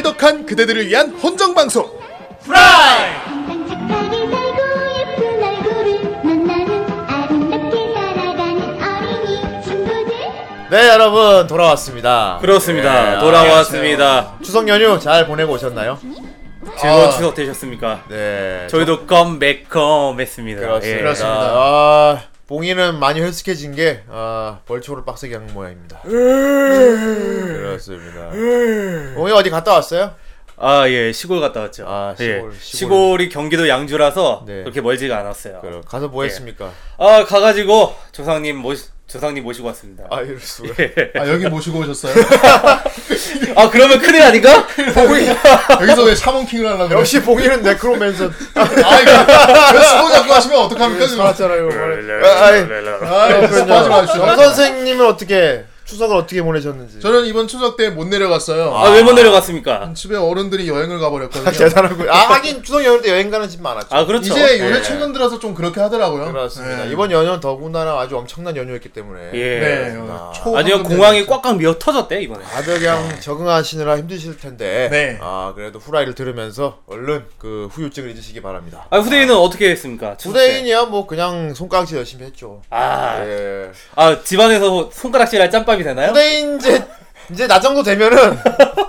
그대들을 위한 헌정 방송. 프라이! 항상 착하게 살고 예쁜 얼굴을 만나는 아름답게 살아가는 어린이 친구들 네 여러분 돌아왔습니다. 그렇습니다. 네, 돌아왔습니다. 아, 추석 연휴 잘 보내고 오셨나요? 즐거운 아, 추석 되셨습니까? 네. 저희도 껌매컴했습니다. 그렇습니다. 예. 그렇습니다. 아, 봉이는 많이 헬스케진 게 아, 벌초를 빡세게 한 모양입니다. 그렇습니다. 봉이 어디 갔다 왔어요? 아, 예, 시골 갔다 왔죠. 예. 아, 시골, 시골. 시골. 이 경기도 양주라서 네. 그렇게 멀지가 않았어요. 그럼 가서 뭐 했습니까? 아, 가가지고 조상님 모시, 조상님 모시고 왔습니다. 아 이럴 수가. 아 네. 여기 모시고 오셨어요? 아, 그러면 큰일 아닌가? 여기서 왜 샤먼킹을 하려고 그래? 역시 봉이는 네크로맨서 아 이거 스포 자꾸 하시면 어떡합니까 지금? 나왔잖아요. 아, 아 스포 정 하지 마시죠. 선생님은 어떻게 추석을 어떻게 보내셨는지. 저는 이번 추석 때 못 내려갔어요. 아, 왜 못 내려갔습니까? 집에 어른들이 여행을 가버렸거든요. 아, 대단하고요. 아 하긴 추석 연휴 때 여행 가는 집 많았죠. 아, 그렇죠. 이제 예. 요새 최근 들어서 좀 그렇게 하더라고요. 그렇습니다. 예. 이번 연휴는 더군다나 아주 엄청난 연휴였기 때문에 네. 예. 네, 아. 초 아니요, 황금 공항이 연휴였죠. 꽉꽉 미어 터졌대, 이번에. 다들 그냥 적응하시느라 힘드실 텐데 네. 아 그래도 후라이를 들으면서 얼른 그 후유증을 잊으시기 바랍니다. 아, 후대인은 어떻게 했습니까? 추석 때? 후대인이야 뭐 그냥 손가락질 열심히 했죠. 아, 예. 아, 집안에서 손가락질할 짬밥이 되나요? 후대인 이제 이제 나 정도 되면은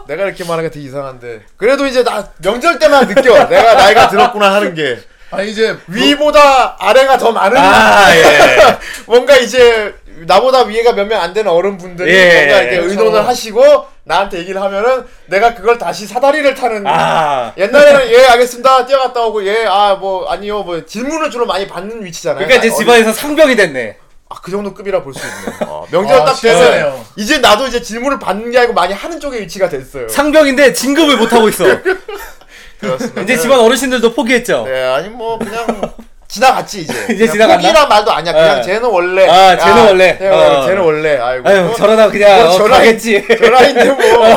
내가 이렇게 말하는 게 되게 이상한데 그래도 이제 나 명절 때만 느껴 내가 나이가 들었구나 하는 게 아니 이제 뭐- 위보다 아래가 더 많은 뭐 아, 예. 뭔가 이제 나보다 위에가 몇 명 안 되는 어른분들이 예, 뭔가 이렇게 예, 의논을 하시고 나한테 얘기를 하면은 내가 그걸 다시 사다리를 타는 아. 옛날에는 예 알겠습니다 뛰어갔다 오고 예 아 뭐 아니요 뭐 질문을 주로 많이 받는 위치잖아요. 그러니까 이제 어디- 집안에서 상병이 됐네. 아, 그 정도 급이라 볼 수 있네. 요 명절 아, 딱 되면 시원해요. 이제 나도 이제 질문을 받는 게 아니고 많이 하는 쪽의 위치가 됐어요. 상병인데 진급을 못 하고 있어. 그렇습니다. 이제 집안 어르신들도 포기했죠. 네 아니 뭐 그냥 지나갔지 이제. 그냥 지나갔나? 포기란 말도 아니야. 그냥 예. 쟤는 원래. 아, 쟤는 원래. 쟤 어. 쟤는 원래. 아이고. 아유 저러다 그냥 뭐 어, 저런- 가겠지. 전화인데 뭐.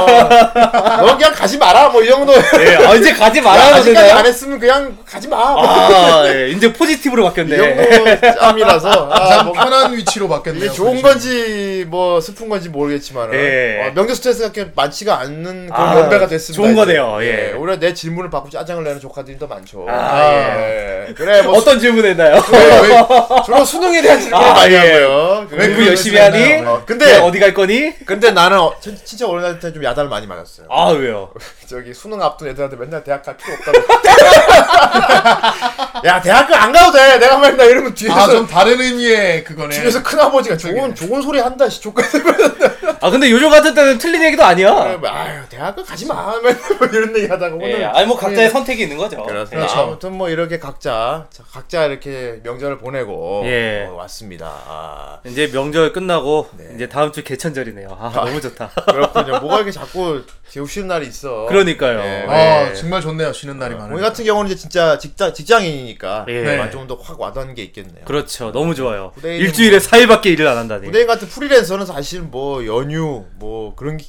너 그냥 가지 마라 뭐 이 정도. 예, 아, 이제 가지 말아도 아직까지 되나요? 안 했으면 그냥 가지 마. 뭐. 아 예, 이제 포지티브로 이 바뀌었네. 정도 짬이라서 아, 가장 뭐 편한 위치로 이게 바뀌었네요. 좋은 건지 뭐 슬픈 건지 모르겠지만 그렇죠. 예. 어, 명절 스트레스가 그렇게 많지가 않는 그런 아, 연배가 됐습니다. 좋은 이제. 거네요, 예. 오히려 내 질문을 받고 짜증을 내는 조카들이 더 많죠. 아, 예. 그래 뭐 어떤 질문했나요? 왜왜 수- 주로 수능에 대한 질문을 아, 많이 예. 하고요. 왜 그래. 공부 그런 열심히 질문 했나요? 하니? 왜? 어, 근데 근데 어디 갈 거니? 근데 나는 어, 진- 진짜 어른한테 좀 야단을 많이 맞았어요. 아 왜요? 저기 수능 앞둔 애들한테 맨날 대학 갈 필요 없다고. 야 대학교 안 가도 돼. 내가 맨날 이러면 뒤에서 아좀 다른 의미의 그거네. 뒤에서 큰 아버지가 좋은 좋은 소리 한다 씨 조카들. 아 근데 요즘 같은 때는 틀린 얘기도 아니야. 아유 대학교 가지 마. 맨날 뭐 이런 얘기 하다가 오늘. 예, 아니 뭐 각자의 예. 선택이 있는 거죠. 네. 그렇습니다. 그렇죠. 아무튼 뭐 이렇게 각자 자, 각자 이렇게 명절을 보내고 예. 어, 왔습니다. 아, 예. 이제 명절 끝나고 네. 이제 다음 주 개천절이네요. 아 너무 좋다. 그렇군요. 뭐가 이렇게 자꾸 재우시는 날이 있어. 그러니까요. 예. 아 네. 정말 좋네요. 쉬는 날이 많아요. 우리 같은 경우는 이제 진짜 직장 직장인이니까 예. 네. 좀더 확 와닿는 게 있겠네요. 그렇죠. 너무 좋아요. 후대인은 일주일에 4일밖에 일을 안 한다니. 무대인 같은 프리랜서는 사실 뭐 연휴 뭐 그런 기,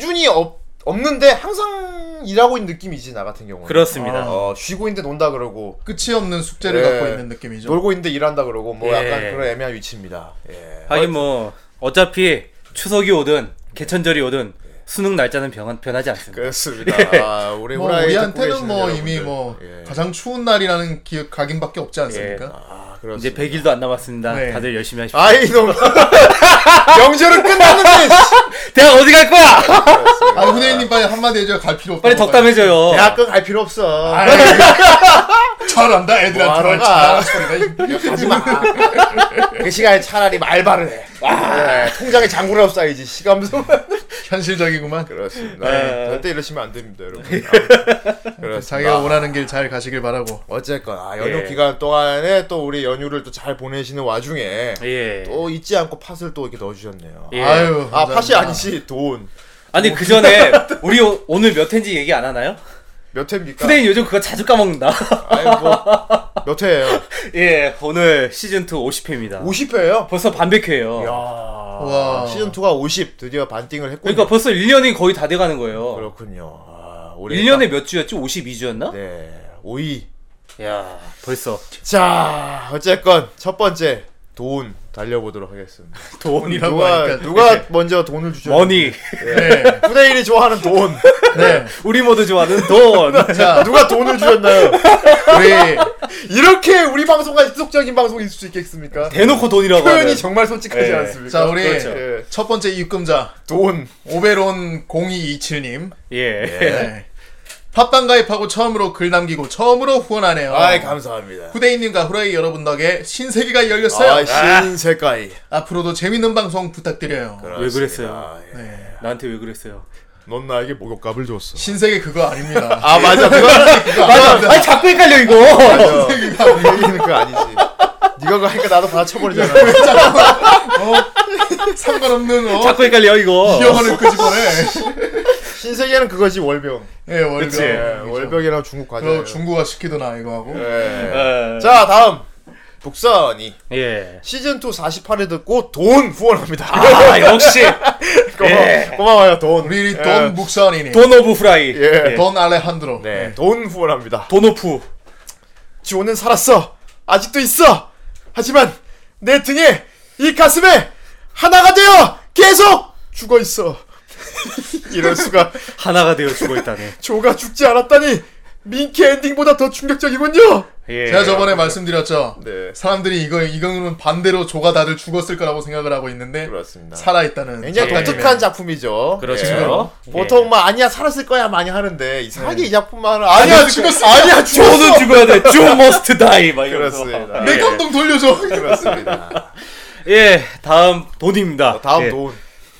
준이 없, 없는데 항상 일하고 있는 느낌이지 나 같은 경우는 그렇습니다. 어, 쉬고 있는데 논다 그러고 끝이 없는 숙제를 예. 갖고 있는 느낌이죠. 놀고 있는데 일한다 그러고 뭐 예. 약간 그런 애매한 위치입니다 예. 하긴 뭐 어차피 추석이 오든 개천절이 오든 수능 날짜는 변, 변하지 않습니다. 그렇습니다 아, 우리 뭐 후라이 우리한테는 듣고 뭐 계시는 이미 여러분들. 뭐 예. 가장 추운 날이라는 기, 각인밖에 없지 않습니까? 아, 그렇습니다. 이제 100일도 안 남았습니다. 네. 다들 열심히 하십시오. 아이 놈 명절은 끝났는데 씨. 대학 어디 갈 거야? 아 후대인님 빨리 한마디 해줘요. 갈 필요 없다. 빨리 덕담해줘요. 대학교 갈 필요 없어 잘한다 뭐하러 애들한테 가? 잘하는 소리가. 하지마 그 시간에 차라리 말발을 해 예, 통장에 장구라도 쌓이지 시감소 현실적이구만. 그렇습니다. 네. 절대 이러시면 안 됩니다, 여러분. 아무튼 그렇습니다. 자기가 원하는 길 잘 가시길 바라고. 어쨌건 아, 연휴 예. 기간 동안에 또 우리 연휴를 또 잘 보내시는 와중에 예. 또 잊지 않고 팥을 또 이렇게 넣어주셨네요. 예. 아유 아 감사합니다. 팥이 아니지 돈. 뭐 아니 그 전에 우리 오- 오늘 몇 회인지 얘기 안 하나요? 그러니까 몇 회입니까? 후대인 요즘 그거 자주 까먹는다. 아니 뭐몇 회예요? 예, 오늘 시즌 2 50회입니다. 50회예요. 벌써 반백회예요. 아, 와. 시즌 2가 50 드디어 반띵을 했군요. 어. 그러니까 벌써 1년이 거의 다 돼가는 거예요. 네. 그렇군요. 아, 올해 1년에 몇 주였지? 52주였나? 네 오이. 야, 벌써 자 어쨌건 첫 번째 돈 달려보도록 하겠습니다. 돈이라고 누가 하니까 누가 먼저 돈을 주셨? 머니. 네. 후대인이 좋아하는 돈. 네. 우리 모두 좋아하는 돈. 네. 자, 누가 돈을 주셨나요? 우리 이렇게 우리 방송과 지속적인 방송일 수 있겠습니까? 대놓고 돈이라고 하는. 표현이 정말 솔직하지 예. 않습니까? 네. 자, 우리 그렇죠. 예. 첫 번째 입금자 돈 오베론 0227님. 예. 네. 팟빵 가입하고 처음으로 글 남기고 처음으로 후원하네요. 아이 감사합니다. 후대인님과 후라이 여러분 덕에 신세계가 열렸어요. 아, 신세가이. 앞으로도 재밌는 방송 부탁드려요. 왜 그랬어요? 예. 네. 나한테 왜 그랬어요? 넌 나에게 목욕값을 줬어. 신세계 그거 아닙니다. 아 맞아 어? 그건 맞아. 아니 자꾸 헷갈려 이거. 맞아. 얘기는 그 아니지. 네가 그거 하니까 나도 받쳐버리잖아. 상관없는 어. 자꾸 헷갈려 이거. 영어를 끄집어내. 신세계는 그거지 월병. 예, 월병. 그치. 예, 월병이랑 중국 과자. 그리고 중국어 시키도나 이거 하고. 예. 예. 자 다음 북선이 예. 시즌 2 48회 듣고 돈 후원합니다. 아 역시 고마, 예. 고마워요 돈. 우리 예. 돈 북산이니. 돈 오브 후라이. 예. 돈 알레한드로. 예. 네, 돈 후원합니다. 돈 오프. 지호는 살았어. 아직도 있어. 하지만 내 등에 이 가슴에 하나가 되어 계속 죽어 있어. 이럴 수가 하나가 되어 죽어 있다네. 조가 죽지 않았다니 민키 엔딩보다 더 충격적이군요. 예. 제가 저번에 말씀드렸죠. 네. 사람들이 이거 이거는 반대로 조가 다들 죽었을 거라고 생각을 하고 있는데 그렇습니다. 네. 살아 있다는 굉장히 예. 독특한 작품이죠. 그렇죠. 예. 예. 보통 막 아니야 살았을 거야 많이 하는데 이상하게 이 작품만은 아니야, 아니야 죽었어. 죽었어 아니야 조는 죽었어 죽어야 돼. 조 must die. 막 이러면서. 네, 그렇습니다. 네, 내 예. 감동 돌려줘. 그렇습니다. 예. 다음 돈입니다. 어, 다음 예. 돈.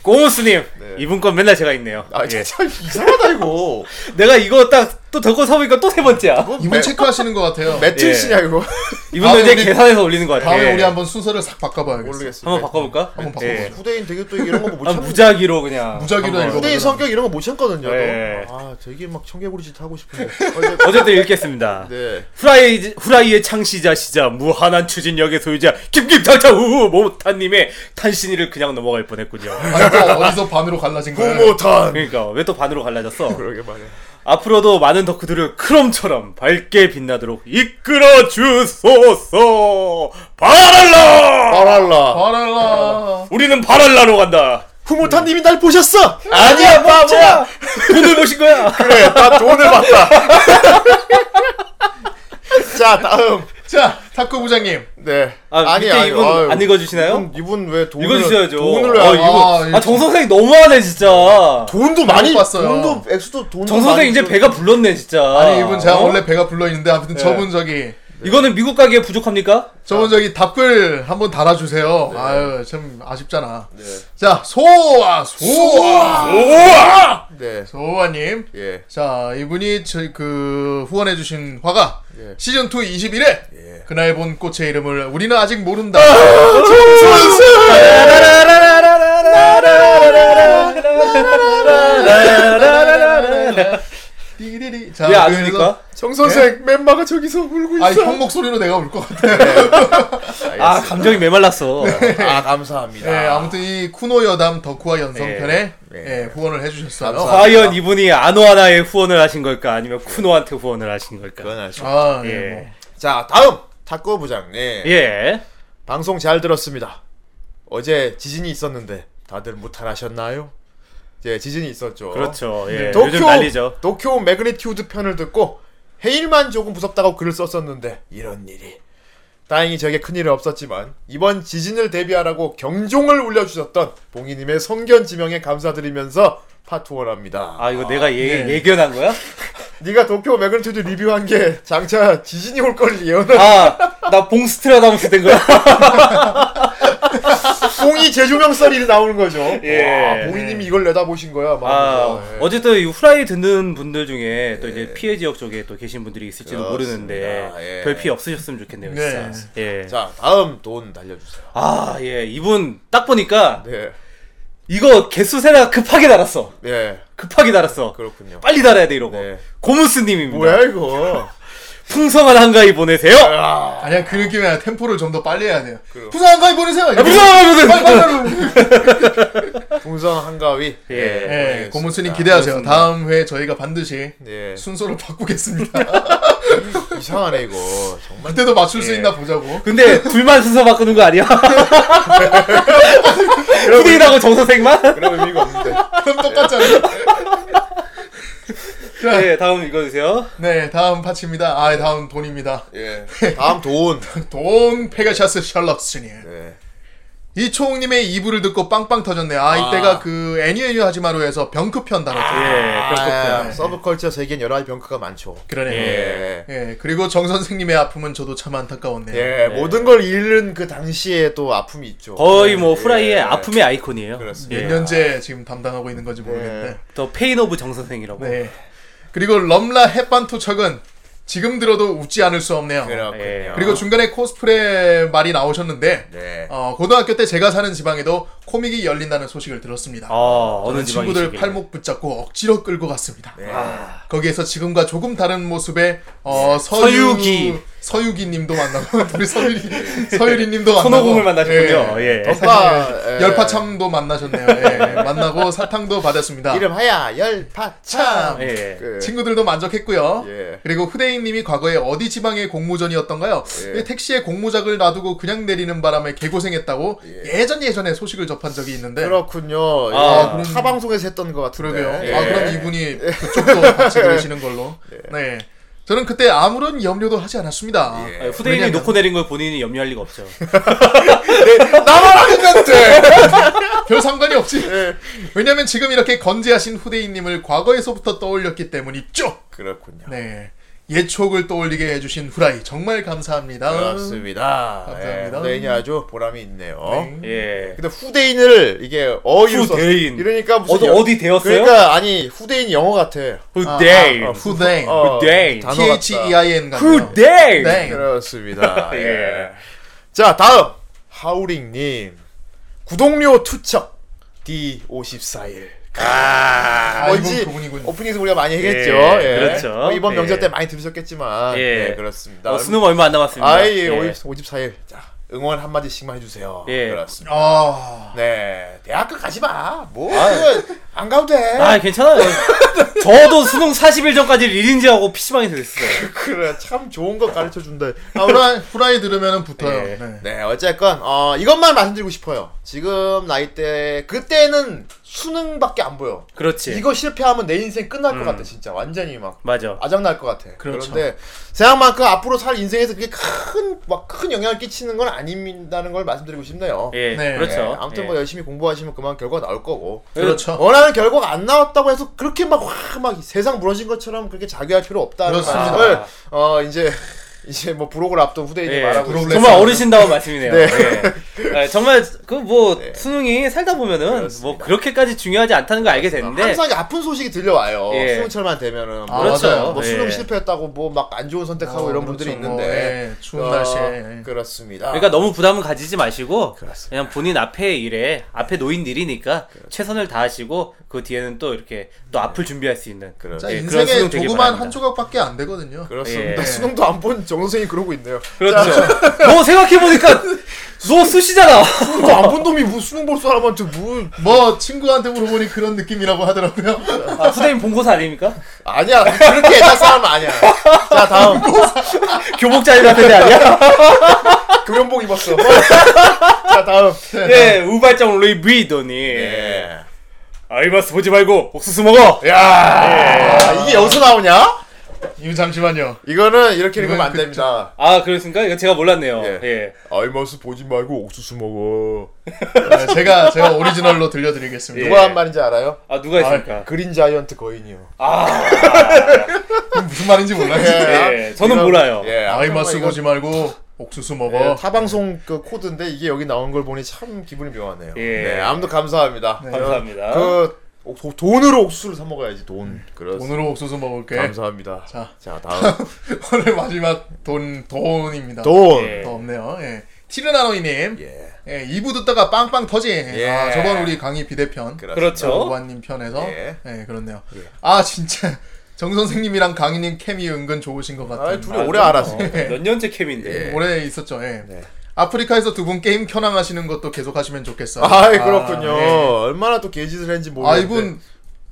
고무스님 네. 이분 건 맨날 제가 있네요. 아 예. 진짜 이상하다 이거. 내가 이거 딱 또 적고 사보니까 또 세 번째야. 이분 네. 체크하시는 것 같아요. 매트리스냐 이거? 이분도 이제 우리- 계산해서 올리는 거 같아. 다음에 예. 우리 한번 순서를 싹 바꿔봐야겠어. 네. 모르겠어. 한번 바꿔볼까? 한번 바꿔보자. 예. 후대인 되게 또 이런 거못 아, 참고. 무작위로 그냥. 무작위로 한번. 읽어보자. 후대인 성격 이런 거 못 참거든요. 또. 네. 아 되게 막 청개구리 짓 하고 싶은데. 어쨌든 읽겠습니다. 네. 후라이, 후라이의 창시자시자 무한한 추진력의 소유자 김김탕탕 우후 모타님의 탄신이를 그냥 넘어갈 뻔했군요. 아니, 또 어디서 반으로 갈라진 거야? 부모탄. 그러니까 왜 또 반으로 갈라졌어? 그러게 말이야. 앞으로도 많은 덕후들을 크롬처럼 밝게 빛나도록 이끌어 주소서 바랄라! 알알라. 바랄라. 우리는 바랄라로 간다. 후모탄님이 날 보셨어. 아니야 바보야 돈을 보신 거야. 그래, 나 돈을 받다. 자 다음. 자, 타코 부장님. 네. 아, 밑에 이분 아유. 안 읽어주시나요? 이분, 이분 왜 돈을 읽어주셔야죠. 돈을 아, 왜 안- 아, 이거 아, 정 선생 너무하네 진짜. 돈도 잘못 봤어요. 돈도 액수도 돈도 정 선생 많이 이제 줘- 배가 불렀네 진짜. 아니, 이분 제가 어? 원래 배가 불러 있는데 아무튼 저분 저기 네. 이거는 미국 가기에 부족합니까? 저분 저기 답글 한번 달아주세요. 아유, 참 아쉽잖아. 네. 자, 소아, 소아, 오와! 네. 소아님. 예. 자, 이분이 저희 그 후원해주신 화가 예. 시즌 2 21회 예. 그날 본 꽃의 이름을 우리는 아직 모른다. 네, 띠리리. 자, 얘 그래서- 아십니까? 정 선생 멤버가 저기서 울고 있어. 아, 형 목소리로 내가 울 것 같아. 아 감정이 메말랐어. 아 감사합니다. 네, 아무튼 이 쿠노 여담 덕후와 연성편에 네. 예, 후원을 해주셨어요. 감사합니다. 과연 이분이 아노하나에 후원을 하신 걸까 아니면 쿠노한테 후원을 하신 그건 걸까? 알죠. 아, 예. 뭐. 예. 자 다음 탁구 부장님. 예. 방송 잘 들었습니다. 어제 지진이 있었는데 다들 무탈하셨나요? 이제 지진이 있었죠. 그렇죠. 예. 도쿄 요즘 난리죠. 도쿄 매그니튜드 편을 듣고 해일만 조금 무섭다고 글을 썼었는데 이런 일이. 다행히 저에게 큰 일은 없었지만 이번 지진을 대비하라고 경종을 울려주셨던 봉이님의 성견 지명에 감사드리면서 파투원합니다. 아 이거 내가 예, 예. 네. 예견한 거야? 네가 도쿄 매그니튜드 리뷰한 게 장차 지진이 올 걸 예언한 아나 봉스트라다무스 된 거야. 봉이 재조명설이 나오는 거죠. 예. 와, 봉이님이 이걸 내다보신 거야. 막 아 하면서. 예. 어쨌든 이 후라이 듣는 분들 중에 또 이제 피해 지역 쪽에 또 계신 분들이 있을지도 네. 그렇습니다. 모르는데 예. 별 피해 없으셨으면 좋겠네요. 진짜. 예. 자 다음 돈 달려주세요. 아, 예. 이분 딱 보니까 네, 이거 개수 세나 급하게 달았어. 네 급하게 달았어. 그렇군요. 빨리 달아야 돼 이러고. 네. 고무스님입니다. 뭐야 이거? 풍성한 한가위 보내세요. 야, 아니야, 그 느낌이 아니라 템포를 좀 더 빨리 해야 돼요. 그래요. 부산 가위 보내세요! 야, 무서워, 빨리, 무서워. 빨리, 빨리. 풍성 한가위. 예. 예, 네, 알겠습니다. 고문수님 기대하세요. 그렇습니다. 다음 회 저희가 반드시 예. 순서를 바꾸겠습니다. 이상하네 이거. 정말. 그때도 맞출 수 예. 있나 보자고. 근데 둘만 순서 바꾸는 거 아니야? 후대인하고 정 선생만? 그런 의미가 없는데. 그럼 똑같잖아요. 자, 네, 다음 읽어주세요. 네, 다음 파츠입니다. 아, 다음 돈입니다. 그 예. 다음 돈. 돈 페가샤스 셜록 스니엘. 네. 이초홍님의 이불을 듣고 빵빵 터졌네. 아, 이때가 그 애니에뉴 하지마로에서 병크편 예, 다뤘죠. 그렇군요. 예. 아, 서브컬처 세계엔 여러 가지 병크가 많죠. 그러네요. 예. 예. 그리고 정 선생님의 아픔은 저도 참 안타까웠네요. 예, 모든 걸 잃는 그 당시에 또 아픔이 있죠. 거의 뭐 후라이의 예. 아픔의 아이콘이에요. 그렇습니다. 예. 몇 년째 지금 담당하고 있는 건지 모르겠는데. 더 페인 오브 정 선생이라고. 네. 그리고 럼라 햇반토척은 지금 들어도 웃지 않을 수 없네요. 그렇군요. 예. 그리고 중간에 코스프레 말이 나오셨는데 네. 어, 고등학교 때 제가 사는 지방에도 코믹이 열린다는 소식을 들었습니다. 아, 어느 친구들 지방이시길래. 팔목 붙잡고 억지로 끌고 갔습니다. 네. 아, 거기에서 지금과 조금 다른 모습의 어, 서유, 서유기. 서유기님도 만나고 우리 서유리 서유리님도 만나고 손오공을 만나셨군요. 예. 덕화 예. 열파참도 만나셨네요. 예. 만나고 사탕도 받았습니다. 이름 하야 열파참. 참. 예. 그, 친구들도 만족했고요. 예. 그리고 후대인님이 과거에 어디 지방의 공모전이었던가요? 예. 왜 택시에 공모작을 놔두고 그냥 내리는 바람에 개고생했다고 예. 전 예전에 소식을 접한 적이 있는데 그렇군요. 네. 아, 예. 그럼- 타 방송에서 했던 것 같은데. 그러게요. 예. 아 그럼 이분이 그쪽도 같이 들으시는 걸로. 네. 저는 그때 아무런 염려도 하지 않았습니다. 예. 아, 후대인이 왜냐면- 놓고 내린 걸 본인이 염려할 리가 없죠. 나만 하는 건데. 별 상관이 없지. 네. 예. 왜냐면 지금 이렇게 건재하신 후대인님을 과거에서부터 떠올렸기 때문이죠. 그렇군요. 네. 예촉을 떠올리게 해주신 후라이 정말 감사합니다. 그렇습니다. 감사합니다. 예, 후대인이 아주 보람이 있네요. 네. 예. 근데 후대인을 이게 어휘로 썼어. 후대인. 이러니까 무슨 어디- 영- 어디 되었어요? 그러니까 아니 후대인 영어 같아. 후대인. 아, 아, 후대인. 어, 후대인. 단어 같다. 아, T-H-E-I-N 같네요. 후대인. 네. 그렇습니다. 예. 예. 자 다음 하우링님 구동료 투척 D 54일. 아, 뭔지 이분 그분이군. 오프닝에서 우리가 많이 얘기했죠. 예, 예. 그렇죠. 뭐 이번 예. 명절 때 많이 들으셨겠지만 예. 예, 그렇습니다. 어, 수능 얼마 안 남았습니다. 아이 54일. 자 응원 한 마디씩만 해주세요. 예. 그렇습니다. 아, 네 대학교 가지 마. 뭐 예. 안 가도 돼. 아, 괜찮아요. 저도 수능 40일 전까지 리린지하고 PC방에서 했어요. 그래 참 좋은 거 가르쳐 준다. 아, 후라이, 후라이 들으면 붙어요. 예. 네. 네 어쨌건 어, 이것만 말씀드리고 싶어요. 지금 나이 때 그때는 수능밖에 안 보여. 그렇지. 이거 실패하면 내 인생 끝날 것 같아 진짜 완전히 막 맞아. 아장 날것 같아. 음. 그렇죠. 그런데 생각만큼 앞으로 살 인생에서 그게 큰막큰 영향을 끼치는 건 아닙니다는 걸 말씀드리고 싶네요. 예. 네. 그렇죠. 네, 아무튼 뭐 예. 열심히 공부하시면 그만 결과가 나올 거고. 그렇죠. 원하는 결과가 안 나왔다고 해서 그렇게 막, 확, 막 세상 무너진 것처럼 그렇게 자괴할 필요 없다는 그렇습니다. 말을 어 이제 이제 뭐 브록을 앞둔 후대인이 예. 말하고 브록을 있습니다. 정말 어르신다운 말씀이네요. 네. 예. 아, 정말 그 뭐 네. 수능이 살다 보면은 뭐 그렇습니다. 그렇게까지 중요하지 않다는 걸 알게 됐는데 항상 아픈 소식이 들려와요. 예. 수능철만 되면은 아, 뭐, 그렇죠. 맞아요. 뭐 수능 예. 실패했다고 뭐 막 안 좋은 선택하고 어, 이런 분들이 그렇죠. 있는데 뭐, 예, 추운 어, 날씨에. 예. 그렇습니다. 그러니까 너무 부담은 가지지 마시고 그렇습니다. 그냥 본인 앞에 일에 앞에 놓인 일이니까 최선을 다하시고 그 뒤에는 또 이렇게 또 앞을 준비할 수 있는 그렇- 자, 예, 그런 인생에 수능 되길 조그만 바랍니다. 한 조각밖에 안 되거든요. 그렇습니다. 예. 수능도 안 본 정선생이 그러고 있네요. 그렇죠. 너 생각해 보니까 너 수시잖아. 수능도 안 본 놈이 뭐 수능 볼 사람한테 뭐 뭐 친구한테 물어보니 그런 느낌이라고 하더라고요. 아, 후대인 본고사 아닙니까? 아니야 그렇게 옛날 사람 아니야. 자 다음 교복자님 같은 데 아니야? 금연복 입었어. 자 다음. 네, 우발장 루이 브이더니 네. 예. 아이바스 보지 말고 옥수수 먹어. 야 아, 이게 여기서 나오냐? 이거 잠시만요. 이거는 이렇게 읽으면 안 이건 됩니다. 아 그렇습니까? 이거 제가 몰랐네요. 예. 예. 아이머스 보지 말고 옥수수 먹어. 네, 제가 제가 오리지널로 들려드리겠습니다. 예. 누가 한 말인지 알아요? 아 누가 있습니까? 아, 그린 자이언트 거인이요. 이건 무슨 말인지 몰라요. 예, 저는 이거- 몰라요. 예, 아이 아무튼 뭐 맛 이거- 쓰고지 말고 옥수수 먹어. 예, 타방송 그 코드인데 이게 여기 나온 걸 보니 참 기분이 묘하네요. 예. 네, 아무튼 감사합니다. 감사합니다. 예. 그 옥- 도- 돈으로 옥수수를 사 먹어야지 음, 돈. 그렇습니다. 오늘은 옥수수 먹을게. 감사합니다. 자. 자 다음 오늘 마지막 돈 돈입니다. 돈. 예. 더 없네요. 예. 티르나노이님. 예. 예. 2부 듣다가 빵빵 터진. 예. 아, 저번 우리 강의 비대편. 그렇죠. 오관님 편에서. 예. 예. 그렇네요. 아, 진짜. 정 선생님이랑 강의님 캠이 은근 좋으신 것 같아요. 아, 둘이 오래 알았어. 몇 년째 캠인데. 오래 있었죠. 예. 네. 아프리카에서 두 분 게임 켜낭하시는 것도 계속 하시면 좋겠어요. 아이 네. 그렇군요. 예. 얼마나 또 개짓을 했는지 아, 모르겠는데. 이분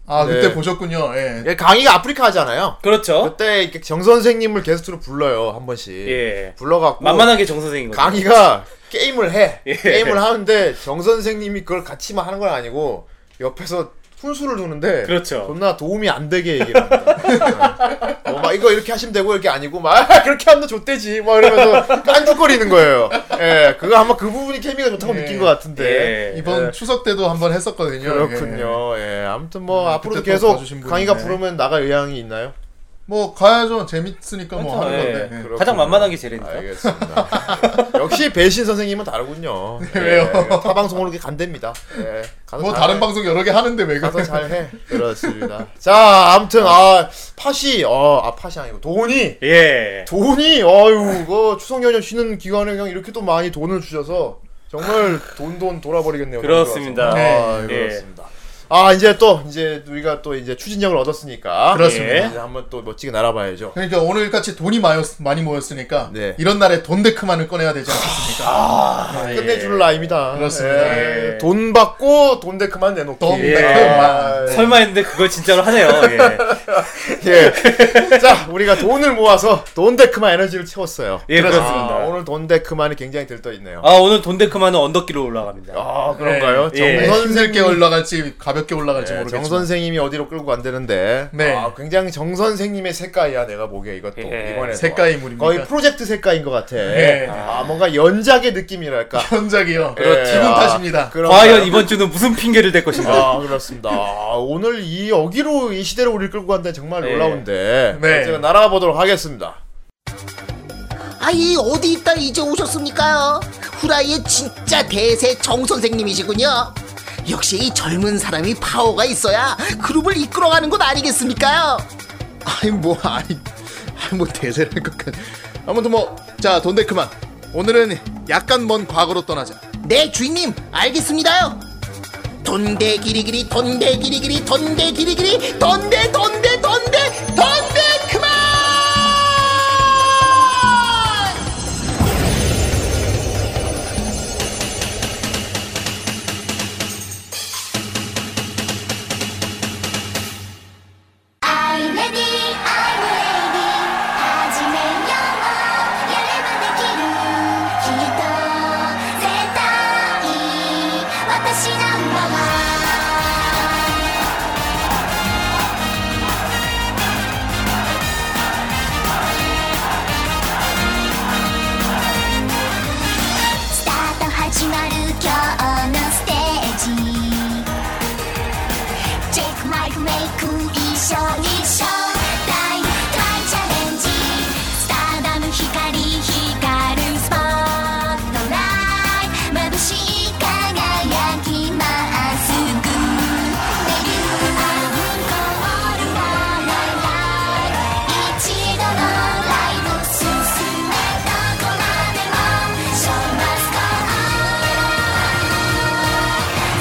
아, 네. 그때 보셨군요. 예. 예, 강의가 아프리카 하잖아요. 그렇죠. 그때 이렇게 정 선생님을 게스트로 불러요 한 번씩. 예. 불러갖고 만만하게 정 선생인 거죠. 그 강의가 게임을 해. 예. 게임을 하는데 정 선생님이 그걸 같이만 하는 건 아니고 옆에서 훈수를 두는데 그렇죠. 존나 도움이 안 되게 얘기를 합니다. 어, 막 이거 이렇게 하시면 되고 이렇게 아니고 막 아, 그렇게 하면 좋대지 막 이러면서 깐죽거리는 거예요. 예, 그거 아마 그 부분이 케미가 좋다고 예. 느낀 것 같은데. 예. 이번 예. 추석 때도 한번 했었거든요. 예. 그렇군요. 예, 아무튼 뭐 음, 앞으로도 그때 또 계속 봐주신 분인데. 강의가 부르면 나갈 의향이 있나요? 뭐 가야죠. 재밌으니까 그 뭐 그렇죠. 하는 예. 건데. 예. 그렇구나. 아, 가장 만만한 게 제레니까. 알겠습니다. 역시 배신 선생님은 다르군요. 예, 네, 왜요? 타 방송으로 이렇게 간답니다. 예, 가서 뭐 잘 다른 해. 방송 여러 개 하는데 왜 가서 그래? 잘해. 그렇습니다. 자, 아무튼 아 팥이 어아 팥이 아니고 돈이 예. 돈이 아유 그 추석 연휴 쉬는 기간에 그냥 이렇게 또 많이 돈을 주셔서 정말 돈 돈 돌아버리겠네요. 그렇습니다. 아, 예. 그렇습니다. 아 이제 또 이제 우리가 또 이제 추진력을 얻었으니까 그렇습니다. 예, 이제 한번 또 멋지게 날아봐야죠. 그러니까 오늘 같이 돈이 마요, 많이 모였으니까 네. 아, 이런 날에 돈 데크만을 꺼내야 되지 않겠습니까? 예. 끝내줄 라임이다. 그렇습니다. 예. 돈 받고 돈 데크만 내놓기. 돈 예. 데크만. 설마 했는데 그걸 진짜로 하네요. 예. 예. 자, 우리가 돈을 모아서 돈 데크만 에너지를 채웠어요. 예, 아, 그렇습니다. 오늘 돈 데크만이 굉장히 들떠 있네요. 아, 오늘 돈데크만은 언덕길로 올라갑니다. 아, 그런가요? 예. 네, 정선 힘들게 올라갈지 가볍게 올라갈지 음. 네, 정 모르겠지만 선생님이 어디로 끌고 간다는데 네. 아, 굉장히 정 선생님의 색깔이야 내가 보기에 이것도 예. 이번에 색깔 인물입니까? 뭐 거의 프로젝트 색깔인 것 같아. 예. 아 뭔가 연작의 느낌이랄까. 현작이요. 예. 기분 아, 그렇죠. 탓입니다. 그런가요? 과연 이번 주는 무슨 핑계를 댈 것인가? 아 그렇습니다. 아, 오늘 이 여기로 이 시대를 우리 끌고 간다는 정말 예. 놀라운데 네. 제가 날아가 보도록 하겠습니다. 아이 어디 있다 이제 오셨습니까요? 후라이의 진짜 대세 정 선생님이시군요. 역시 이 젊은 사람이 파워가 있어야 그룹을 이끌어가는 것 아니겠습니까요? 아니 뭐 아니 아니, 뭐 대세랄 것까지 아무튼 뭐 자 돈데크만 오늘은 약간 먼 과거로 떠나자 네 주인님 알겠습니다요. 돈대 기리기리 돈대 기리기리 돈대 기리기리 돈대 돈대 돈대 돈대 그만! I'm ready, I'm ready. 하지만 영어 열레만의 기루 기도 세타이 와타시 넘버원 스타트 始まる今日のステージチェックマイクメイク一緒にショータイム大チャレンジスターダム光光るスポットライト眩しい輝きまっすぐデビューアンコールはないライ一度のライブ進めどこまでもショーマスコー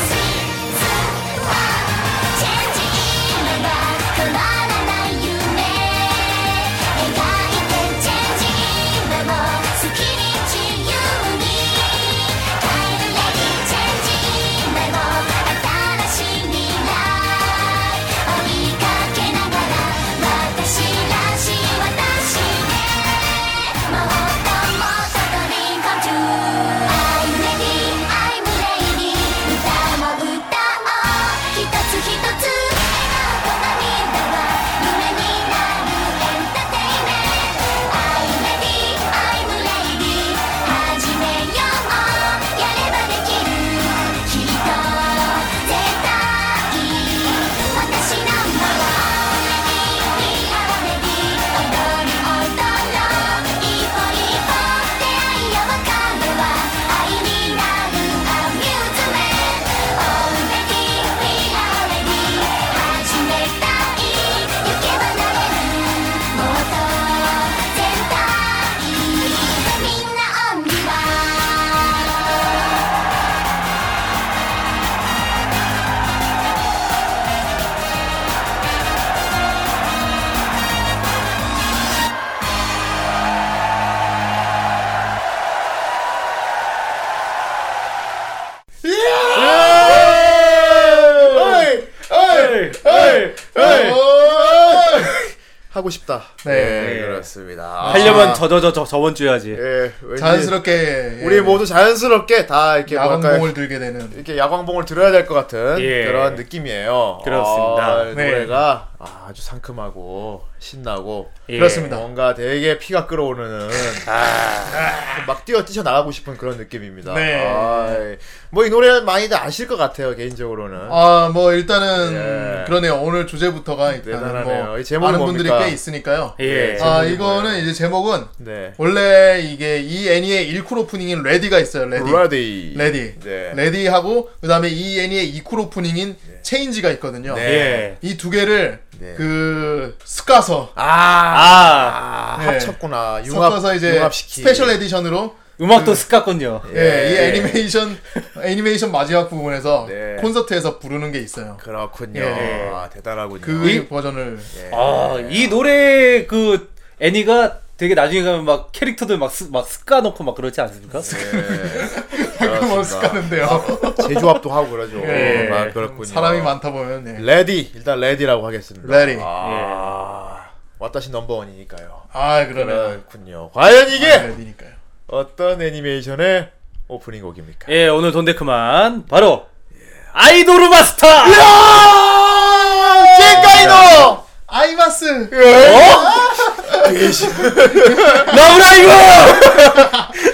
シーズン1 「チェンジ今は変わらない夢」「描き出す未来てチェンジ今を好きに自由に」「変えるレディチェンジ今を新しい未来」「追いかけながら私らしい私で」「もっともっとドリームカムトゥ」「I'm ready I'm ready」「歌も歌一つ一つ「笑顔と涙は夢になるエンターテイメント」「I'm ready, I'm ready」「始めようやればできる」「きっと絶対私なんだわ」「We are ready」「踊り踊ろう」「一歩一歩出会いや別れは愛になるアミューズメント」「Already, we are ready」「始めたい」「行けばなれる」「もっと全体」「みんなオンリーワン」 어이, 어이, 에이, 에이. 어이. 하고 싶. 아쉽다. 네. 아, 예, 그렇습니다. 하려면 저저저 저 저번 주에 하지. 아. 예, 왠지 자연스럽게 예, 우리 뭐 모두 자연스럽게 다 이렇게 뭐랄까요? 야광봉을 들게 되는 이렇게 야광봉을 들어야 될 것 같은 예. 그런 느낌이에요. 그렇습니다. 아, 네. 노래가 아주 상큼하고 신나고 예. 그렇습니다. 뭔가 되게 피가 끓어오르는 아, 막 뛰어 뛰쳐 나가고 싶은 그런 느낌입니다. 네. 뭐 이 노래는 많이들 아실 것 같아요 개인적으로는. 아 뭐 일단은 예. 그러네요 오늘 주제부터가 일단은 대단하네요. 뭐 이 제목은 많은 분들이 뭡니까? 꽤 있으니까요 예. 아 제목이 이거는 뭐예요? 이제 제목은 네. 원래 이게 이 애니의 1쿨 오프닝인 레디가 있어요 레디 레디. 레디 네. 레디하고 그 다음에 이 애니의 2쿨 오프닝인 체인지가 있거든요 네. 예. 이 두 개를 네. 그 스카서 아, 아 아, 네. 합쳤구나. 융합, 섞어서 이제 융합시키. 스페셜 에디션으로 음악도 스카군요. 예, 이 애니메이션 애니메이션 마지막 부분에서 네. 콘서트에서 부르는 게 있어요. 그렇군요. 예. 아, 대단하군요. 그 이- 버전을 네. 아이 노래 그 애니가 되게 나중에 가면 막 캐릭터들 막, 스, 막 스카 넣고 막 그렇지 않습니까? 가끔 아. 어색하는데요. 예. 제조합도 하고 그러죠. 예. 아, 그렇군요. 네. 사람이 많다 보면 예. 레디 일단 레디라고 하겠습니다. 레디. 아, 왓다시 넘버원이니까요. 아 그러네. 아, 네. 그렇군요. 과연 이게 레디니까요. 어떤 애니메이션의 오프닝 곡입니까? 예 오늘 돈데 그만 바로 아이돌 마스터. 아! 젠가이노 어? 아이마스. 예! 예! 라브라이브!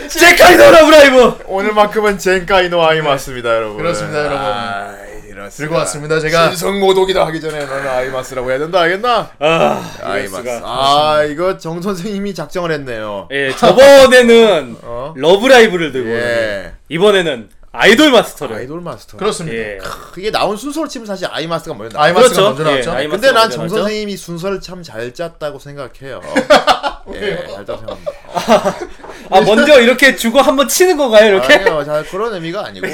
제카이더 라브라이브! 오늘만큼은 젠가이노 아이 맞습니다, 여러분. 그렇습니다, 여러분. 여러분. 이렇습니다. 들고 왔습니다, 제가. 신성 모독이다 하기 전에 너는 아이마스라고 해야 된다 알겠나? 아, 아이마스. 아 이거 정 선생님이 작정을 했네요. 예, 저번에는 어? 러브라이브를 들고 오는데 예. 이번에는 아이돌 마스터를. 아이돌 마스터. 그렇습니다. 예. 그게 나온 순서로 치면 사실 아이마스가 먼저 나. 아이마스가 그렇죠. 먼저 나왔죠. 예, 아이마스가 근데 난 먼저 정 나왔죠? 선생님이 순서를 참 잘 짰다고 생각해요. 예, 잘 짰다고 생각합니다. 아, 먼저 이렇게 주고 한번 치는 건가요, 이렇게? 아니요, 예. 잘 그런 의미가 아니고. 어.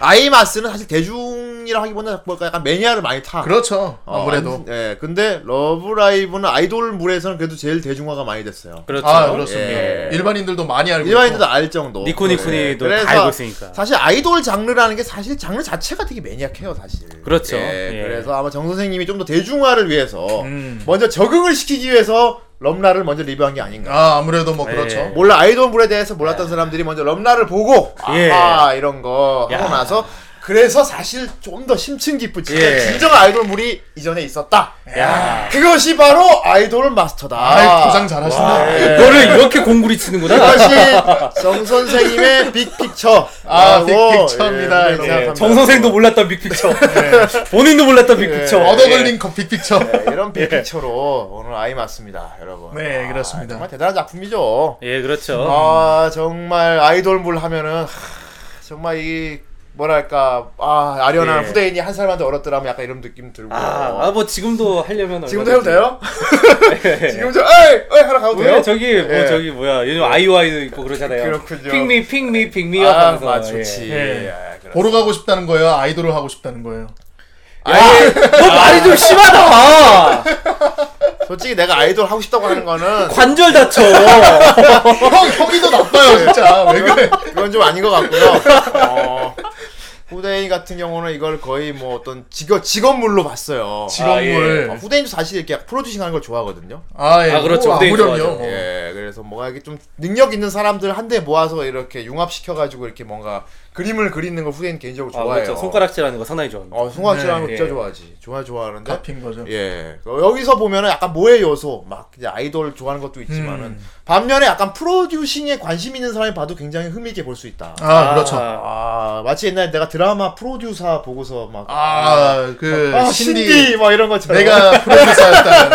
아이마스는 사실 대중이라 하기보다 뭐랄까 약간 매니아를 많이 타. 그렇죠. 어, 아무래도. 안- 예, 근데 러브라이브는 아이돌물에서는 그래도 제일 대중화가 많이 됐어요. 그렇죠. 아 그렇습니다. 예. 일반인들도 많이 알고 일반인들도 알 정도. 네. 니코니코니도 그래서 다 알고 있으니까. 사실 아이돌 장르라는 게 사실 장르 자체가 되게 매니악해요, 사실. 그렇죠. 예, 예. 그래서 아마 정 선생님이 좀 더 대중화를 위해서 음. 먼저 적응을 시키기 위해서 럼라를 먼저 리뷰한 게 있고. 아닌가. 아 아무래도 뭐 그렇죠. 예. 몰라 아이돌물에 대해서 몰랐던 사람들이 먼저 럼라를 보고 예. 아 이런 거 야. 하고 나서 그래서 사실 좀 더 심층 깊은 진짜 예. 진정한 아이돌물이 이전에 있었다. 예. 야. 그것이 바로 아이돌 마스터다. 아 포장 잘하신다. 예. 너를 이렇게 공구리 예. 치는구나. 그것이 그 정 선생님의 빅픽처. 예, 아, 빅픽처입니다. 이렇게 생각합니다. 예. 정 선생도 몰랐던 빅픽처. 본인도 몰랐던 예. 빅픽처. 얻어걸린 컵 빅픽처. 네, 이런 예. 빅픽처로 오늘 아이 맞습니다, 여러분. 네, 아, 그렇습니다. 정말 대단한 작품이죠. 예, 그렇죠. 아 정말 아이돌물 하면은 하, 정말 이 뭐랄까 아 아련한 예. 후대인이 한 사람한테 얼었더라면 약간 이런 느낌 들고. 아, 아, 뭐 지금도 하려면 지금도 해도 돼요? 예. 지금 저 에이 에이 하러 가도 왜 돼요? 저기 뭐 예. 저기 뭐야 요즘 아이오아이도 있고 그러잖아요. 그렇군요. 핑미 핑미 핑미 아, 하면서 맞 좋지. 예. 예. 아, 그렇- 보러 가고 싶다는 거예요. 아이돌을 하고 싶다는 거예요. 아, 너 말이 좀 심하다. 솔직히 내가 아이돌 하고 싶다고 하는 거는 관절 다쳐. 아, 형 형이 더 나빠요 진짜. 왜 그래? 그건 좀 아닌 것 같고요. 어, 후대인 같은 경우는 이걸 거의 뭐 어떤 직업 직업물로 봤어요. 직업물. 어, 후대인도 사실 이렇게 프로듀싱하는 걸 좋아하거든요. 아, 예. 아, 그렇죠. 뭐, 네, 아무렴요. 좋아하죠. 뭐. 예, 그래서 뭔가 이게 좀 능력 있는 사람들 한 대 모아서 이렇게 융합시켜가지고 이렇게 뭔가 그림을 그리는 걸 후대인 개인적으로 아, 좋아해요. 그렇죠. 손가락질하는 거 상당히 좋아합니다. 어, 손가락질하는 거 네, 진짜 예. 좋아하지. 좋아 좋아하는데. 갚인 거죠. 예. 어, 여기서 보면은 약간 모의 요소, 막 이제 아이돌 좋아하는 것도 있지만은 음. 반면에 약간 프로듀싱에 관심 있는 사람이 봐도 굉장히 흥미있게 볼 수 있다. 아, 그렇죠. 아, 아 마치 옛날에 내가 드라마 프로듀서 보고서 막 아, 그 아, 신디. 신디. 막 이런 것처럼 내가 프로듀서였다면.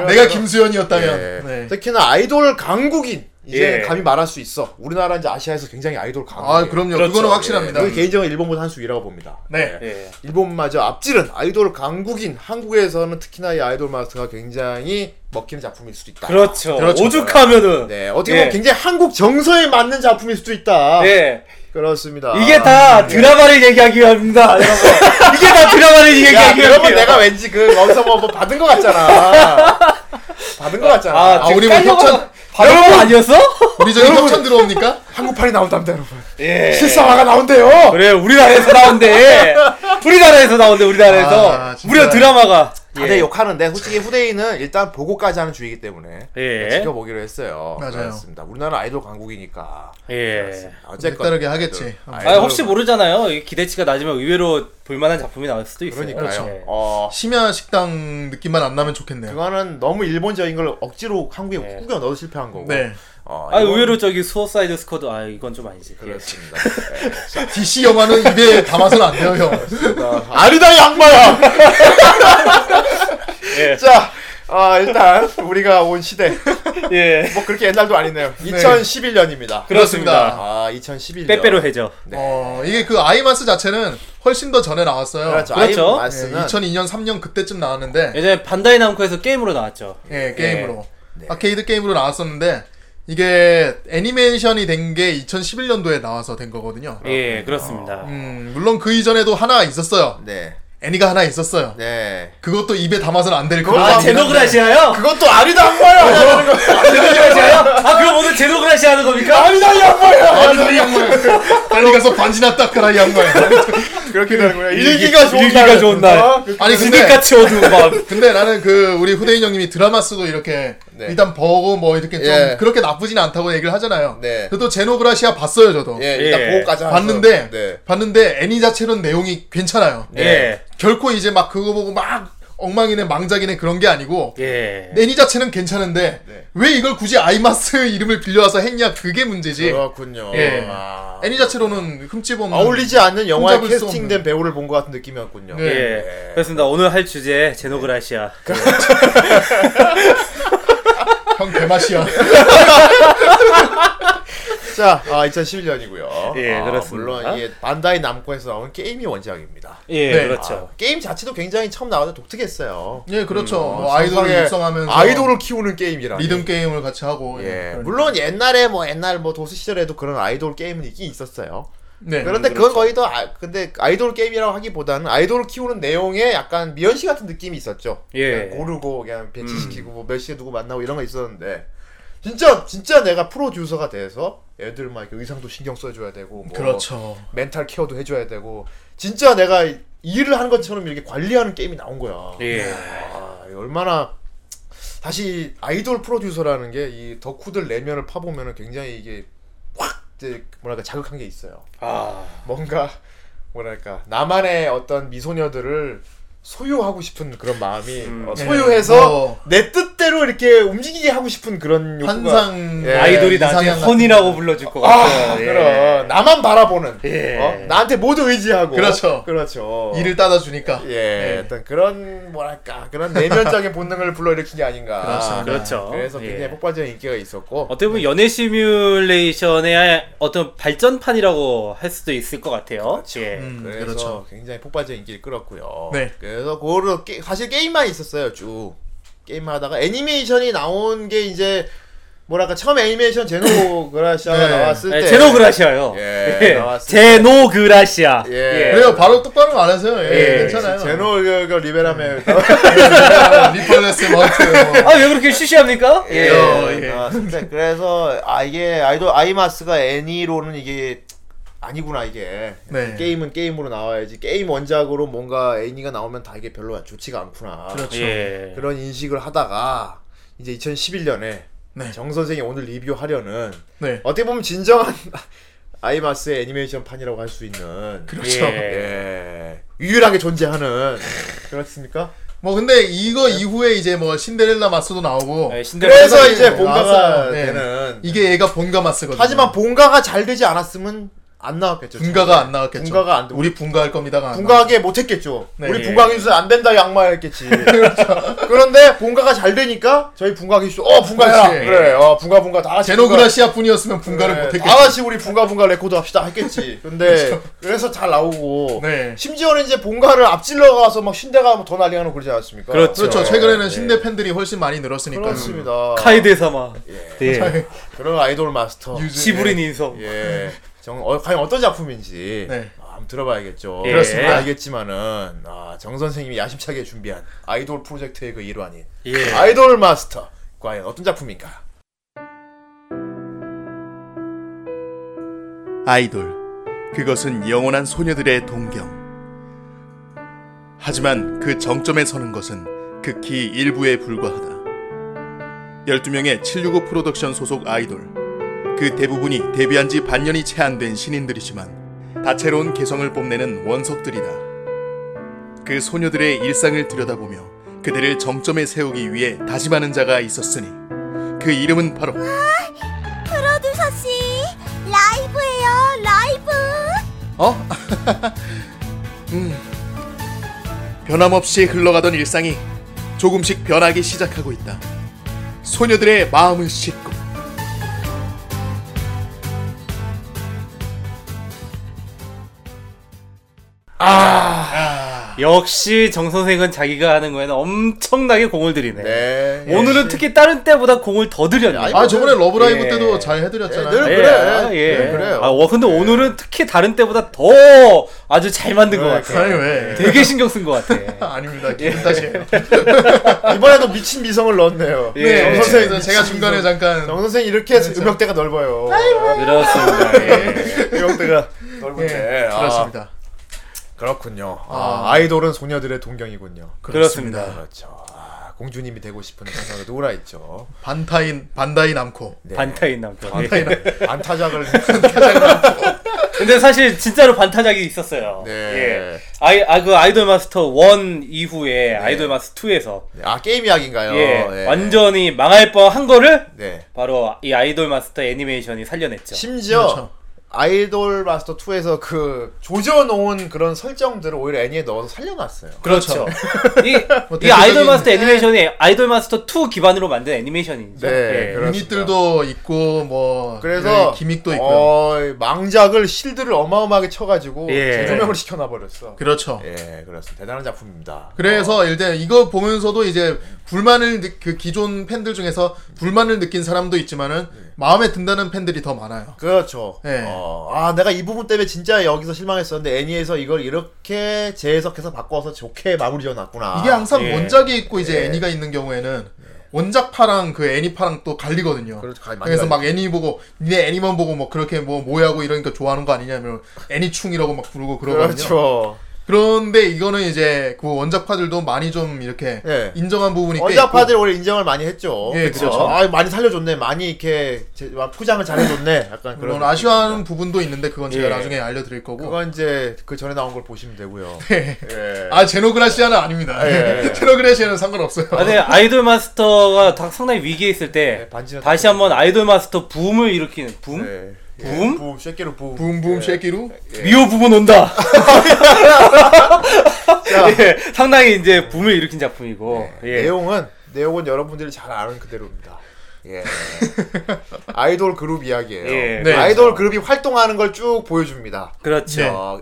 내가 김수현이었다면. 예. 네. 특히나 아이돌 강국인 이제 예. 감히 말할 수 있어 우리나라 이제 아시아에서 굉장히 아이돌 강국 아, 그럼요. 그렇죠. 그거는 확실합니다. 그 개인적으로 일본보다 한 수 위라고 봅니다 네. 예. 일본마저 앞질은 아이돌 강국인 한국에서는 특히나 이 아이돌 마스터가 굉장히 먹히는 작품일 수도 있다 그렇죠. 그렇죠. 오죽하면은. 네 어떻게 보면 예. 굉장히 한국 정서에 맞는 작품일 수도 있다 예. 그렇습니다 이게 다 아, 네. 드라마를 얘기하기 위함입니다, 여러분. 이게 다 드라마를 야, 얘기하기 그러면 위함이에요. 내가 왠지 그 거기서 뭐, 뭐 받은 것 같잖아. 받은 것 같잖아. 아, 아, 우리 뭐 협찬- 바로 아니었어? 우리 저기 협찬 들어옵니까? 한국판이 나온답니다, 여러분. 예. 실사화가 나온대요. 그래 우리나라에서 나온대 우리나라에서 나온대 우리나라에서 아, 진짜. 무려 드라마가 다들 예. 욕하는데 솔직히 후대인은 일단 보고까지 하는 주의이기 때문에 네, 예. 지켜보기로 했어요. 맞아요. 그렇습니다. 우리나라 아이돌 강국이니까. 예. 어쨌건 네. 색다르게 네, 하겠지. 아이돌- 아 혹시 모르잖아요. 이 기대치가 낮으면 의외로 볼만한 작품이 나올 수도 있어요. 그러니까요. 예. 어, 심야 식당 느낌만 안 나면 좋겠네요. 그거는 너무 일본적인 걸 억지로 한국에 예. 꾸겨 넣어 실패한 거고. 네. 어, 아 이건- 의외로 저기 수어사이드 스쿼드 아 이건 좀 아니지. 그렇습니다. DC 영화는 입에 담아서는 안 돼요, 형. 아니다 양마야. 예. 자, 아 일단 우리가 온 시대 예. 뭐 그렇게 옛날도 아니네요. 2011년입니다. 그렇습니다. 그렇습니다. 아 2011년. 빼빼로 해죠. 네. 어, 이게 그 아이마스 자체는 훨씬 더 전에 나왔어요. 그렇죠. 그렇죠. 아이 예, 마스는 2002년, 3년 그때쯤 나왔는데, 예전에 반다이 남코에서 게임으로 나왔죠. 예, 게임으로. 네. 아케이드 게임으로 나왔었는데, 이게 애니메이션이 된 게 2011년도에 나와서 된 거거든요. 예, 그렇습니다. 음, 물론 그 이전에도 하나 있었어요. 네. 애니가 하나 있었어요. 네. 그것도 입에 담아서는 안 될 거예요. 아 제노그라시아요? 그것도 아니다 양마야. 제노그라시아요? 아 그럼 오늘 제노그라시아 하는 겁니까? 아니다 양마야. 빨리 양말. 빨리 가서 반지나 닦아라 이 양말. 그렇게 되는 거야. 일기- 일기가 좋은 일기가 날. 좋은 날. 어? 그렇게 아니 근데 지들같이 어두운 밤. 근데 나는 그 우리 후대인 형님이 드라마 쓰고 이렇게 네. 일단 보고 뭐 이렇게 좀 예. 그렇게 나쁘진 않다고 얘기를 하잖아요. 네. 저도 제노그라시아 봤어요 저도. 예, 일단 예. 보고까지 하면서. 봤는데 네. 봤는데 애니 자체로는 내용이 괜찮아요. 예. 결코 이제 막 그거 보고 막 엉망이네 망작이네 그런 게 아니고 예. 애니 자체는 괜찮은데 네. 왜 이걸 굳이 아이마스 이름을 빌려와서 했냐 그게 문제지. 그렇군요. 예. 아. 애니 자체로는 흠집 없는 어울리지 않는 영화에 손잡을 수 캐스팅된 없는. 배우를 본 것 같은 느낌이었군요. 네. 예. 네. 그렇습니다. 오늘 할 주제 제노그라시아. 형 대마시야. 자, 아, 2011년이고요. 예, 아, 그렇습니다. 물론 이게 반다이 남코에서 나온 게임이 원작입니다. 아, 예, 네. 그렇죠. 게임 자체도 굉장히 처음 나와서 독특했어요. 예, 그렇죠. 뭐 어, 아이돌을 세상에 육성하면서 아이돌을 키우는 게임이라. 리듬 그러니까. 게임을 같이 하고. 예. 그런- 물론 옛날에 뭐 옛날 뭐 도스 시절에도 그런 아이돌 게임은 있긴 있었어요. 네. 그런데 그건 거의 더 아, 근데 아이돌 게임이라고 하기보다는 아이돌을 키우는 내용에 약간 미연시 같은 느낌이 있었죠. 예. 그냥 고르고 그냥 배치시키고 뭐 몇 시에 누구 만나고 이런 거 있었는데 진짜 진짜 내가 프로듀서가 돼서 애들 막 이렇게 의상도 신경 써줘야 되고 뭐 그렇죠. 멘탈 케어도 해줘야 되고 진짜 내가 이- 일을 하는 것처럼 이렇게 관리하는 게임이 나온 거야. 예. 아, 얼마나 다시 아이돌 프로듀서라는 게 이 덕후들 내면을 파보면 굉장히 이게 확 이제 뭐랄까 자극한 게 있어요. 아. 뭔가 뭐랄까 나만의 어떤 미소녀들을 소유하고 싶은 그런 마음이 어, 네. 소유해서 어. 내 뜻대로 이렇게 움직이게 하고 싶은 그런 욕구가 환상 예. 네. 아이돌이 나한테 이상향 같은- 헌이라고 불러줄 것 같아요. 아, 예. 그런 나만 바라보는 예. 어? 나한테 모두 의지하고 그렇죠. 그렇죠 일을 네. 따다 주니까. 예, 어떤 그런 뭐랄까 그런 내면적인 본능을 불러일으킨 게 아닌가 그렇습니다. 그렇죠. 그래서 예. 굉장히 폭발적인 인기가 있었고 어떻게 보면 연애 시뮬레이션의 어떤 발전판이라고 할 수도 있을 것 같아요. 예. 음, 그래서 그렇죠. 굉장히 폭발적인 인기를 끌었고요. 네. 그래서 그거를 게, 사실 게임만 있었어요. 쭉 게임 하다가 애니메이션이 나온 게 이제 뭐랄까 처음 애니메이션 제노그라시아가 네. 나왔을 예, 때 제노그라시아요. 예, 나왔을 때. 제노그라시아. 예. 그래요. 바로 똑바로 말하세요. 예. 음. 예. 괜찮아요. 제노 그, 그 리베라메 리펄레스 머트. 뭐. 아, 왜 그렇게 쉬쉬합니까? 예. 어, 예. 나왔을 때 그래서 아 이게 아이돌 아이마스가 애니로는 이게 아니구나 이게 네. 게임은 게임으로 나와야지 게임 원작으로 뭔가 애니가 나오면 다 이게 별로 좋지가 않구나 그렇죠. 예. 네. 그런 인식을 하다가 이제 2011년에 네. 정 선생이 오늘 리뷰하려는 네. 어떻게 보면 진정한 아이마스의 애니메이션 판이라고 할 수 있는 그렇죠. 예. 예. 유일하게 존재하는 그렇습니까? 뭐 근데 이거 예. 이후에 이제 뭐 신데렐라 마스도 나오고 아, 예, 신데렐라. 그래서 그래서 이제 그러니까 이제 본가가 나왔어요. 네. 되는 이게 얘가 본가 마스거든요. 하지만 본가가 잘 되지 않았으면 안 나왔겠죠. 분가가 안 나왔겠죠. 분가가 안 돼. 우리 분가할 겁니다가 안 나왔- 분가하게 못했겠죠. 네. 그렇죠. 우리 예. 분광 인수 안 된다 양말 했겠지. 그런데 분가가 잘 되니까 저희 분광 인수 어 분가해라 그렇지. 그래 어 분가 분가 다 같이 분가- 제노그라시아 뿐이었으면 분가를 그래, 못 다 했겠죠. 같이 우리 분가 분가 레코드 합시다 했겠지. 그렇죠. 근데 그래서 잘 나오고 네. 심지어는 이제 본가를 앞질러 가서 막 신대가 뭐 더 난리하는 그러지 않습니까? 그렇죠. 그렇죠. 최근에는 예. 신대 팬들이 훨씬 많이 늘었으니까. 그렇습니다. 카이드 사마. 예. 그런 아이돌 마스터. 유즈- 시부린 인성. 예. 정, 어, 과연 어떤 작품인지 네. 아, 한번 들어봐야겠죠. 예. 그렇습니다. 알겠지만은 아, 정 선생님이 야심차게 준비한 아이돌 프로젝트의 그 일환인 예. 아이돌 마스터 과연 어떤 작품인가? 아이돌. 그것은 영원한 소녀들의 동경. 하지만 그 정점에 서는 것은 극히 일부에 불과하다. 12명의 765 프로덕션 소속 아이돌. 그 대부분이 데뷔한 지 반년이 채 안 된 신인들이지만 다채로운 개성을 뽐내는 원석들이다. 그 소녀들의 일상을 들여다보며 그들을 정점에 세우기 위해 다짐하는 자가 있었으니 그 이름은 바로 프로듀서 씨 라이브예요 라이브 어? 음. 변함없이 흘러가던 일상이 조금씩 변하기 시작하고 있다. 소녀들의 마음을 씻고 역시 정 선생은 자기가 하는 거에는 엄청나게 공을 들이네. 네. 오늘은 특히 다른 때보다 공을 더 들였네. 아니, 아 저번에 러브라이브 예. 때도 잘 예, 해드렸잖아요. 늘 예, 그래. 아, 예. 네, 그래요. 아, 와, 근데 오늘은 특히 다른 때보다 더 아주 잘 만든 것 같아. 아니 네. 왜? 되게 신경 쓴 것 같아. 아닙니다. 예. 기분 탓이에요. 이번에도 미친 미성을 넣었네요. 예. 네, 정 선생님 선생 제가 중간에 잠깐 정 선생 이렇게 음역대가 넓어요. 그렇습니다. 예. 음역대가 예, 네, 넓은데. 네, 아, 그렇습니다. 그렇군요. 아, 아이돌은 소녀들의 동경이군요. 그렇습니다. 그렇죠. 아, 공주님이 되고 싶은 생각이 놀아 있죠. 반타인 반다이 남코. 네. 반타인 남편. 아, 예. 예. 안타작을 근데 사실 진짜로 반타작이 있었어요. 네. 예. 아이, 아, 그 아이돌 마스터 1 이후에 아이돌 마스터 2에서 아 게임 이야기인가요? 예, 네. 완전히 망할 뻔한 거를 네. 바로 이 아이돌 마스터 애니메이션이 살려냈죠. 심지어 그렇죠. 아이돌 마스터 2에서 그 조져 놓은 그런 설정들을 오히려 애니에 넣어서 살려놨어요. 그렇죠. 이, 이 대표적인- 아이돌 마스터 애니메이션이 아이돌 마스터 2 기반으로 만든 애니메이션이죠. 예. 네, 그렇습니다. 유닛들도 있고 뭐 그래서 네, 기믹도 있고요. 어, 망작을 실드를 어마어마하게 쳐가지고 예. 재조명을 시켜놔 버렸어. 그렇죠. 예, 그렇습니다. 대단한 작품입니다. 그래서 이제 이거 보면서도 이제 불만을 느- 그 기존 팬들 중에서 불만을 느낀 사람도 있지만은 네. 마음에 든다는 팬들이 더 많아요. 그렇죠. 예. 어, 아, 내가 이 부분 때문에 진짜 여기서 실망했었는데 애니에서 이걸 이렇게 재해석해서 바꿔서 좋게 마무리 지어놨구나. 이게 항상 예. 원작이 있고 이제 애니가 있는 경우에는 원작파랑 그 애니파랑 또 갈리거든요. 예. 그렇죠. 가- 많이 그래서 막 애니 보고 니네 애니만 보고 뭐 그렇게 뭐 모야고 이러니까 좋아하는 거 아니냐면 애니충이라고 막 부르고 그러거든요. 그렇죠. 그런데 이거는 이제 그 원작파들도 많이 좀 이렇게 예. 인정한 부분이 꽤 원작파들이 원래 인정을 많이 했죠. 그러니까 그 예, 그쵸? 그렇죠. 아, 많이 살려줬네. 많이 이렇게 제- 와, 포장을 잘해줬네. 약간 그런. 있고 물론 음, 아쉬워하는 부분도 있는데 그건 제가 예. 나중에 알려드릴 거고 그건 이제 그 전에 나온 걸 보시면 되고요. 예. 아 제노그라시아는 아닙니다. 예. 제노그라시아는 상관없어요. 아, 근데 아이돌 마스터가 다- 상당히 위기에 있을 때 네, 반지나 다시 한번 아이돌 마스터 붐을 일으키는 붐? 예. 붐? 붐, 쉐키로 붐. 붐붐 쉐키루 미호 붐은 온다. 예, 상당히 이제 붐을 일으킨 작품이고. 네, 예. 내용은 내용은 여러분들이 잘 아는 그대로입니다. 예. 아이돌 그룹 이야기예요. 예, 네. 아이돌 그룹이 활동하는 걸 쭉 보여줍니다. 그렇죠. 네. 어,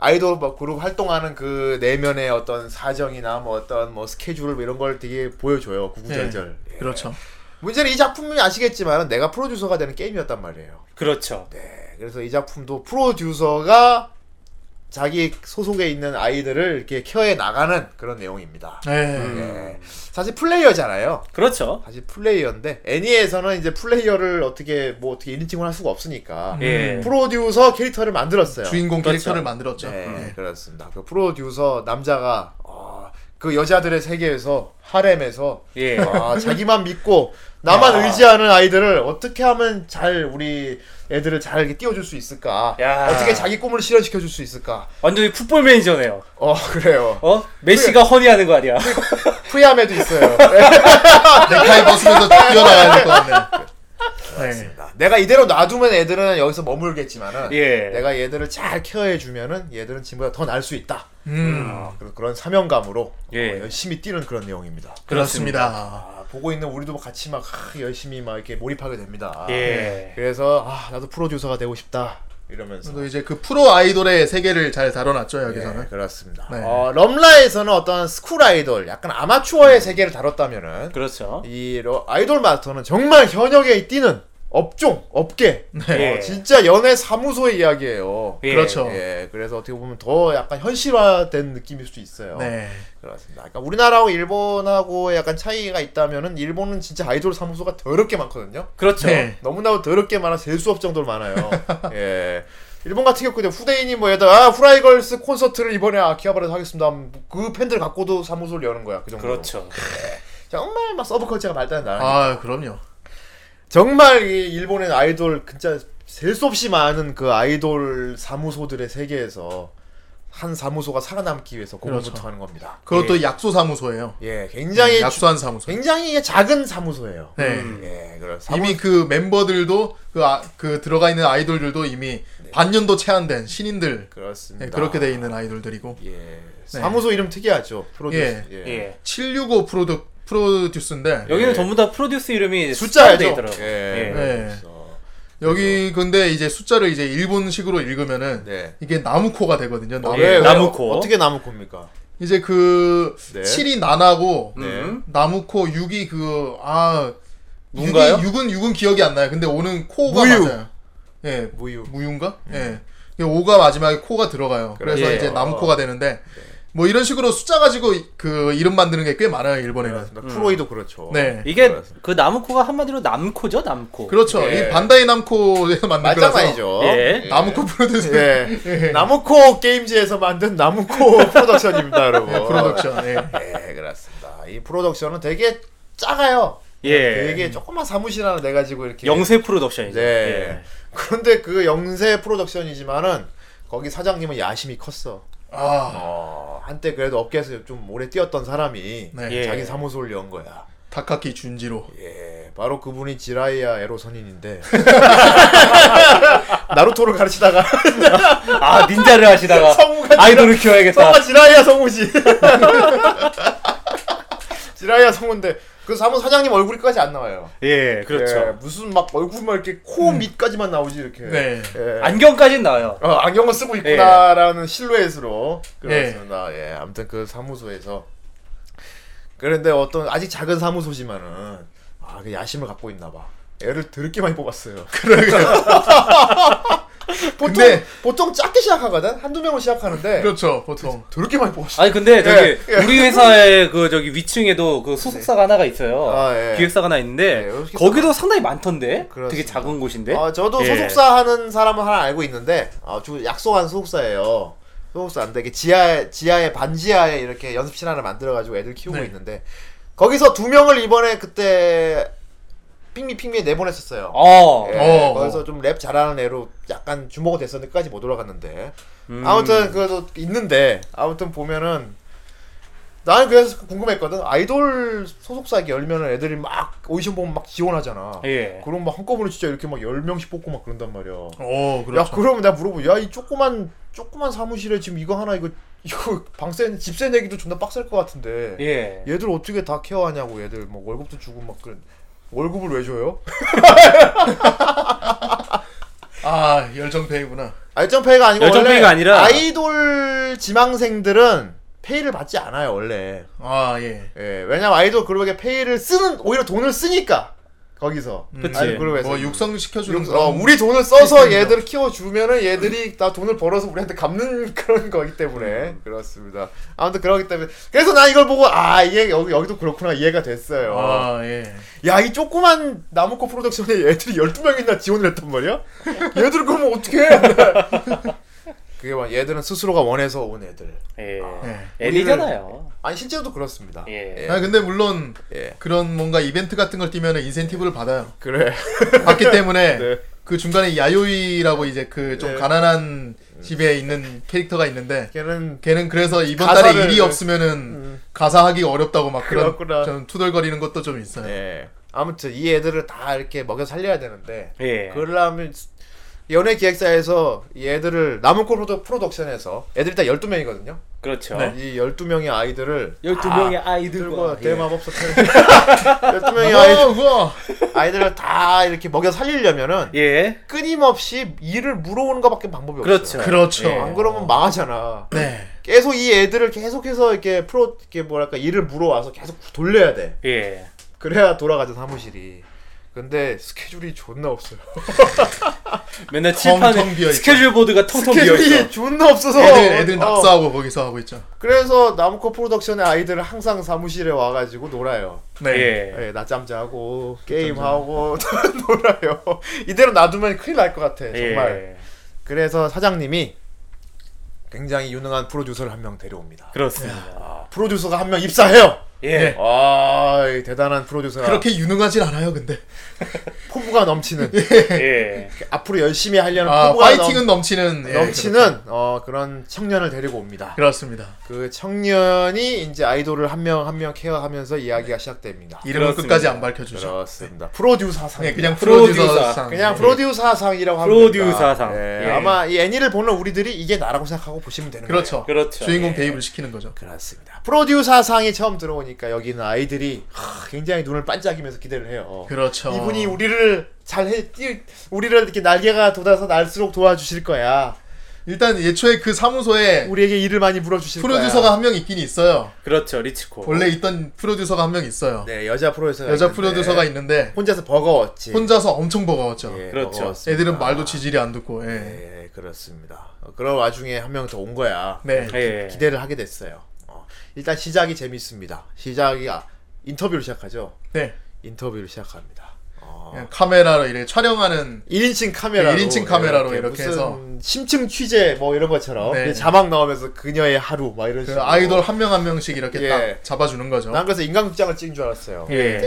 아이돌 막 그룹 활동하는 그 내면의 어떤 사정이나 뭐 어떤 뭐 스케줄 뭐 이런 걸 되게 보여줘요 구구절절. 예. 그렇죠. 문제는 이 작품이 아시겠지만 내가 프로듀서가 되는 게임이었단 말이에요. 그렇죠. 네, 그래서 이 작품도 프로듀서가 자기 소속에 있는 아이들을 이렇게 케어해 나가는 그런 내용입니다. 예. 예. 사실 플레이어잖아요. 그렇죠. 사실 플레이어인데 애니에서는 이제 플레이어를 어떻게 뭐 어떻게 1인칭을 할 수가 음. 없으니까 예. 프로듀서 캐릭터를 만들었어요. 주인공 그렇죠. 캐릭터를 만들었죠. 네, 예. 그렇습니다. 그 프로듀서 남자가 어, 그 여자들의 세계에서 하렘에서 예. 아, 자기만 믿고 나만 의지하는 아이들을 어떻게 하면 잘 우리 애들을 잘 이렇게 띄워줄 수 있을까? 야. 어떻게 자기 꿈을 실현시켜 줄 수 있을까? 완전히 풋볼 매니저네요. 어 그래요. 어? 메시가 허니하는 거 아니야? 프리암에도 있어요. 네. 넥타이 네, 벗으면서 뛰어나가야 될 것 같네. 네. 그러니까. 내가 이대로 놔두면 애들은 여기서 머물겠지만은 예. 내가 얘들을 잘 케어해 주면은 얘들은 지금보다 더 나을 수 있다. 음, 어, 그런, 그런 사명감으로 예. 어, 열심히 뛰는 그런 내용입니다. 그렇습니다. 아, 보고 있는 우리도 같이 막 하, 열심히 막 이렇게 몰입하게 됩니다. 예. 그래서 아 나도 프로듀서가 되고 싶다 이러면서. 또 이제 그 프로 아이돌의 세계를 잘 다뤄놨죠 예, 여기서는. 그렇습니다. 네. 어, 럼라에서는 어떤 스쿨 아이돌, 약간 아마추어의 세계를 다뤘다면은 그렇죠. 이 러- 아이돌 마스터는 정말 현역에 뛰는 업종, 업계, 네. 예. 어, 진짜 연애 사무소의 이야기예요. 예. 그렇죠. 예, 그래서 어떻게 보면 더 약간 현실화된 느낌일 수도 있어요. 네. 그렇습니다. 그러니까 우리나라하고 일본하고 약간 차이가 있다면은 일본은 진짜 아이돌 사무소가 더럽게 많거든요. 그렇죠. 네. 너무나도 더럽게 많아 셀 수 없을 정도로 많아요. 예. 일본 같은 경우 그냥 후대인이 뭐 얘들 아 후라이걸스 콘서트를 이번에 아키하바라에서 하겠습니다. 하면 그 팬들 갖고도 사무소를 여는 거야. 그 정도. 그렇죠. 정말 막 서브컬처가 말단 나라. 아 그럼요. 정말 이 일본의 아이돌 진짜 셀 수 없이 많은 그 아이돌 사무소들의 세계에서 한 사무소가 살아남기 위해서 공부부터 그렇죠. 하는 겁니다. 그것도 약소 사무소예요. 네, 예, 예, 굉장히 약소한 사무소. 굉장히 이게 작은 사무소예요. 네. 예, 그런 사무... 이미 그 멤버들도 그, 아, 그 들어가 있는 아이돌들도 이미 반년도 채 안 된 신인들 그렇습니다. 예, 그렇게 돼 있는 아이돌들이고 예, 사무소 이름 특이하죠. 프로듀스. 예. 예. 예. 765 프로듀 프로듀스인데 여기는 전부 다 프로듀스 이름이 네. 숫자죠. 숫자로 돼 있더라고요. 예. 예. 예. 그래서, 여기 근데 이제 숫자를 이제 일본식으로 읽으면은 네. 아, 이게 나무코가 되거든요. 나무. 예. 왜, 왜, 나무코. 어떻게 나무코입니까? 이제 그 네. 7이 나나고 음. 나무코 6이 그아 뭔가요? 6은 6은 기억이 안 나요. 근데 5는 코가 무유. 맞아요. 예. 무유. 음. 무유인가? 예. 근데 5가 마지막에 코가 들어가요. 그래서 그래요. 예. 이제 나무코가 되는데 네. 뭐 이런 식으로 숫자 가지고 그 이름 만드는 게 꽤 많아요, 일본에는. 그렇습니다. 프로이도 그렇죠. 네. 이게 그렇습니다. 그 나무코가 한마디로 남코죠, 남코. 그렇죠. 예. 이 반다이 남코에서 만든 거라서 말장난이죠. 예. 나무코 프로듀스 네. 나무코 게임즈에서 만든 나무코 프로덕션입니다, 여러분. 프로덕션. 예. 네, 그렇습니다. 이 프로덕션은 되게 작아요. 예. 되게 조그만 사무실 하나 내 가지고 이렇게. 영세 프로덕션이죠. 예. 네. 그런데 그 영세 프로덕션이지만은 거기 사장님은 야심이 컸어. 아. 어, 한때 그래도 업계에서 좀 오래 뛰었던 사람이 네. 예. 자기 사무소를 연 거야. 다카키 준지로. 예, 바로 그분이 지라이야 에로 선인인데 나루토를 가르치다가 아 닌자를 하시다가 성우가 아이돌을 키워야겠다. 성우가 지라이야 성우지. 지라이야 성우인데 그 사무 사장님 얼굴까지 안 나와요. 예, 그렇죠. 예, 무슨 막 얼굴만 이렇게 코 밑까지만 나오지 이렇게. 네. 예. 안경까지 나와요. 어, 안경을 쓰고 있구나라는 실루엣으로 네. 그렇습니다. 예, 아무튼 그 사무소에서 그런데 어떤 아직 작은 사무소지만은 아, 그 야심을 갖고 있나 봐. 애를 드럽게 많이 뽑았어요. 보통 근데- 보통 작게 시작하거든. 한두 명으로 시작하는데 그렇죠. 보통. 드럽게 많이 뽑았어. 아니 근데 저기 예, 예. 우리 회사의 그 저기 위층에도 그 소속사가 하나가 있어요. 아, 예. 기획사가 하나 있는데 예, 여기 예, 거기도 상당히 많던데. 되게 그렇습니다. 작은 곳인데. 아, 저도 예. 소속사 하는 사람은 하나 알고 있는데 아, 주 약속한 소속사예요. 소속사인데 이게 지하에 지하에 반지하에 이렇게 연습실 하나 만들어 가지고 애들 키우고 네. 있는데 거기서 두 명을 이번에 그때 핑미 핑미에 내보냈었어요. 어. 예, 어. 거기서 좀 랩 잘하는 애로 약간 주목이 됐었는데 끝까지 못 올라갔는데 아무튼 그래도 있는데 아무튼 보면은 나는 그래서 궁금했거든 아이돌 소속사 이렇게 열면은 애들이 막 오디션 보면 막 지원하잖아 예. 그럼 막 한꺼번에 진짜 이렇게 막 10명씩 뽑고 막 그런단 말이야 오, 야 그렇죠. 그러면 나 물어보 야이 조그만 조그만 사무실에 지금 이거 하나 이거 이거 방세 집세 내기도 존나 빡셀 것 같은데 예. 얘들 어떻게 다 케어하냐고 얘들 뭐 월급도 주고 막 그런 월급을 왜 줘요? 아, 열정페이구나. 알정페이가 아니고 열정 원래 페이가 아니라- 아이돌 지망생들은 페이를 받지 않아요 원래 아, 예. 예, 왜냐면 아이돌 그룹에게 페이를 쓰는 오히려 돈을 쓰니까 거기서 음. 그치. 아이돌 그룹에서 뭐 육성시켜 주는 용- 어, 우리 돈을 써서 얘들을 키워주면은 얘들이 나 돈을 벌어서 우리한테 갚는 그런 거기 때문에 그렇습니다. 아무튼 그러기 때문에 그래서 난 이걸 보고 아 이게 여기 여기도 그렇구나 이해가 됐어요. 아, 예. 야 이 조그만 나무코 프로덕션에 얘들이 12명이나 지원을 했단 말이야? 얘들 그러면 어떻게 해? 그게 막 얘들은 스스로가 원해서 온 애들. 예. 예. 애니잖아요. 아니 실제로도 그렇습니다. 예. 아, 근데 물론 예. 그런 뭔가 이벤트 같은 걸 뛰면은 인센티브를 받아요. 그래. 받기 때문에 네. 그 중간에 야요이라고 이제 그 좀 네. 가난한 음. 집에 있는 캐릭터가 있는데 걔는 걔는 그래서 이번 음. 가사를- 음. 달에 일이 없으면은 가사하기 어렵다고 막 그런 그렇구나. 좀 투덜거리는 것도 좀 있어요. 예. 아무튼 이 애들을 다 이렇게 먹여 살려야 되는데 예. 그러려면 연예 기획사에서 이 애들을 나무코 프로덕, 프로덕션에서 애들이 다 12명이거든요. 그렇죠. 이 12명의 네. 아이들을 12명의 다 아이들과, 예. 대마법사 편 12명의 아이들, 어, 우와. 아이들을 다 이렇게 먹여 살리려면은 예. 끊임없이 일을 물어오는 것밖에 방법이 그렇죠. 없어요. 그렇죠. 예. 안 그러면 망하잖아. 네. 계속 이 애들을 계속해서 이렇게 프로 이렇게 뭐랄까 일을 물어와서 계속 돌려야 돼. 예. 그래야 돌아가죠 사무실이. 근데 스케줄이 존나 없어요. 맨날 텅텅 칠판에 비어있죠. 스케줄 보드가 텅텅 비어 스케줄이 있어. 존나 없어서 애들 애들 어. 낙서하고 거기서 하고 있죠. 그래서 나무코 프로덕션의 아이들은 항상 사무실에 와가지고 놀아요. 네. 예. 예, 낮잠 자고 게임 하고 놀아요. 이대로 놔두면 큰일 날 것 같아 예. 정말. 그래서 사장님이 굉장히 유능한 프로듀서를 한 명 데려옵니다. 그렇습니다. 프로듀서가 한 명 입사해요. 예. 아, 이 대단한 프로듀서가 그렇게 유능하진 않아요, 근데. 포부가 넘치는 예. 앞으로 열심히 하려는 아, 포부가 파이팅은 넘치는. 예, 넘, 넘치는 어, 그런 청년을 데리고 옵니다. 그렇습니다. 그 청년이 이제 아이돌을 한 명 한 명 케어하면서 이야기가 시작됩니다. 이름은 그렇습니다. 끝까지 안 밝혀주죠. 그렇습니다. 프로듀서상. 네, 그냥 프로듀서. 프로듀서상. 그냥 예. 프로듀서상이라고 합니다. 프로듀서상. 예, 예. 아마 이 애니를 보는 우리들이 이게 나라고 생각하고 보시면 되는 그렇죠. 네, 거예요. 그렇죠. 주인공 예. 대입을 시키는 거죠. 그렇습니다. 프로듀서상이 처음 들어오니까 여기는 아이들이 하, 굉장히 눈을 반짝이면서 기대를 해요. 그렇죠. 이분이 우리를 잘해 띄- 우리를 이렇게 날개가 돋아서 날수록 도와주실 거야. 일단 예초에 그 사무소에 우리에게 일을 많이 물어주실 프로듀서가 거야. 한 명 있긴 있어요. 그렇죠. 리치코. 원래 있던 프로듀서가 한 명 있어요. 네 여자 프로듀서가 여자 있는데 프로듀서가 있는데 혼자서 버거웠지. 혼자서 엄청 버거웠죠. 예, 그렇죠. 버거웠습니다. 애들은 말도 지질이 안 듣고. 예. 예, 그렇습니다. 어, 그런 와중에 한 명 더 온 거야. 네. 예. 기대를 하게 됐어요. 어, 일단 시작이 재밌습니다. 시작이 아, 인터뷰로 시작하죠. 네. 인터뷰를 시작합니다. 어, 그냥 카메라로 이래 촬영하는 1인칭 카메라로 네, 1인칭 카메라로 이렇게 무슨 해서. 심층 취재 뭐 이런 것처럼 네. 자막 나오면서 그녀의 하루 막 이런 그 식으로 아이돌 한 명 한 명씩 이렇게 예. 딱 잡아주는 거죠. 난 그래서 인간극장을 찍은 줄 알았어요. 예.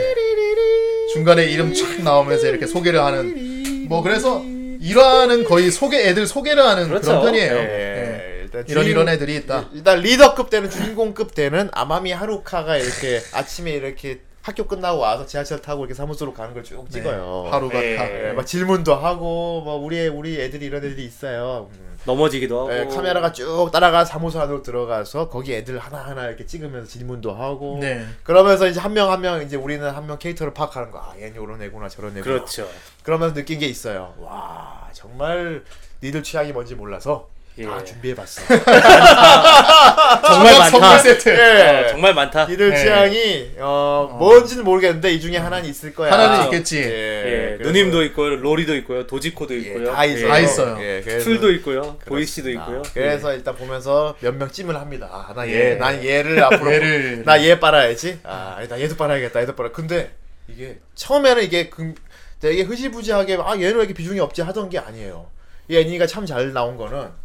중간에 이름 촥 나오면서 이렇게 소개를 하는. 뭐 그래서 일화는 거의 소개 애들 소개를 하는 그런 그렇죠. 편이에요. 예. 예. 일단 이런 주인- 이런 애들이 있다. 일단 리더급 때는 주인공급 때는 아마미 하루카가 이렇게 아침에 이렇게 학교 끝나고 와서 지하철 타고 이렇게 사무소로 가는 걸 쭉 찍어요. 네. 하루가 예. 다. 예, 막 질문도 하고 막 우리 우리 애들이 이런 애들이 있어요. 음. 넘어지기도 하고. 예, 카메라가 쭉 따라가 사무소 안으로 들어가서 거기 애들 하나 하나 이렇게 찍으면서 질문도 하고 네. 그러면서 이제 한 명 한 명 이제 우리는 한 명 캐릭터를 파악하는 거. 아, 얘는 이런 애구나 저런 애구나. 그렇죠. 그러면서 느낀 게 있어요. 와 정말 니들 취향이 뭔지 몰라서 다 예. 준비해봤어. 정말 선물 많다. 세트. 예. 네. 어, 정말 많다. 니들 네. 취향이 어, 뭔지는 모르겠는데 이 중에 하나는 있을 거야. 하나는 있겠지. 예. 네, 그래서- 누님도 있고요. 로리도 있고요. 도지코도 예, 있고요. 다 있어요. 다 있어요. 예, 그래서- 풀도 있고요. 보이 씨도 그렇습니다. 있고요. 그래서 일단 보면서 몇 명 찜을 합니다. 아, 나 예. 얘, 난 얘를 앞으로 얘를- 나 얘 빨아야지. 아, 아니, 나 얘도 빨아야겠다. 얘도 빨아. 근데 이게 처음에는 이게 금, 되게 흐지부지하게 아 얘는 왜 이렇게 비중이 없지 하던 게 아니에요. 이 애니가 참 잘 나온 거는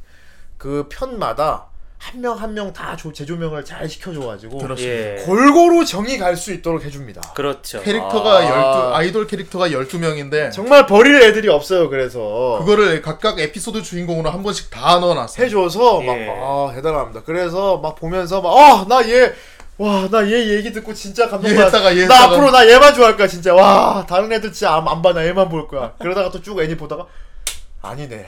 그 편마다 한 명 한 명 다 재조명을 잘 시켜줘가지고 예. 예. 골고루 정이 갈 수 있도록 해줍니다. 그렇죠. 캐릭터가 아. 12 아이돌 캐릭터가 12명인데 정말 버릴 애들이 없어요. 그래서 그거를 각각 에피소드 주인공으로 한 번씩 다 넣어 놨어요. 해줘서 예. 막 아 대단합니다. 그래서 막 보면서 막아나얘와나 얘 얘기 듣고 진짜 얘에다가, 감동받았다. 나 얘에다가. 앞으로 나 얘만 좋아할 거야 진짜. 와 다른 애들 진짜 안, 안 봐. 나 얘만 볼 거야. 그러다가 또 쭉 애니 보다가 아니네.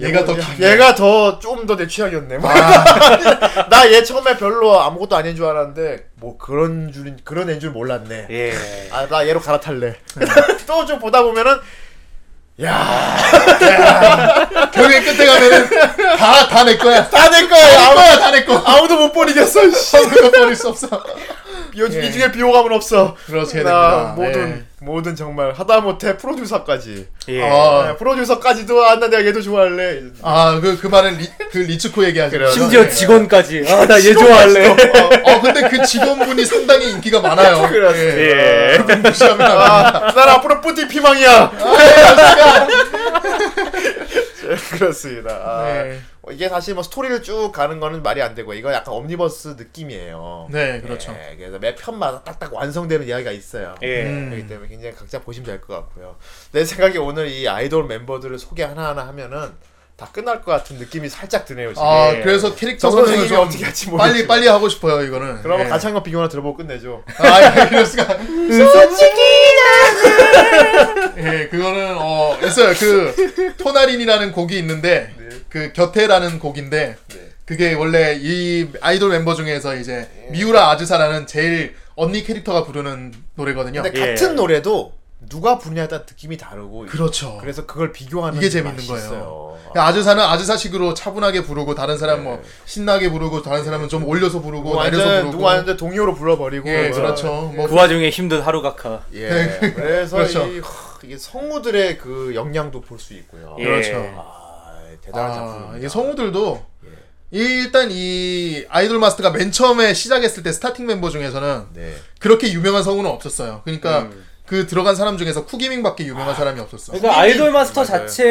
얘가 더 얘- 뭐, 긴 얘가 더 좀 더 내 취향이었네. 나 얘 처음에 별로 아무것도 아닌 줄 알았는데 뭐 그런 줄인 그런 애인 줄 몰랐네. 예. 아 나 얘로 갈아탈래. 또 좀 보다 보면은 결국에 아, 끝에 가면은 다 다 내 거야. 다 내 거야. 다 아무, 거야, 다 내 거. 아무도 못 버리겠어. 씨. 선수가 버릴 수 없어. 요즘 예. 이 중에 비호감은 없어. 그렇게 나 됩니다. 예. 모든 모든 정말 하다못해 프로듀서까지. 예. 아. 네, 프로듀서까지도 아나 내가 얘도 좋아할래. 아 그 그 말은 리, 그 리츠코 얘기하죠. 네. 예. 심지어 직원까지. 아, 나 얘 좋아할래. 어, 어 근데 그 직원분이 상당히 인기가 많아요. 그렇습니다. 예. 무시하면 안 아, 됩니다. 난 앞으로 뿌띠 피망이야. 아, 예, 예, 그렇습니다. 아, 네. 어, 이게 사실 뭐 스토리를 쭉 가는 거는 말이 안 되고 이거 약간 옴니버스 느낌이에요. 네, 그렇죠. 예, 그래서 매 편마다 딱딱 완성되는 이야기가 있어요. 예. 음. 그렇기 때문에 굉장히 각자 보시면 될 것 같고요. 내 생각에 오늘 이 아이돌 멤버들을 소개 하나하나 하면은 다 끝날 것 같은 느낌이 살짝 드네요. 지금. 아 예. 그래서 캐릭터 정선 선생님이 선정을 좀 어떻게 할지 모르겠지만. 빨리 빨리 하고 싶어요 이거는. 그러면 예. 가창력 비교 하나 들어보고 끝내죠. 아 그럴 수가. 예, 그거는 어 있어요. 그 토나린이라는 곡이 있는데 네. 그 곁에라는 곡인데 그게 원래 이 아이돌 멤버 중에서 이제 미우라 아즈사라는 제일 언니 캐릭터가 부르는 노래거든요. 근데 예. 같은 노래도 누가 부르냐에 따라 느낌이 다르고 그렇죠. 그래서 그걸 비교하는 이게 맛이 재밌는 거예요. 있어요. 네. 그러니까 아즈사는 아즈사식으로 차분하게 부르고 다른 사람 뭐 신나게 부르고 다른 사람은 좀 올려서 부르고 누구 내려서 뭐 완전 뭐 부르고 누구 완전 네, 동요로 불러버리고 어, 예, 아, 그렇죠. 뭐 그 와중에 힘든 하루가 카. 예. 그래서 그렇죠. 이, 하, 이게 성우들의 그 역량도 볼 수 있고요. 예. 그렇죠. 아, 대단한 아, 작품입니다. 예. 이 성우들도 일단 이 아이돌 마스터가 맨 처음에 시작했을 때 스타팅 멤버 중에서는 네. 음. 그렇게 유명한 성우는 없었어요. 그러니까 그 들어간 사람 중에서 쿠기밍밖에 아, 유명한 사람이 없었어. 그러니까 아이돌 마스터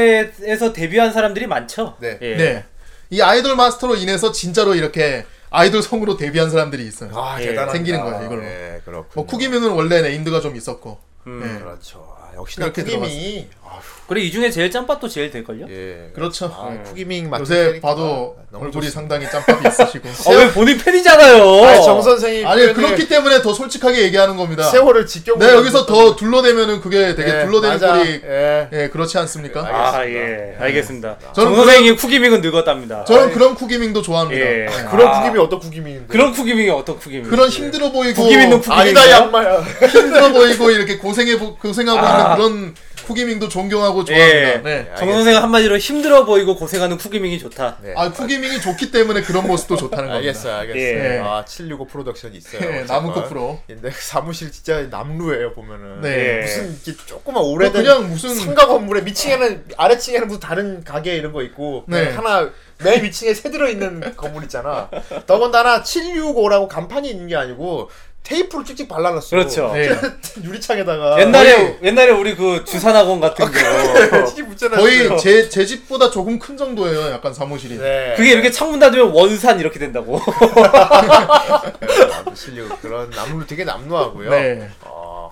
자체에서 데뷔한 사람들이 많죠. 네. 예. 네. 이 아이돌 마스터로 인해서 진짜로 이렇게 아이돌 성으로 데뷔한 사람들이 있어요. 아, 예, 대단하다. 생기는 거예요, 이걸로. 네, 그렇군. 뭐 쿠기밍은 원래 네임드가 좀 있었고. 예. 그렇죠. 아, 역시나 그렇게 쿠기밍이 아휴, 그리고 이 중에 제일 짬밥도 제일 될걸요? 예. 그렇죠. 아, 쿠기밍 맞 요새 그러니까. 봐도 얼굴이 상당히 짬밥이 있으시고. 아 왜 본인 팬이잖아요. 아, 정 선생이 아니 그렇기 때문에 더 솔직하게 얘기하는 겁니다. 세월을 지켜보. 네 여기서 더 둘러대면은 그게 되게 둘러대는 꼴이 예. 예 그렇지 않습니까? 아, 네, 아, 예. 알겠습니다. 정 저는 선생님 쿠기밍은 늙었답니다. 저는 그런 쿠기밍도 아, 좋아합니다. 예. 예. 그런 아. 쿠기밍 어떤 쿠기밍인데? 그런 쿠기밍이 어떤 쿠기밍? 그런 힘들어 보이고 쿠기밍 있는 쿠기밍. 아니다 양마야. 힘들어 보이고 이렇게 고생해 보, 고생하고 아. 있는 그런 쿠기밍도 존경하고 예. 좋아합니다. 네. 정 선생 한마디로 힘들어 보이고 고생하는 쿠기밍이 좋다. 네. 아 쿠기밍이 좋기 때문에 그런 모습도 좋다는 겁니다. 알겠어요, 알겠어요. 예. 아, 765 프로덕션이 있어요. 예, 어쨌건. 나무코 프로. 근데 사무실 진짜 남루예요 보면은. 네. 예. 무슨 이렇게 조그만 오래된 그냥 무슨- 상가 건물에 밑층에는 아래층에는 무슨 다른 가게 이런 거 있고 네. 하나 맨 위층에 새 들어 있는 건물 있잖아. 더군다나 765라고 간판이 있는 게 아니고 테이프를 쭉쭉 발라놨어. 그렇죠. 네. 유리창에다가 아, 네. 옛날에 옛날에 우리 그 주산학원 같은 거 찢어 네. 붙여놨어요. 거의 제 제 집보다 조금 큰 정도예요. 약간 사무실이. 네. 그게 이렇게 창문 닫으면 원산 이렇게 된다고. 나무 실력 그런 나무로 되게 남루하고요. 네. 어,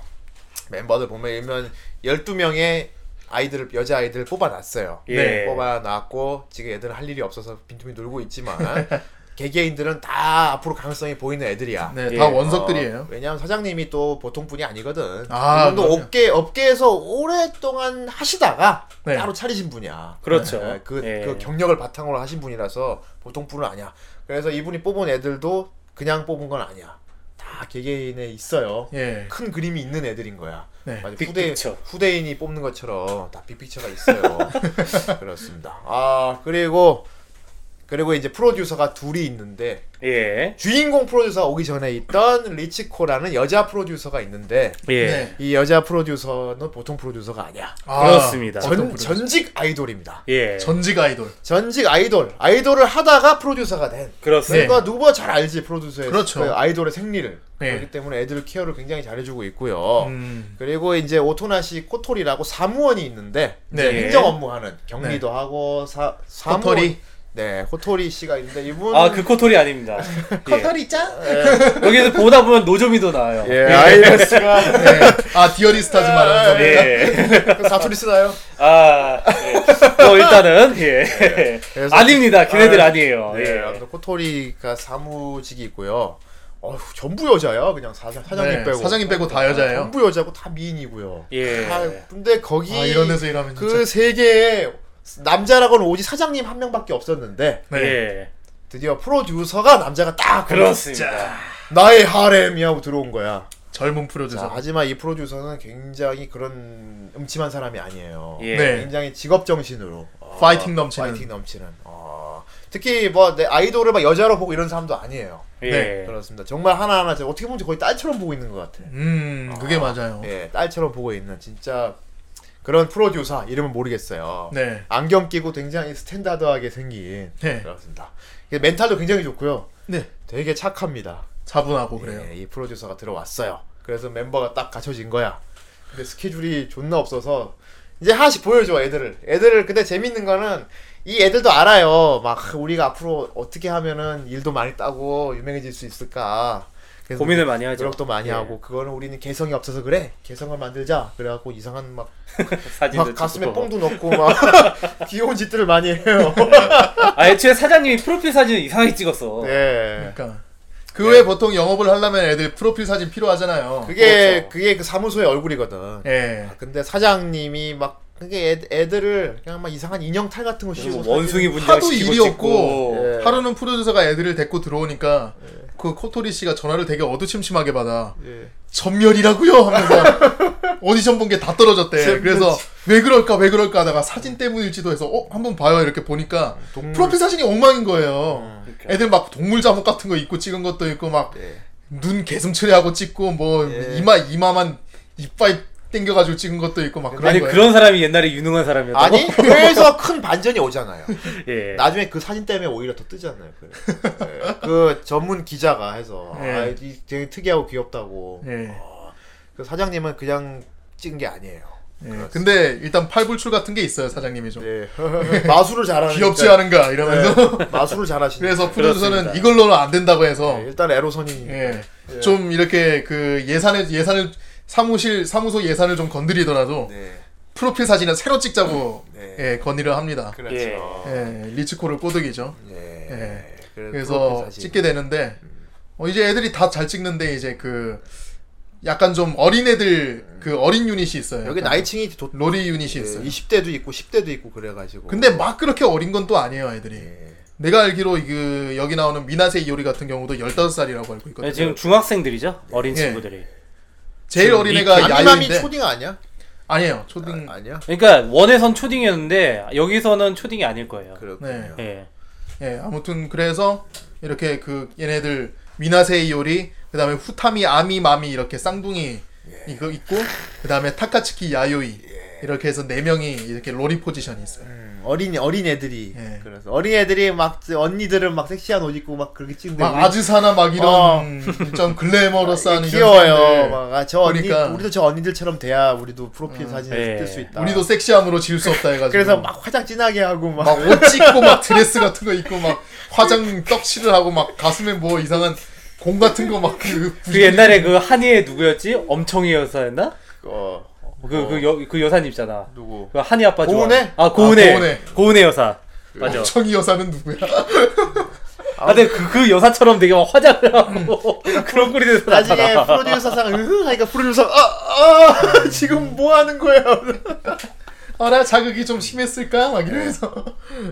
멤버들 보면 일면 12명의 아이들을 여자 아이들을 뽑아놨어요. 예. 뽑아놨고 지금 애들은 할 일이 없어서 빈틈이 놀고 있지만 개개인들은 다 앞으로 가능성이 보이는 애들이야. 네, 예. 다 어, 원석들이에요. 왜냐하면 사장님이 또 보통 분이 아니거든. 아, 이분도 그럼요. 업계 업계에서 오랫동안 하시다가 네. 따로 차리신 분이야. 그렇죠. 네, 그, 예. 그 경력을 바탕으로 하신 분이라서 보통 분은 아니야. 그래서 이분이 뽑은 애들도 그냥 뽑은 건 아니야. 다 개개인에 있어요. 예. 큰 그림이 있는 애들인 거야. 네, 맞아, 후대, 빅픽처. 후대인이 뽑는 것처럼 다 빅픽처가 있어요. 그렇습니다. 아 그리고 그리고 이제 프로듀서가 둘이 있는데 예. 주인공 프로듀서가 오기 전에 있던 리치코라는 여자 프로듀서가 있는데 예. 네. 이 여자 프로듀서는 보통 프로듀서가 아니야. 아, 그렇습니다. 어떤 전, 프로듀서? 전직 아이돌입니다. 예. 전직 아이돌. 전직 아이돌, 아이돌을 하다가 프로듀서가 된. 그렇습니다. 그러니까 누구보다 잘 알지 프로듀서의 네. 그렇죠. 그 아이돌의 생리를. 네. 그렇기 때문에 애들 케어를 굉장히 잘해주고 있고요. 음. 그리고 이제 오토나시 코토리라고 사무원이 있는데 네. 이제 행정 업무하는 격리도 하고 사 사무원 코토리? 네 코토리 씨가 있는데 이분 아, 그 코토리 아닙니다. 예. 짜? 여기서 보다 보면 노조미도 나와요. 예, 아이돌 씨가 네. 아 디어리스타즈 네. 말하는 겁니다. 예. 그 사투리 쓰나요? 아, 예. 뭐 일단은 예. 그래서- 아닙니다. 걔네들 아, 아, 니에요 네, 예. 아무튼 코토리가 사무직이 있고요. 어휴, 전부 여자예요. 그냥 사장, 사장님 네, 빼고 아, 사장님 빼고 다 여자예요. 전부 여자고 다 미인이고요. 예. 다, 근데 거기 아 이런 데서 일하면 그 진짜. 세계에 남자라고는 오직 사장님 한 명밖에 없었는데 네. 예. 드디어 프로듀서가 남자가 딱 그렇습니다. 나의 하렘이 하고 들어온 거야. 젊은 자, 프로듀서. 하지만 이 프로듀서는 굉장히 그런 음침한 사람이 아니에요. 예. 네. 굉장히 직업 정신으로 어, 파이팅 넘치는. 파이팅 넘치는. 어, 특히 뭐 내 아이돌을 막 여자로 보고 이런 사람도 아니에요. 예. 네, 그렇습니다. 정말 하나하나 제가 어떻게 보면 거의 딸처럼 보고 있는 것 같아. 음 그게 맞아요. 예, 딸처럼 보고 있는 진짜 그런 프로듀서 이름은 모르겠어요. 네. 안경 끼고 굉장히 스탠다드하게 생긴 네. 그렇습니다. 이게 멘탈도 굉장히 좋고요. 네. 되게 착합니다. 차분하고 어, 그래요. 예, 이 프로듀서가 들어왔어요. 그래서 멤버가 딱 갖춰진 거야. 근데 스케줄이 존나 없어서 이제 하나씩 보여줘 애들을. 애들을 근데 재밌는 거는 이 애들도 알아요. 막 우리가 앞으로 어떻게 하면은 일도 많이 따고 유명해질 수 있을까. 그래서 고민을 많이 하죠. 노력도 많이 예. 하고 그거는 우리는 개성이 없어서 그래. 개성을 만들자. 그래갖고 이상한 막, 아, 사진도 막 가슴에 찍고. 뽕도 넣고 뭐. 막 귀여운 짓들을 많이 해요. 아, 애초에 사장님이 프로필 사진을 이상하게 찍었어. 예. 그러니까 그 외에 보통 영업을 하려면 애들 프로필 사진 필요하잖아요. 그게 그렇죠. 그게 그 사무소의 얼굴이거든. 예. 아, 근데 사장님이 막 그게 애, 애들을 그냥 막 이상한 인형탈 같은 거 씌우고 뭐 원숭이 사진을- 분장 하도 시키고 일이 찍고. 없고 예. 네. 하루는 프로듀서가 애들을 데리고 들어오니까 그 코토리 씨가 전화를 되게 어두침침하게 받아 예. 전멸이라고요 하면서 오디션 본 게 다 떨어졌대. 그래서 왜 그럴까 왜 그럴까 하다가 사진 때문일지도 해서 어 한번 봐요 이렇게 보니까 동물- 프로필 사진이 엉망인 거예요. 애들 막 동물 잠옷 같은 거 입고 찍은 것도 있고 막 예. 눈 개슴츠레하고 찍고 뭐 예. 이마 이마만 이빨 땡겨가지고 찍은 것도 있고 막 그런 아니 거예요. 그런 사람이 옛날에 유능한 사람이었다고? 아니 그래서 큰 반전이 오잖아요. 예. 나중에 그 사진 때문에 오히려 더 뜨잖아요. 그, 예. 그 전문 기자가 해서 예. 아, 이 되게 특이하고 귀엽다고. 예. 그 사장님은 그냥 찍은 게 아니에요. 예, 근데 일단 팔불출 같은 게 있어요 사장님이 좀 네. 마술을 잘하는 네, 귀엽지 않은가 이러면서 마술을 잘하시니까. 그래서 프로듀서는 그렇습니다. 이걸로는 안 된다고 해서 네, 일단 에로선이 예, 좀 이렇게 그 예산을 예산을 사무실 사무소 예산을 좀 건드리더라도 네. 프로필 사진은 새로 찍자고 네. 예, 건의를 합니다. 그렇죠. 예. 예, 리츠코를 꼬드기죠. 네. 예. 그래서 프로필 그래서 사진. 음. 찍게 되는데 어, 이제 애들이 다 잘 찍는데 이제 그 약간 좀 어린 애들 그 어린 유닛이 있어요. 음. 여기 약간 나이층이 좋 로리 유닛이 예, 있어요. 20대도 있고 10대도 있고 그래가지고. 근데 막 그렇게 어린 건 또 아니에요, 애들이. 예. 내가 알기로 그 여기 나오는 미나세 이오리 같은 경우도 15살이라고 알고 있거든요. 네, 지금 중학생들이죠 어린 예. 친구들이. 제일 어린 애가 아미맘이 야유인데 그 음. 초딩 아니야? 아니에요. 초등 아, 아니야? 그러니까 원에선 초딩이었는데 여기서는 초딩이 아닐 거예요. 네. 그렇군요. 예. 예, 아무튼 그래서 이렇게 그 얘네들 미나세 이오리 그다음에 후타미 아미 마미 이렇게 쌍둥이 예. 이거 있고 그다음에 타카츠키 야요이 이렇게 해서 네 명이 이렇게 로리 포지션이 있어요. 음, 어린 어린 애들이 예. 그래서 어린 애들이 막 언니들은 막 섹시한 옷 입고 막 그렇게 찍는데 막 우리- 아즈사나 막 이런 어. 아, 좀 글래머러스한 이런 귀여워요. 사람들. 막저 언니 그러니까. 음. 우리도 저 언니들처럼 돼야 우리도 프로필 사진에 예. 뜰 수 있다. 우리도 섹시함으로 지울 수 없다 해가지고 그래서 막 화장 진하게 하고 막, 막 옷 찢고 막 드레스 같은 거 입고 막 화장 떡칠을 하고 막 가슴에 뭐 이상한 공 같은 거막그 그 옛날에 그 한의의 누구였지? 엄청이 여사였나? 어, 그 그 여 그 여사님 있잖아. 누구? 그 한이 아빠 좋아. 고은혜? 아 고은혜. 아, 고은혜. 고은혜. 여사. 맞아. 청이 여사는 누구야? 아 근데 그, 그 여사처럼 되게 막 화장을 하고 그런 꼴이 돼서 나중에 나타나. 프로듀서상 으흐 하니까 프로듀서 아, 아 지금 뭐 하는 거예요? 알아 자극이 좀 심했을까? 막 이러면서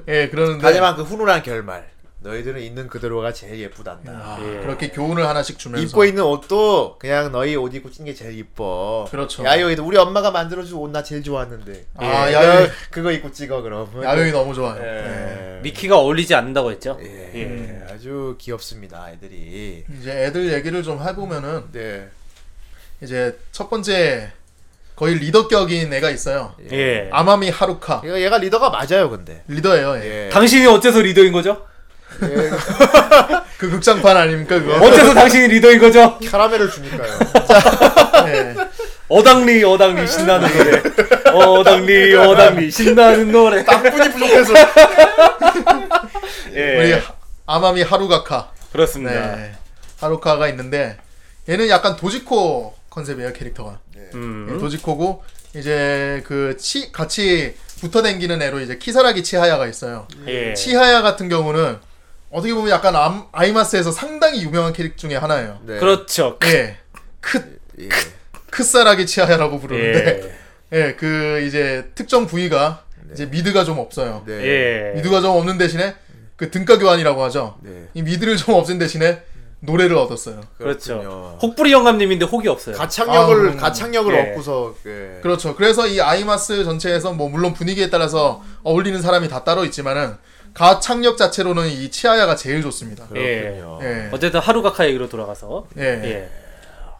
예 그러는데 하지만 그 훈훈한 결말. 너희들은 있는 그대로가 제일 예쁘단다. 아, 그렇게 교훈을 하나씩 주면서 입고 있는 옷도 그냥 너희 옷 입고 찐 게 제일 이뻐. 그렇죠. 야요이도 우리 엄마가 만들어준 옷 나 제일 좋아하는데. 아, 예, 야요이. 너 그거 입고 찍어 그럼. 네, 야외이 너무 좋아요. 네. 예. 미키가 어울리지 않는다고 했죠. 예. 예. 아주 귀엽습니다, 애들이. 네. 이제 애들 얘기를 좀 해보면은 네. 이제 첫 번째 거의 리더격인 애가 있어요. 예. 아마미 하루카 얘가, 얘가 리더가 맞아요, 근데. 리더예요. 얘. 예. 당신이 어째서 리더인 거죠? 그 극장판 아닙니까 그거? 어째서 당신이 리더인 거죠? 카라멜을 주니까요. 예. 어당리 어당리 신나는 노래. 어당리 어당리 신나는 노래. 분이 부족해서. 우리 예. 하- 아마미 하루가카. 그렇습니다. 네. 하루카가 있는데 얘는 약간 도지코 컨셉이에요 캐릭터가. 음. 예, 도지코고 이제 그 치 같이 붙어 댕기는 애로 이제 키사라기 치하야가 있어요. 예. 치하야 같은 경우는 어떻게 보면 약간 암, 아이마스에서 상당히 유명한 캐릭 중에 하나예요. 네. 그렇죠. 예. 크 예. 크사라기 치하야라고 부르는데 예. 예. 그 이제 특정 부위가 이제 미드가 좀 없어요. 네. 예. 미드가 좀 없는 대신에 그 등가 교환이라고 하죠. 네. 이 미드를 좀 없앤 대신에 노래를 얻었어요. 그렇죠. 그렇군요. 혹부리 영감님인데 혹이 없어요. 가창력을 아, 음. 가창력을 네. 예. 얻고서 예. 그렇죠. 그래서 이 아이마스 전체에서 뭐 물론 분위기에 따라서 어울리는 사람이 다 따로 있지만은 가창력 자체로는 이 치아야가 제일 좋습니다. 예. 그렇군요. 예. 어쨌든 하루가카 얘기로 돌아가서 예. 예.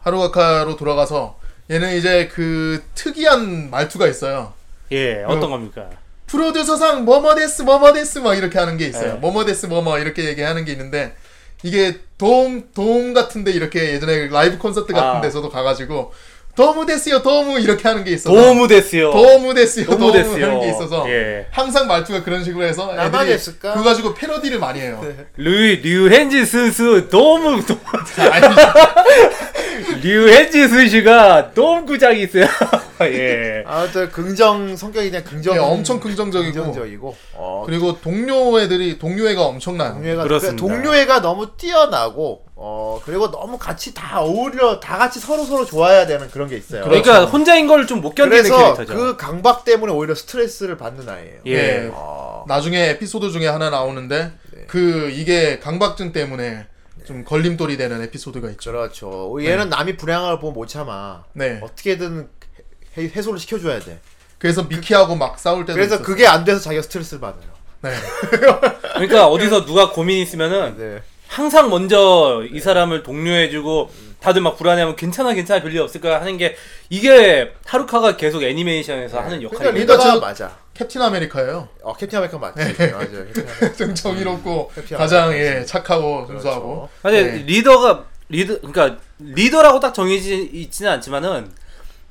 하루가카로 돌아가서 얘는 이제 그 특이한 말투가 있어요. 예. 어떤 겁니까? 프로듀서상 뭐뭐데스 뭐뭐데스 막 이렇게 하는 게 있어요. 예. 뭐뭐데스 뭐뭐 이렇게 얘기하는 게 있는데 이게 도움 도움 같은데 이렇게 예전에 라이브 콘서트 같은 아. 데서도 가가지고 도움우 데스요 도움우 이렇게 하는 게 있어서 도움우 됐어요. 도움우 데스요 도움우 됐어요. 하는 게 있어서 예. 항상 말투가 그런 식으로 해서 나만 애들이 했을까? 그거 가지고 패러디를 많이 해요. 네. 류 류헨지 스스 도움 도- 아니, 류헨지 스시가 도움 구장이 있어요. 예. 아무튼 긍정 성격이 그냥 긍정 네, 엄청 긍정적이고. 긍정적이고. 어, 그리고 동료 애들이 동료 애가 엄청나요. 동료애가 그러니까 그렇습니다. 동료애가 너무 뛰어나고 어 그리고 너무 같이 다 어울려 다 같이 서로 서로 좋아야 되는 그런 게 있어요. 그러니까 혼자인 걸 좀 못 견디는 그렇죠. 그래서 캐릭터죠. 그 강박 때문에 오히려 스트레스를 받는 아이예요. 네. 예. 예. 어, 나중에 에피소드 중에 하나 나오는데 그 이게 강박증 때문에 네. 좀 걸림돌이 되는 에피소드가 있죠. 그렇죠. 얘는 남이 불행한 걸 보면 못 참아. 네. 어떻게든 해, 해소를 시켜줘야 돼. 그래서 미키하고 막 싸울 때도 그래서 있었어요. 그게 안 돼서 자기가 스트레스를 받아요. 네. 그러니까 어디서 누가 고민이 있으면은 네. 항상 먼저 이 사람을 동료해주고 다들 막 불안해하면 괜찮아 괜찮아 별일 없을 거야 하는 게 이게 하루카가 계속 애니메이션에서 하는 그러니까 역할이에요. 리더가 그러니까 저- 맞아. 캡틴 아메리카예요. 어 캡틴 아메리카 맞지. 네. 맞아요. 캡틴 아메리카. 그렇죠. 좀 정의롭고 음, 캡틴 가장 아메리카. 네. 예 착하고 순수하고. 사실 리더가 리드 그러니까 리더라고 딱 정해지 있지는 않지만은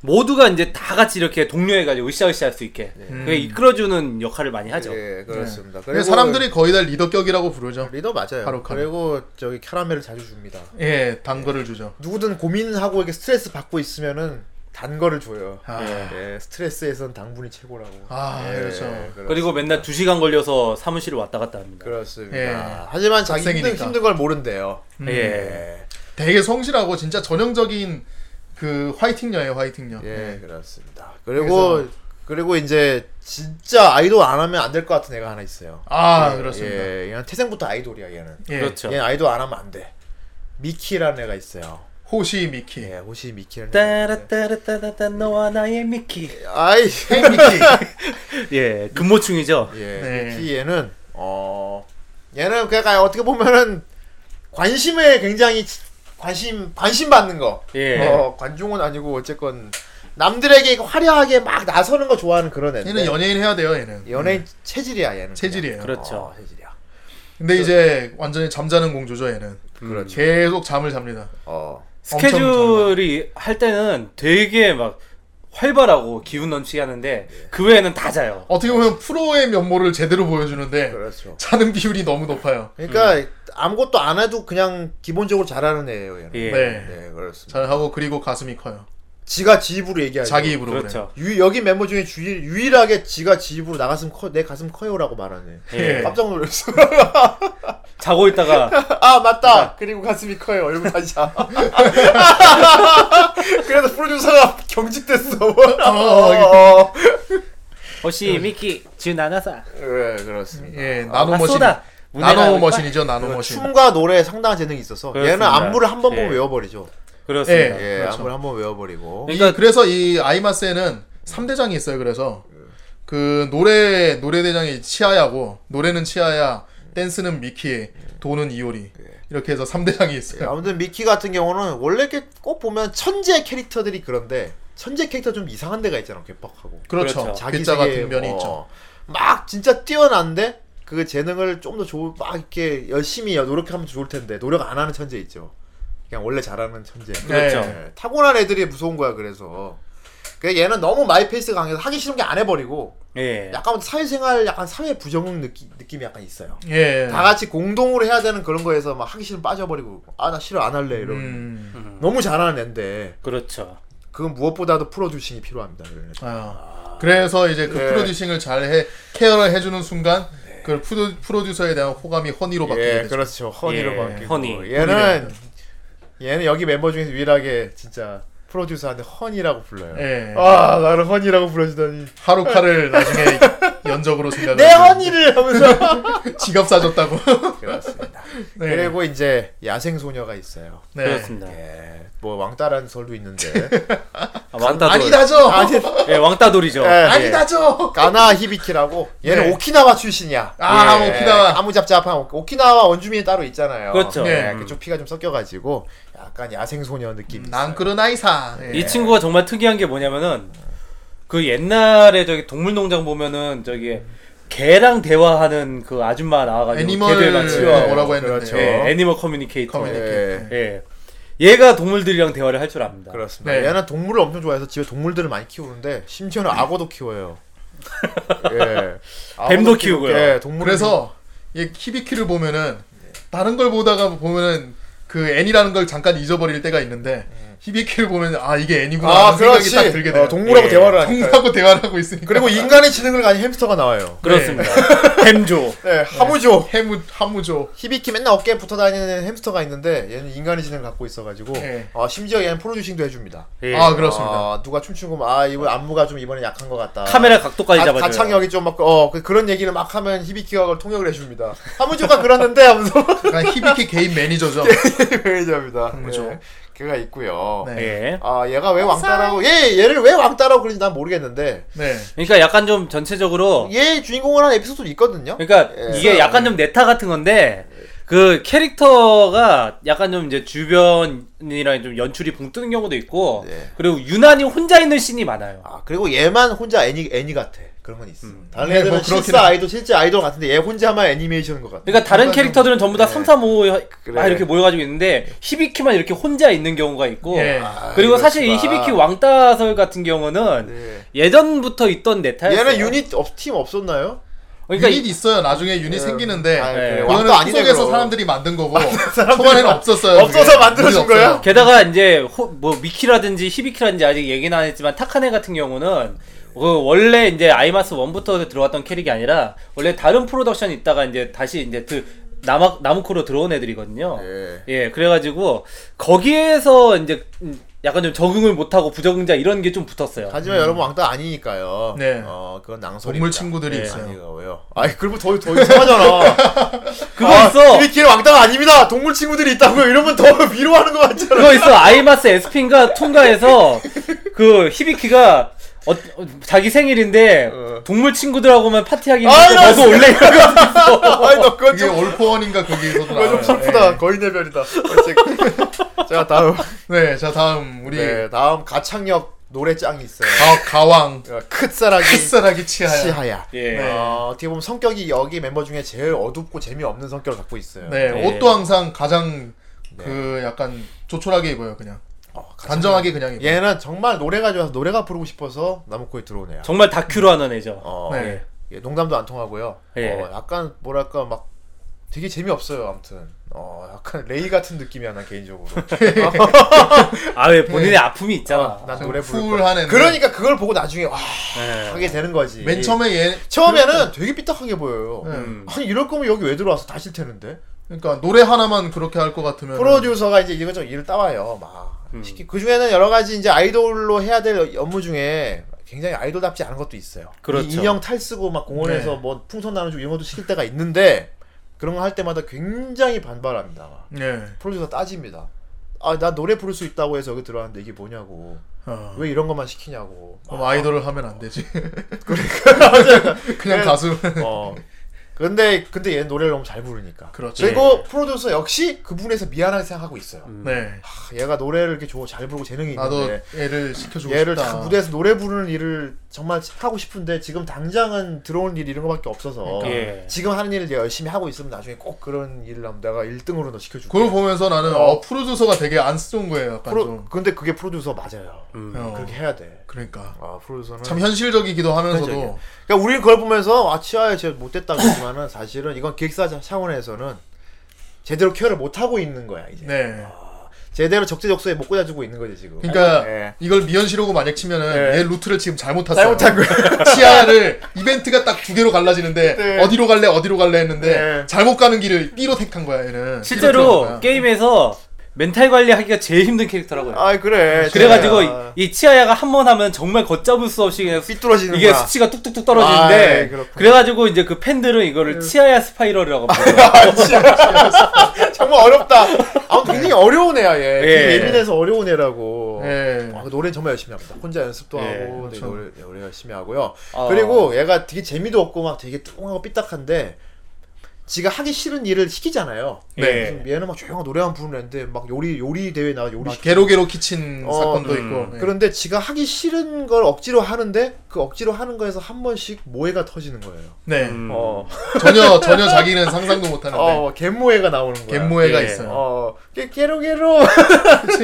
모두가 이제 다 같이 이렇게 동료해가지고 으쌰으쌰 할 수 있게 네. 음. 그게 이끌어주는 역할을 많이 하죠. 예, 그렇습니다. 근데 네. 사람들이 거의 다 리더격이라고 부르죠. 리더 맞아요. 하루카는. 그리고 저기 캐러멜을 자주 줍니다. 예, 단 거를 주죠. 누구든 고민하고 이게 스트레스 받고 있으면은 단 거를 줘요. 예, 예, 스트레스에선 당분이 최고라고. 아, 예, 그렇죠. 그렇- 그리고 맨날 2 시간 걸려서 사무실을 왔다 갔다 합니다. 그렇습니다. 예. 하지만 자기 힘든, 학생이니까. 음. 힘든 걸 모른대요. 예. 예, 되게 성실하고 진짜 전형적인 그 화이팅녀예요, 화이팅녀. 예, 그렇습니다. 그리고 그리고 이제 진짜 아이돌 안 하면 안 될 것 같은 애가 하나 있어요. 아, 예, 그렇습니다. 예. 예, 얘는 태생부터 아이돌이야 얘는. 그렇죠. 얘는 아이돌 안 하면 안 돼. 미키라는 애가 있어요. 호시 미키. 예, 호시 미키라는. 애가 있는데. 따라따라따라따 너와 나의 미키. 아이, 미키. 예, 근모충이죠. 예, 네. 미키 얘는 어 얘는 그러니까 어떻게 보면은 관심에 굉장히 치- 관심 관심 받는 거. 예. 어, 관중은 아니고 어쨌건 남들에게 화려하게 막 나서는 거 좋아하는 그런 애. 얘는 연예인 해야 돼요, 얘는. 네. 연예인 체질이야 얘는. 체질이에요. 그냥. 그렇죠. 어, 체질이야. 근데 이제 완전히 잠자는 공주죠, 얘는. 그렇죠. 계속 잠을 잡니다. 어. 스케줄이 할 때는 되게 막 활발하고 기운 넘치게 하는데 예. 그 외에는 다 자요. 어떻게 보면 프로의 면모를 제대로 보여주는데 그렇죠. 자는 비율이 너무 높아요. 그러니까 아무것도 안 해도 그냥 기본적으로 잘하는 애예요 얘는. 예. 네. 네 그렇습니다. 잘하고 그리고 가슴이 커요. 지가 지 입으로 얘기하죠. 자기 입으로 그렇죠. 유, 여기 멤버 중에 주, 유일하게 지가 지 입으로 나 가슴 커, 내 가슴 커요라고 말하네. 예. 깜짝 놀랐어. 자고 있다가 아 맞다. 그리고 가슴이 커요. 얼굴 다시 자. 그래서 프로듀서가 경직됐어. 어, 혹시 음. 미키 지 나나사 네 그렇습니다. 그렇죠. 그래. 예, 아, 나노 머신. 소다 나노 머신이죠, 나노 머신. 춤과 노래에 상당한 재능이 있어서 얘는 그렇습니다. 안무를 한 번 보면 예. 외워버리죠. 그렇습니다. 예. 예, 그렇죠. 안무를 한 번 외워버리고. 그러니까 그래서 이 아이마스에는 3대장이 있어요. 그래서 그 노래 노래 대장이 치아야고 노래는 치아야, 댄스는 미키, 도는 이오리. 이렇게 해서 3대장이 예, 있어요. 아무튼 미키 같은 경우는 원래 이렇게 꼭 보면 천재 캐릭터들이 그런데 천재 캐릭터 좀 이상한 데가 있잖아. 괴팍하고. 그렇죠. 그렇죠. 괴짜 세계에, 같은 면이 어, 있죠. 막 진짜 뛰어난데 그 재능을 좀 더 좋을 막 이렇게 열심히 노력하면 좋을 텐데 노력 안 하는 천재 있죠. 그냥 원래 잘하는 천재. 그렇죠. 예, 타고난 애들이 무서운 거야 그래서. 그 얘는 너무 마이페이스 강해서 하기 싫은 게 안 해버리고 예. 약간 사회생활 약간 사회 부정응 느낌 느낌이 약간 있어요. 예. 다 같이 공동으로 해야 되는 그런 거에서 막 하기 싫으면 빠져버리고 아 나 싫어 안 할래 이러고 음. 너무 잘하는 애인데 그렇죠. 그건 무엇보다도 프로듀싱이 필요합니다. 그런 애들. 아. 그래서 이제 그 예. 네. 프로듀싱을 잘해 케어를 해주는 순간 그 프로, 프로듀서에 대한 호감이 허니로 바뀌게 예, 되죠. 그렇죠. 허니로 예, 바뀌고 허니. 얘는 얘는 여기 멤버 중에서 유일하게 진짜 프로듀서한테 허니라고 불러요. 예. 아 나를 허니라고 불러주다니 하루카를 나중에 연적으로 생각을 내 해서 허니를 하면서 지갑 사줬다고. 그렇습니다. 네. 그리고 이제 야생 소녀가 있어요. 네. 그렇습니다. 예, 뭐 왕따라는 설도 있는데 아, 왕따돌. 아니다죠. 아니 예, 왕따돌이죠. 예, 아니다죠. 가나 히비키라고 얘는 네. 오키나와 출신이야. 아, 예, 오키나와. 까무잡잡한 오- 오키나와 원주민이 따로 있잖아요. 그렇죠. 예, 네. 그쪽 피가 좀 섞여가지고 약간 야생 소녀 느낌. 난 그런 아이사. 예. 이 친구가 정말 특이한 게 뭐냐면은 그 옛날에 저기 동물농장 보면은 저기 개랑 대화하는 그 아줌마 나와가지고 애니멀 개들 같이 치료하고 뭐라고 했는데. 그렇죠. 예, 애니멀 커뮤니케이터. 커뮤니- 예. 예. 얘가 동물들이랑 대화를 할 줄 압니다. 그렇습니다. 네. 얘는 동물을 엄청 좋아해서 집에 동물들을 많이 키우는데 심지어는 악어도 키워요. 예. 악어도 뱀도 키우고, 키우고요. 예, 동물 그래서 이 히비키를 보면은 다른 걸 보다가 보면은 그 애니라는 걸 잠깐 잊어버릴 때가 있는데 히비키를 보면 아 이게 애니구나 음. 아, 하는 생각이 그렇지. 딱 들게 돼요. 어, 동물하고 예. 대화를 하니까. 동물하고 대화를 하고 있으니까. 그리고 인간의 지능을 가진 햄스터가 나와요. 그렇습니다. 예. 뱀조. 네, 하무조. 해무 하무조. 히비키 맨날 어깨에 붙어 다니는 햄스터가 있는데 얘는 인간의 지능을 갖고 있어가지고 예. 어, 심지어 얘는 프로듀싱도 해줍니다. 예. 아 그렇습니다. 아, 누가 춤추고 보면 아 이번 안무가 좀 이번에 약한 것 같다. 카메라 각도까지 가, 잡아줘요. 가창력이 좀 막 어 그런 얘기를 막 하면 히비키가 그걸 통역을 해줍니다. 하무조가 그러는데 하면서 그러니까 히비키 개인 매니저죠. 예. 매니저입니다. 그죠. 예, 걔가 있고요. 그렇죠. 네. 예. 아 얘가 왜 왕따라고 얘 얘를 왜 왕따라고 그런지 난 모르겠는데 네. 그러니까 약간 좀 전체적으로 얘 주인공을 한 에피소드 있거든요. 그러니까 예. 이게 약간 좀 네타 같은 건데 그 캐릭터가 약간 좀 이제 주변이랑 좀 연출이 붕뜨는 경우도 있고 네. 그리고 유난히 혼자 있는 씬이 많아요. 아 그리고 얘만 혼자 애니 애니 같아 그런 건 있어. 다른 네, 애들은 뭐 그렇긴 실사 해. 아이돌 실제 아이돌 같은데 얘 혼자만 애니메이션인 것 같아. 그러니까 다른 약간 캐릭터들은 전부 다 네. 3, 4, 5 그래. 막 이렇게 모여가지고 있는데 히비키만 이렇게 혼자 있는 경우가 있고 예. 아, 그리고 사실 이 그렇구나. 히비키 왕따설 같은 경우는 네. 예전부터 있던 네타였어요. 얘는 유닛 없, 팀 없었나요? 그러니까 유닛 있어요. 나중에 유닛 생기는데 아, 네. 그래. 왕도 그거는 아니네. 구석에서 그럼. 사람들이 만든 거고 초반에는 없었어요. 뭐 없어서 그게. 만들어준 그게 없어요. 거예요? 게다가 이제 호- 뭐 미키라든지 히비키라든지 아직 얘기는 안 했지만 타카네 같은 경우는 그 원래 이제 아이마스 1부터 들어왔던 캐릭이 아니라 원래 다른 프로덕션 있다가 이제 다시 이제 그 남아, 나무코로 들어온 애들이거든요. 예. 예, 그래가지고 거기에서 이제 음, 약간 좀 적응을 못하고 부적응자 이런 게 좀 붙었어요. 하지만 여러분 왕따 아니니까요. 음. 네. 어 그건 낭설이. 동물 친구들이 네, 있어요. 아니고요. 아니 그리고 더더 이상하잖아. 그거 아, 있어! 이리키는 왕따가 아닙니다. 동물 친구들이 있다고요. 이러면 더 위로하는 것 같잖아. 그거 있어! 아이마스 에스핀가 통과에서 그 히비키가 어, 어, 자기 생일인데 어. 동물 친구들하고만 파티하기 아, 힘들고 나 너도 진짜- 올래 이런 거 있어. 아니 너 그건 이게 뭐 아, 좀 올포원인가 거기서도 그건 좀 나와요. 예. 슬프다. 거인의 별이다. 어쨌든. 자 다음. 네, 자 다음 우리 네 다음 가창력 노래짱이 있어요. 가, 가왕 크사라기 햇살하기 치하야. 시하야. 예. 네. 어, 어떻게 보면 성격이 여기 멤버 중에 제일 어둡고 재미없는 성격을 갖고 있어요. 네, 네. 옷도 항상 가장 그 약간 조촐하게 입어요, 그냥. 어, 네. 가창력. 단정하게 그냥 입어요. 얘는 정말 노래가 좋아서 노래가 부르고 싶어서 나무코에 들어오네요. 정말 다큐로 하는 애죠. 어, 네. 예, 농담도 안 통하고요. 예. 어, 약간 뭐랄까 막 되게 재미없어요. 아무튼 어, 약간 레이 같은 느낌이야 난 개인적으로. 아, 왜 네. 본인의 아픔이 있잖아. 난 좀 노래 부를 거야. 쿨한 애인데. 그러니까 그걸 보고 나중에 와 예. 하게 되는 거지. 맨 처음에 얘 처음에는 되게 삐딱하게 보여요. 네. 음. 아니 이럴 거면 여기 왜 들어와서 다실 테는데. 그러니까 노래 하나만 그렇게 할 것 같으면 음. 프로듀서가 이제 이것저것 일을 따와요. 막. 음. 시키- 그 중에는 여러 가지 이제 아이돌로 해야 될 업무 중에 굉장히 아이돌답지 않은 것도 있어요. 그렇죠. 이 인형 탈 쓰고 막 공원에서 네. 뭐 풍선 나눠주고 이런 것도 시킬 때가 있는데 그런 거 할 때마다 굉장히 반발합니다. 막. 예. 프로듀서 따집니다. 아, 나 노래 부를 수 있다고 해서 여기 들어왔는데 이게 뭐냐고. 어. 왜 이런 것만 시키냐고. 뭐 그럼 아이돌을 하면 안 되지. 그냥 네. 가수. 어. 근데 근데 얘는 노래를 너무 잘 부르니까. 그렇죠. 리고 프로듀서 역시 그분에서 미안하게 생각하고 있어요. 네. 아, 얘가 노래를 이렇게 좋- 잘 부르고 재능이 나도 있는데 얘를 시켜주고 네. 얘를 싶다. 다 무대에서 노래 부르는 일을 정말 하고 싶은데 지금 당장은 들어오는 일 이런 거밖에 없어서 그러니까. 예. 지금 하는 일을 이제 열심히 하고 있으면 나중에 꼭 그런 일을 하면 내가 1등으로 너 시켜줄게 그걸 보면서 나는 어, 프로듀서가 되게 안 쓰던 거예요. 약간 프로, 좀. 근데 그게 프로듀서 맞아요 음. 어. 그렇게 해야 돼 그러니까 아, 프로듀서는 참 현실적이기도 현실적이야. 하면서도 그러니까 우리는 그걸 보면서 아 치아에 제가 못됐다고 했지만은 사실은 이건 기획사 차원에서는 제대로 케어를 못하고 있는 거야 이제 네. 제대로 적재적소에 못 꽂아주고 있는 거지 지금 그러니까 예. 이걸 미연시로고 만약 치면은 예. 얘 루트를 지금 잘못 탔어요. 잘못한 거야 치아를 이벤트가 딱 두 개로 갈라지는데 네. 어디로 갈래 어디로 갈래 했는데 네. 잘못 가는 길을 B로 택한 거야 얘는. B로 택한 실제로 거야. 게임에서 멘탈 관리하기가 제일 힘든 캐릭터라고요. 아 네. 그래 그래가지고 진짜. 이, 이 치아야가 한 번 하면 정말 걷잡을 수 없이 그냥 삐뚤어지는 이게 거야. 수치가 뚝뚝뚝 아, 예, 떨어지는데 그렇구나. 음. 그래가지고 이제 그 팬들은 이거를 치아야 스파이럴이라고 부르고 정말 어렵다. 아무튼 굉장히 어려운 애야 얘. 예. 되게 예민해서 어려운 애라고. 예. 아, 그 노래 정말 열심히 합니다. 혼자 연습도 예, 하고 되게 그렇죠. 노래, 노래 열심히 하고요. 아. 그리고 얘가 되게 재미도 없고 막 되게 뚱하고 삐딱한데 지가 하기 싫은 일을 시키잖아요. 네. 예. 그래서 얘는 막 조용한 노래만 부르는데 막 요리 요리 대회 나가 요리 막 시키고 게로게로 키친 어, 사건도 음. 있고. 네. 그런데 지가 하기 싫은 걸 억지로 하는데 그 억지로 하는 거에서 한 번씩 모해가 터지는 거예요. 네. 음. 어, 전혀 전혀 자기는 상상도 못하는데 어, 갯모해가 나오는 거야. 갯모해가 예. 아, 네. 있어요. 어, 깨- 깨로깨로. 그러니까 그렇지.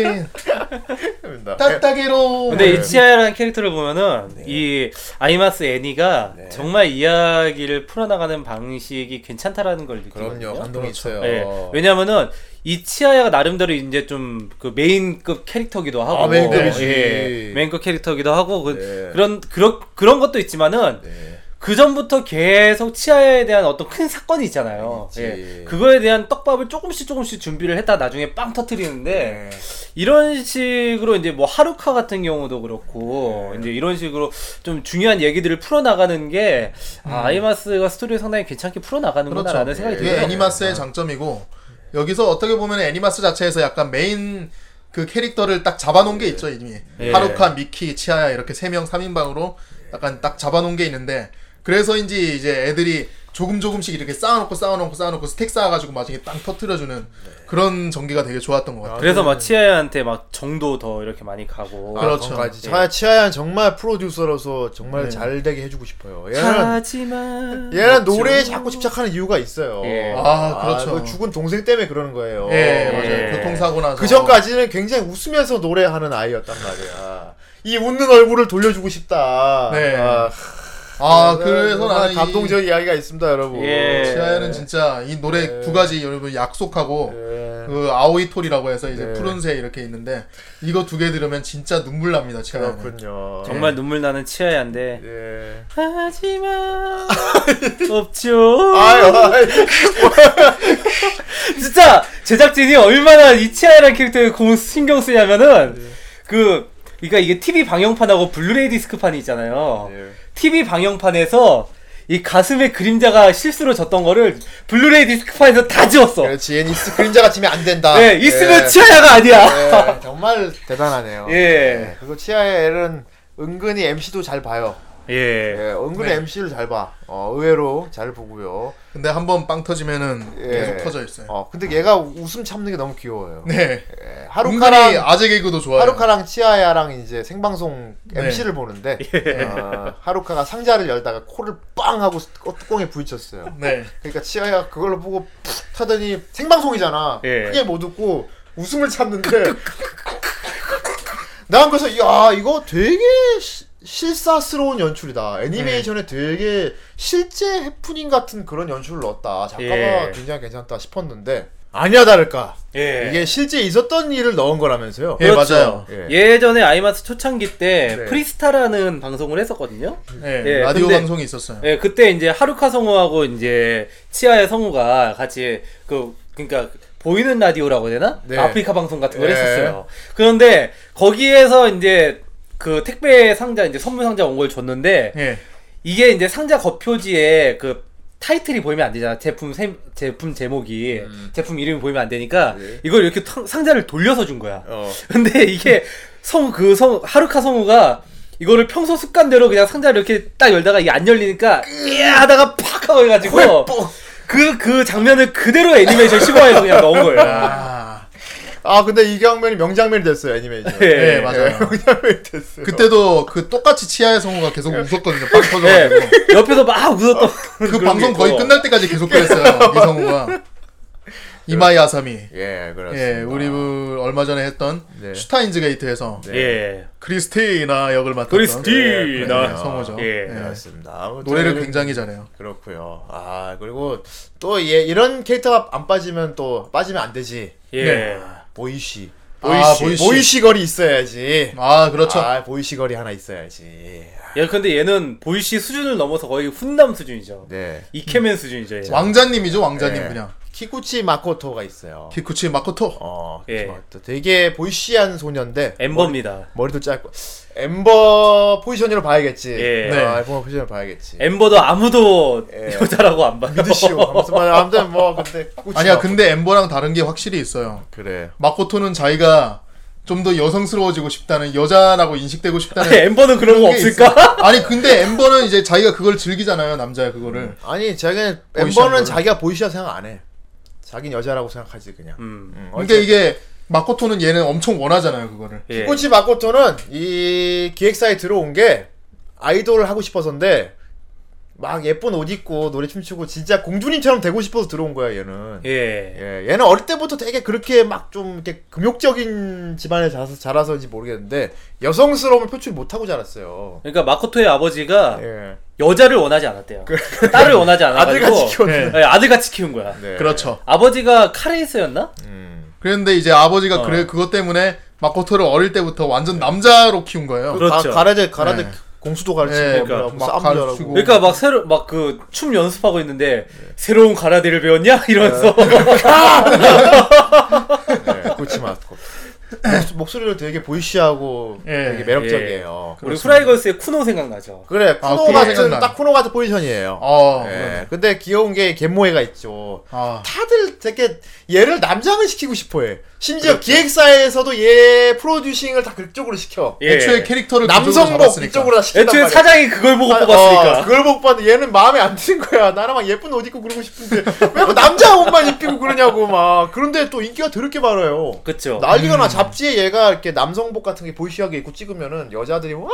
이러면서. 따따게로. 뭐 네. 근데 이 치아야라는 캐릭터를 보면은 이 아이마스 애니가 네. 정말 이야기를 풀어나가는 방식이 괜찮다라는 걸 느끼거든요. 그럼요. 감동이 그렇죠. 있어요. 네. 네. 예. 왜냐면은 이 치아야가 나름대로 이제 좀 그 메인급 캐릭터기도 하고 아, 메인급이지. 예, 메인급 캐릭터기도 하고 그, 네. 런 그런 그런 것도 있지만은 네. 그 전부터 계속 치아야에 대한 어떤 큰 사건이 있잖아요. 있지. 예. 그거에 대한 떡밥을 조금씩 조금씩 준비를 했다 나중에 빵 터트리는데 네. 이런 식으로 이제 뭐 하루카 같은 경우도 그렇고 네. 이제 이런 식으로 좀 중요한 얘기들을 풀어나가는 게 음. 아, 아이마스가 스토리를 상당히 괜찮게 풀어나가는구나라는 그렇죠. 예. 생각이 이게 들어요. 애니마스의 장점이고 여기서 어떻게 보면 애니마스 자체에서 약간 메인 그 캐릭터를 딱 잡아놓은 게 있죠 이미 예. 하루카, 미키, 치아야 이렇게 세 명 3인방으로 약간 딱 잡아놓은 게 있는데 그래서인지 이제 애들이 조금 조금씩 이렇게 쌓아놓고 쌓아놓고 쌓아놓고 스택 쌓아가지고 나중에 땅 터트려주는 그런 전개가 되게 좋았던 것 같아요. 그래서 막 치아야한테 막 정도 더 이렇게 많이 가고. 그렇죠. 그렇죠. 예. 아, 치아얀 정말 프로듀서로서 정말 잘 되게 해주고 싶어요. 얘는 하지만 얘는 노래에 자꾸 집착하는 이유가 있어요. 예. 아, 그렇죠. 그 죽은 동생 때문에 그러는 네. 거예요. 예, 맞아요. 예. 교통사고 나서. 그 전까지는 굉장히 웃으면서 노래하는 아이였단 말이야. 이 웃는 얼굴을 돌려주고 싶다. 네. 아, 아, 그래서 나는 이- 감동적 인 이야기가 있습니다, 여러분. 예. 지하에는 진짜 이 노래 예. 두 가지 여러분 약속하고 예. 그 아오이톨이라고 해서 이제 네. 푸른새 이렇게 있는데 이거 두 개 들으면 진짜 눈물 납니다. 지하에는. 그렇군요. 정말 눈물 나는 치아야인데. 예. 하지만 없죠. 아유, 아유. 진짜 제작진이 얼마나 이 치아야라는 캐릭터에 고 신경 쓰냐면은 네. 그 그러니까 이게 TV 방영판하고 블루레이 디스크판이 있잖아요. 예. TV 방영판에서 이 가슴에 그림자가 실수로 졌던 거를 블루레이 디스크판에서 다 지웠어. 그렇지. 얘는 있, 그림자가 지면 안 된다. 네, 있으면 치아야가 아니야. 예, 정말 대단하네요. 예. 그리고 치아의 엘은 은근히 MC도 잘 봐요. 예. 예, 은근히 네. MC를 잘 봐. 어, 의외로 잘 보고요. 근데 한 번 빵 터지면은 예. 계속 터져 있어요. 어, 근데 얘가 웃음 참는 게 너무 귀여워요. 네. 예, 은근히 하루카랑 아재 개그도 좋아요. 하루카랑 치아야랑 이제 생방송 네. 예. MC를 보는데 어, 하루카가 상자를 열다가 코를 빵 하고 스- 어, 뚜껑에 부딪혔어요. 네. 그러니까 치아야가 그걸로 보고 푹 하더니 생방송이잖아. 예. 크게 못 웃고 웃음을 참는데 난 그래서 야 이거 되게 시- 실사스러운 연출이다. 애니메이션에 되게 실제 해프닝 같은 그런 연출을 넣었다. 작가가 예. 굉장히 괜찮다 싶었는데 아니야 다를까 예. 이게 실제 있었던 일을 넣은 거라면서요. 예, 맞아요. 예. 예전에 아이마스 초창기 때 네. 프리스타라는 방송을 했었거든요. 네. 예, 라디오 근데- 방송이 있었어요. 예, 그때 이제 하루카 성우하고 이제 치아의 성우가 같이 그 그러니까 보이는 라디오라고 해야 되나? 네. 아프리카 방송 같은 걸 예. 했었어요. 그런데 거기에서 이제 그 택배 상자 이제 선물 상자 온 걸 줬는데 예. 이게 이제 상자 겉표지에 그 타이틀이 보이면 안 되잖아. 제품 셈- 제품 제목이 음. 제품 이름이 보이면 안 되니까 이걸 이렇게 탕- 상자를 돌려서 준 거야. 예. 어. 근데 이게 성우 그 성우 하루카 성우가 이거를 평소 습관대로 그냥 상자를 이렇게 딱 열다가 이게 안 열리니까 이 하다가 팍 하고 해가지고 어. 그 그 장면을 그대로 애니메이션 심화해서 그냥 넣은 거예요. 아, 아 근데 이 장면이 명장면이 됐어요 애니메이션. 예, 예, 맞아요. 명장면이 됐어요. 그때도 그 똑같이 치아의 성우가 계속 웃었거든요. 빵 터져가지고. 예, 옆에서 막 웃었던 그 그런 게 어. 방송 거의 있고. 끝날 때까지 계속 그랬어요. 이 성우가. 이마이 아사미. 예 그렇습니다. 예, 우리 그 얼마 전에 했던 네. 슈타인즈 게이트에서 예. 크리스티나 역을 맡았던 크리스티나. 네. 예, 성우죠. 예. 예. 그렇습니다. 아무튼 노래를 굉장히 잘해요. 그렇고요. 아 그리고 또 예, 이런 캐릭터가 안 빠지면 또 빠지면 안 되지. 예. 네. 보이시. 아, 보이시. 보이시 거리 있어야지. 아, 그렇죠. 아 보이시 거리 하나 있어야지. 예, 근데 얘는 보이시 수준을 넘어서 거의 훈남 수준이죠. 네. 이케맨 수준이죠. 얘. 왕자님이죠, 왕자님 예. 그냥. 키구치 마코토가 있어요. 키쿠치 마코토. 어. 예. 마코토. 되게 보이시한 소년데 엠버입니다. 머리도 짧고 엠버 포지션으로 봐야겠지. 예. 네. 아, 엠버 포지션으로 봐야겠지. 엠버도 아무도 예. 여자라고 안 봐요. 미드쇼. 아무튼 아무튼 뭐 근데 키구치 아니야, 마코- 근데 엠버랑 다른 게 확실히 있어요. 그래. 마코토는 자기가 좀 더 여성스러워지고 싶다는 여자라고 인식되고 싶다는 아니, 엠버는 그런 거 그런 게 없을까? 있어요. 아니 근데 엠버는 이제 자기가 그걸 즐기잖아요 남자야 그거를 아니 자기는 보이시한 엠버는 걸로. 자기가 보이시라 생각 안 해. 자긴 여자라고 생각하지 그냥. 음. 음, 근데 이게 마코토는 얘는 엄청 원하잖아요 그거를 예. 꼬치 마코토는 이 기획사에 들어온 게 아이돌을 하고 싶어서인데 막 예쁜 옷 입고 노래 춤추고 진짜 공주님처럼 되고 싶어서 들어온 거야 얘는. 예. 예, 얘는 어릴 때부터 되게 그렇게 막 좀 이렇게 금욕적인 집안에 자라서 자라서인지 모르겠는데 여성스러움을 표출 못하고 자랐어요. 그러니까 마코토의 아버지가 예. 그 여자를 원하지 않았대요. 딸을 원하지 않아가지고 아들같이 키웠 네. 예, 아들같이 키운 거야. 네. 그렇죠 아버지가 카레이스였나? 음. 그런데 이제 아버지가 어. 그래 그것 때문에 마코토를 어릴 때부터 완전 남자로 키운 거예요 그렇죠. 가, 가라데 가라데 네. 공수도 가르치고 뭐 예, 그러고 막 싸움도 가르치고. 잘하고. 그러니까 막 새로 막 그 춤 연습하고 있는데 새로운 가라데를 배웠냐 이러면서 어. 네, 그렇지 맞고 목소, 목소리를 되게 보이시하고 예. 되게 매력적이에요. 예. 우리 프라이걸스의 쿠노 생각나죠. 그래 아, 쿠노 쿠노 같은 생각나. 딱 쿠노 같은 포지션이에요. 어 예, 그러네. 근데 귀여운 게 갯모애가 있죠. 아 다들 되게 얘를 남장을 시키고 싶어해. 심지어 기획사에서도 얘 프로듀싱을 다 그쪽으로 시켜. 예. 애초에 캐릭터를 남성복 이쪽으로 다 시킨단 애초에 말이야. 사장이 그걸 보고 아, 뽑았으니까. 어, 그걸 못 봤는데 얘는 마음에 안 드는 거야. 나랑 막 예쁜 옷 입고 그러고 싶은데 왜 자꾸 남자 옷만 입히고 그러냐고 막. 그런데 또 인기가 더럽게 많아요. 그쵸. 난리가 나 잡지에 얘가 이렇게 남성복 같은 게 보이시하게 입고 찍으면은 여자들이 와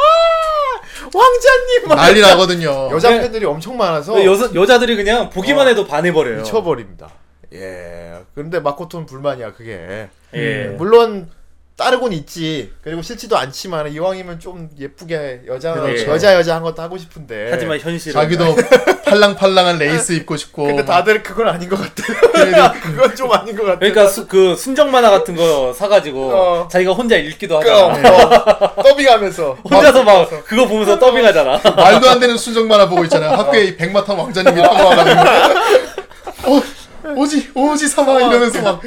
왕자님 막 난리 나거든요. 여자 팬들이 엄청 많아서 네, 여, 여자들이 그냥 보기만 어. 해도 반해버려요. 미쳐버립니다. 예. 그런데 마코토는 불만이야 그게. 예. 음. 물론 따르곤 있지. 그리고 싫지도 않지만 이왕이면 좀 예쁘게 여자 그렇죠. 여자 여자 한 것도 하고 싶은데. 하지만 현실은. 자기도 팔랑팔랑한 레이스 입고 싶고. 근데 다들 그건 아닌 것 같아. 그건 좀 아닌 것 같아. 그러니까 수, 그 순정 만화 같은 거 사가지고 어. 자기가 혼자 읽기도 그, 하잖아. 어, 더빙하면서 혼자서 막 그거 보면서 더빙하잖아. 말도 안 되는 순정 만화 보고 있잖아요. 학교에 이 백마탄 왕자님이 타고 와가지고. 어, 오지, 오지 사마 이러면서 막,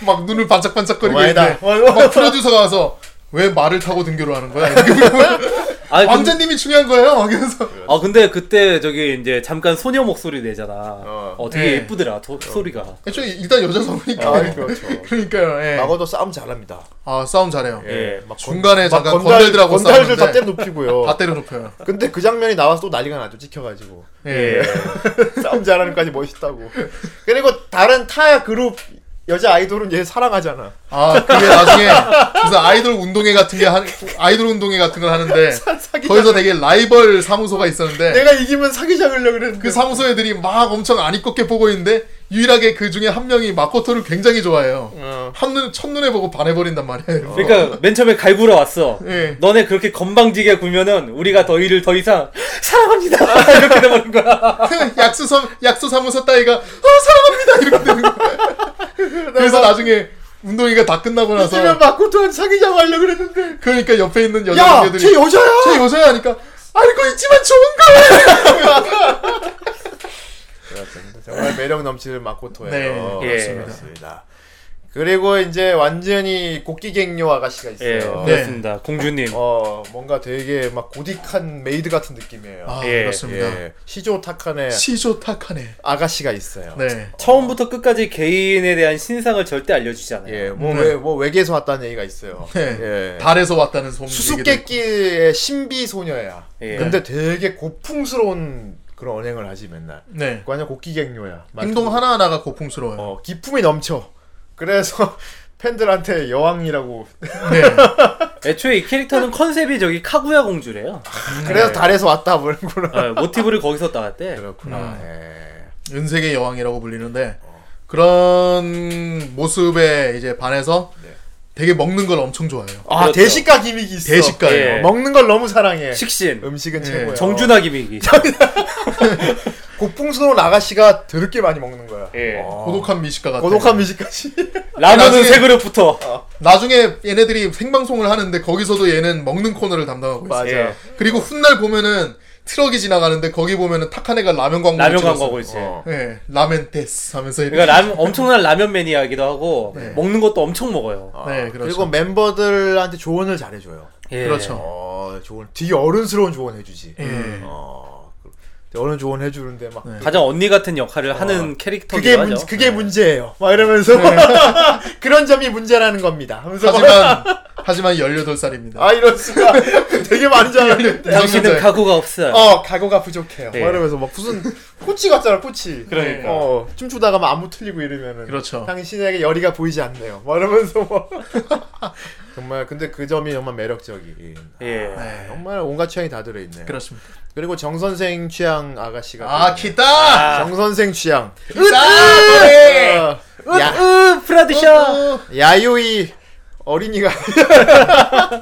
막 눈을 반짝반짝거리고 있는데. 막 프로듀서가 와서 왜 말을 타고 등교를 하는 거야? 아, 근- 왕자님이 중요한 거예요? 막 이러면서. 아 근데 그때 저기 이제 잠깐 소녀 목소리 내잖아. 어. 어, 되게 예. 예쁘더라 도, 소리가. 애초에 일단 여자 성우니까. 아, 그렇죠. 그러니까요, 네. 예. 마거도 싸움 잘합니다. 아, 싸움 잘해요. 예. 막 건- 중간에 막 잠깐 건달들하고 건달들 다 싸우는데. 때려 눕히고요. 다 때려 높여요. 근데 그 장면이 나와서 또 난리가 나죠. 찍혀가지고 예. 싸움 잘하는 까지 멋있다고. 그리고 다른 타 그룹 여자 아이돌은 얘 사랑하잖아. 아, 그게 나중에 무슨 아이돌 운동회 같은 게 하, 아이돌 운동회 같은 걸 하는데 사귀자. 거기서 되게 라이벌 사무소가 있었는데 내가 이기면 사귀자 그러려고 그랬는데. 그 사무소 애들이 막 엄청 안이겁게 보고 있는데 유일하게 그 중에 한 명이 마코토를 굉장히 좋아해요. 어. 한눈 첫눈에 보고 반해버린단 말이에요. 그러니까 맨 처음에 갈구러 왔어. 예. 너네 그렇게 건방지게 굴면은 우리가 너희를 더 이상 사랑합니다 이렇게 되는 거야. 약수 섬 약수 사무소 따위가 어 사랑합니다 이렇게 되는 거예요. 그래서 나중에 운동회가 다 끝나고 이기면 나서 마코토한테 사귀자고 하려고 그랬는데. 그러니까 옆에 있는 여자 야, 동료들이 쟤 여자야. 제 여자야 하니까 알고 있지만 좋은 거예요. 그렇습니다. 정말 매력 넘치는 마코토예요. 네, 예. 그렇습니다. 그리고 이제 완전히 곡기갱요 아가씨가 예, 있어요. 네. 그렇습니다. 공주님. 어 뭔가 되게 막 고딕한 메이드 같은 느낌이에요. 아 예, 그렇습니다. 예, 시조 타칸의 시조 타카네. 아가씨가 있어요. 네. 처음부터 끝까지 개인에 대한 신상을 절대 알려주지 않아요. 예, 뭐, 네. 외, 뭐 외계에서 왔다는 얘기가 있어요. 네. 예. 달에서 왔다는 소문. 수수께끼의 신비 소녀야. 예. 근데 되게 고풍스러운 그런 언행을 하지 맨날. 그 네. 완전 곡기갱요야. 행동 하나 하나가 고풍스러워요. 어, 기품이 넘쳐. 그래서 팬들한테 여왕이라고. 네. 애초에 이 캐릭터는 컨셉이 저기 카구야 공주래요. 네. 그래서 달에서 왔다 뭐 그러는구나. 아, 어, 모티브를 거기서 따왔대. 그렇구나. 예. 은색의 여왕이라고 불리는데 그런 모습에 이제 반해서 네. 되게 먹는 걸 엄청 좋아해요. 아 그렇죠. 대식가 기믹이 있어. 대식가요. 예. 어, 먹는 걸 너무 사랑해. 식신, 음식은 예. 최고야. 정준하 김이기. 고풍스러운 아가씨가 더럽게 많이 먹는 거야. 예. 어. 고독한 미식가 같아. 고독한 미식가씨. 라면은 나중에- 세 그릇부터. 나중에 얘네들이 생방송을 하는데 거기서도 얘는 먹는 코너를 담당하고 있어요. 맞아. 예. 그리고 훗날 보면은 트럭이 지나가는데 거기 보면은 타카네가 라면 광고 라면 광고고 이제. 어. 예, 라멘 데스 하면서 이렇게. 그러니까 라면 엄청난 라면 매니아이기도 하고 네. 먹는 것도 엄청 먹어요. 아, 네, 그렇죠. 그리고 멤버들한테 조언을 잘해줘요. 예. 그렇죠. 어, 조언. 되게 어른스러운 조언 해주지. 예. 네. 어, 그- 되게 어른 조언 해주는데 막. 가장 언니 같은 역할을 하는 그게 캐릭터기도 하죠. 네. 문, 그게 문제예요. 막 이러면서 그런 점이 문제라는 겁니다. 하면서 막, 네. 하지만 하지만 18살입니다. 아 이럴 수가 되게 많이 잘하는데. 당신은 가구가 없어요. 어 각오가 부족해요. 네. 막 이러면서 막 무슨 코치 같잖아 코치. 그러니까. 어 춤추다가 막 안무 틀리고 이러면은. 그렇죠. 당신에게 열의가 보이지 않네요. 막 이러면서 뭐. 정말 근데 그 점이 정말 매력적인. 예. 아, 정말 온갖 취향이 다 들어있네요. 그렇습니다. 그리고 정 선생 취향 아가씨가. 아, 있네요. 기타! 정 선생 취향. 어, 야, 으, 프라드샤. 야요이 어린이가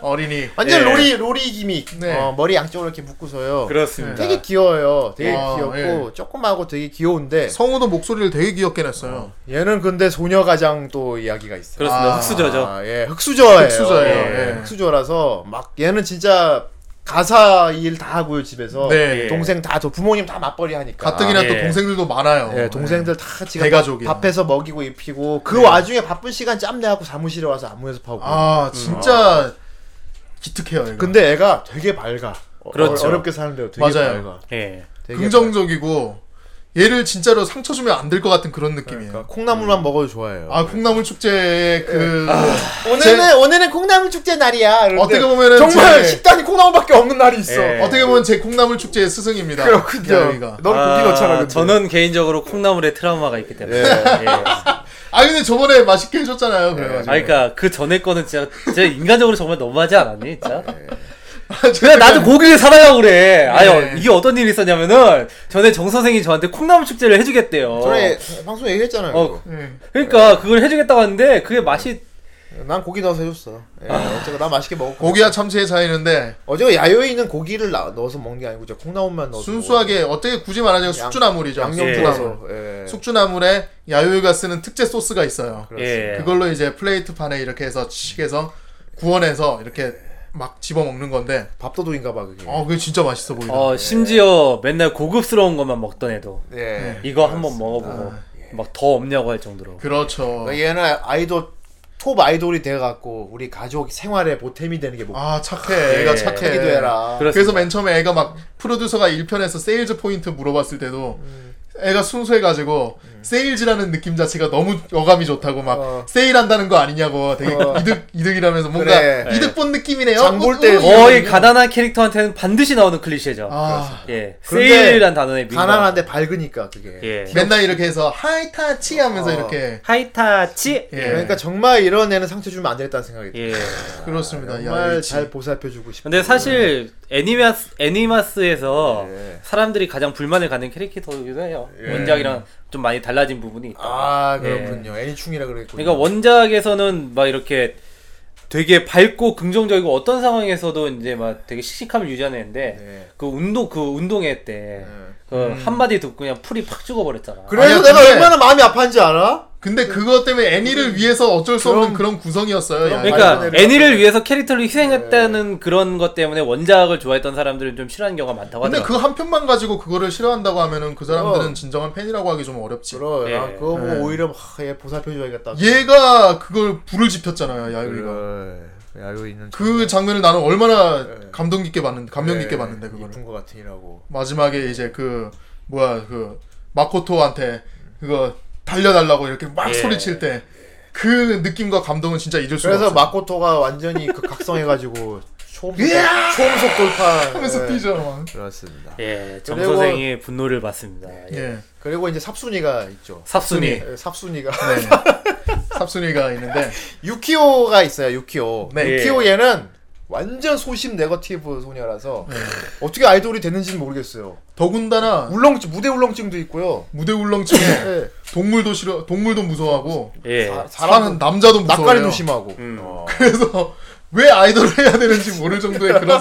어린이. 완전 예. 로리 로리 기믹. 네. 어, 머리 양쪽으로 이렇게 묶고서요. 그렇습니다. 되게 귀여워요. 되게 아, 귀엽고 조그마하고 되게 귀여운데 성우도 목소리를 되게 귀엽게 냈어요. 얘는 근데 소녀 가장 또 이야기가 있어요. 그렇습니다. 아. 흑수저죠. 아, 예, 흑수저예요. 흑수저예요, 예, 예. 흑수저라서 막 얘는 진짜 가사 일 다 하고요 집에서 네. 예. 동생 다 저 부모님 다 맞벌이 하니까. 가뜩이나 예. 또 동생들도 많아요. 아, 예, 동생들 다 지금 대가족이야. 밥해서 먹이고 입히고 그 와중에 바쁜 시간 짬내갖고 사무실에 와서 안무 연습하고. 아, 진짜 기특해요. 이거. 음. 근데 애가 되게 밝아. 어, 그렇죠. 어렵게 사는데도 되게 맞아요. 밝아. 예. 되게 긍정적이고 얘를 진짜로 상처 주면 안 될 것 같은 그런 느낌이에요. 그러니까 콩나물만 먹어도 좋아해요. 아 콩나물 축제의 예. 그 오늘은 제- 오늘은 콩나물 축제 날이야. 이러는데 어떻게 보면은 정말 제- 식단이 콩나물밖에 없는 날이 있어. 예. 어떻게 보면 제 콩나물 축제의 스승입니다. 그렇군요. 여기가. 넌 아, 고기 넣잖아. 근데. 저는 개인적으로 콩나물에 트라우마가 있기 때문에. 예. 아 근데 저번에 맛있게 해줬잖아요. 그래가지고. 아, 그러니까 그 전에 거는 진짜, 진짜 인간적으로 정말 너무하지 않았니, 진짜? 예. 그냥 나도 고기를 사달라고 그래. 아유, 이게 어떤 일이 있었냐면은, 전에 정 선생이 저한테 콩나물 축제를 해주겠대요. 전에 방송 얘기했잖아요. 어, 예. 그러니까 그걸 해주겠다고 하는데, 그게 맛이, 이거. 예, 난 고기 넣어서 해줬어. 예, 어제가 나 맛있게 먹었고. 고기와 참치의 차이는데 어제가 야요이는 고기를 나- 넣어서 먹는 게 아니고 진짜 콩나물만 넣어서. 순수하게 어떻게 굳이 말하자면 뭐- 양- 숙주나물이죠. 양념 예. 숙주나물. 뿌려서. 예. 숙주나물에 야요유가 쓰는 특제 소스가 있어요. 그렇습니다. 예. 그걸로 이제 플레이트 판에 이렇게 해서 치해서 구워내서 이렇게 막 집어 먹는 건데 밥도둑인가 봐 그게. 어 그게 진짜 맛있어 보인다. 어, 심지어 맨날 고급스러운 것만 먹던 애도, 예. 이거 한번 먹어보고, 막 더 없냐고 할 정도로. 그렇죠. 그러니까 얘는 아이돌 톱 아이돌이 돼갖고 우리 가족 생활에 보탬이 되는 게 뭐. 아 착해. 애가 예. 착해. 하기도 해라. 그렇습니다. 그래서 맨 처음에 애가 막 프로듀서가 1편에서 세일즈 포인트 물어봤을 때도 음. 애가 순수해가지고 세일즈라는 느낌 자체가 너무 어감이 좋다고 막 어. 세일한다는 거 아니냐고 되게 어. 이득 이득이라면서 뭔가 그래. 예. 이득 본 느낌이네요. 장볼 때 어, 어, 거의 가난한 캐릭터한테는 반드시 나오는 클리셰죠. 아, 예. 그런데 세일이란 단어에 민감. 가난한데 밝으니까 그게. 예. 맨날 이렇게 해서 하이타치 하면서 어. 이렇게 하이타치. 예. 그러니까 정말 이런 애는 상처 주면 안 되겠다는 생각이 들어요. 예. 그렇습니다. 야, 정말 이 잘 보살펴주고 싶어. 근데 사실 애니마스 애니마스에서 음. 예. 사람들이 가장 불만을 갖는 캐릭터이기도 해요. 예. 원작이랑 좀 많이 달라진 부분이 있다. 아 그렇군요. 애니충이라 그랬군요. 그러니까 원작에서는 막 이렇게 되게 밝고 긍정적이고 어떤 상황에서도 이제 막 되게 씩씩함을 유지하는 애인데 예. 그 운동 그 운동회 때 예. 그 한마디 듣고 그냥 풀이 팍 죽어버렸잖아. 그래서 아니야, 내가 근데- 얼마나 마음이 아파한지 알아? 근데 그것 때문에 애니를 위해서 어쩔 수 없는 그런 구성이었어요. 야, 그러니까 아, 말도 네. 애니를 위해서 캐릭터를 희생했다는 그런 것 때문에 원작을 좋아했던 사람들은 좀 싫어하는 경우가 많다고 근데 하더라고요. 그 한 편만 가지고 그거를 싫어한다고 하면은 그 사람들은 어. 진정한 팬이라고 하기 좀 어렵지. 그럼 예. 아, 그거 보고 오히려 하, 얘 보살펴줘야겠다. 얘가 그걸 불을 지폈잖아요, 야유이가. 그래. 야요이는 그 장면을 나는 얼마나 감동 깊게 봤는데, 감명 깊게 봤는데 네. 그거를. 예, 이쁜 것 같으니라고. 마지막에 이제 그 뭐야 그 마코토한테 그거 달려달라고 이렇게 막 소리칠 때 그 느낌과 감동은 진짜 잊을 수가 그래서 없어. 마코토가 완전히 그 각성해가지고 초음속, 초음속 돌파 하면서 예. 뛰죠. 막. 그렇습니다. 예, 정 그리고- 선생이 분노를 받습니다. 예. 예. 그리고 이제 삽순이가 있죠. 삽순이. 예, 삽순이가 네. 삽순이가 있는데 유키오가 있어요. 유키오. 네. 유키오 얘는 완전 소심 네거티브 소녀라서 어떻게 아이돌이 됐는지는 모르겠어요. 더군다나 울렁증 무대 울렁증도 있고요. 무대 울렁증에 예. 동물도 싫어, 동물도 무서워하고 예. 사- 사람은 사람은 남자도 무서워요. 낯가림도 심하고 어. 음. 그래서 왜 아이돌을 해야 되는지 모를 정도의 그런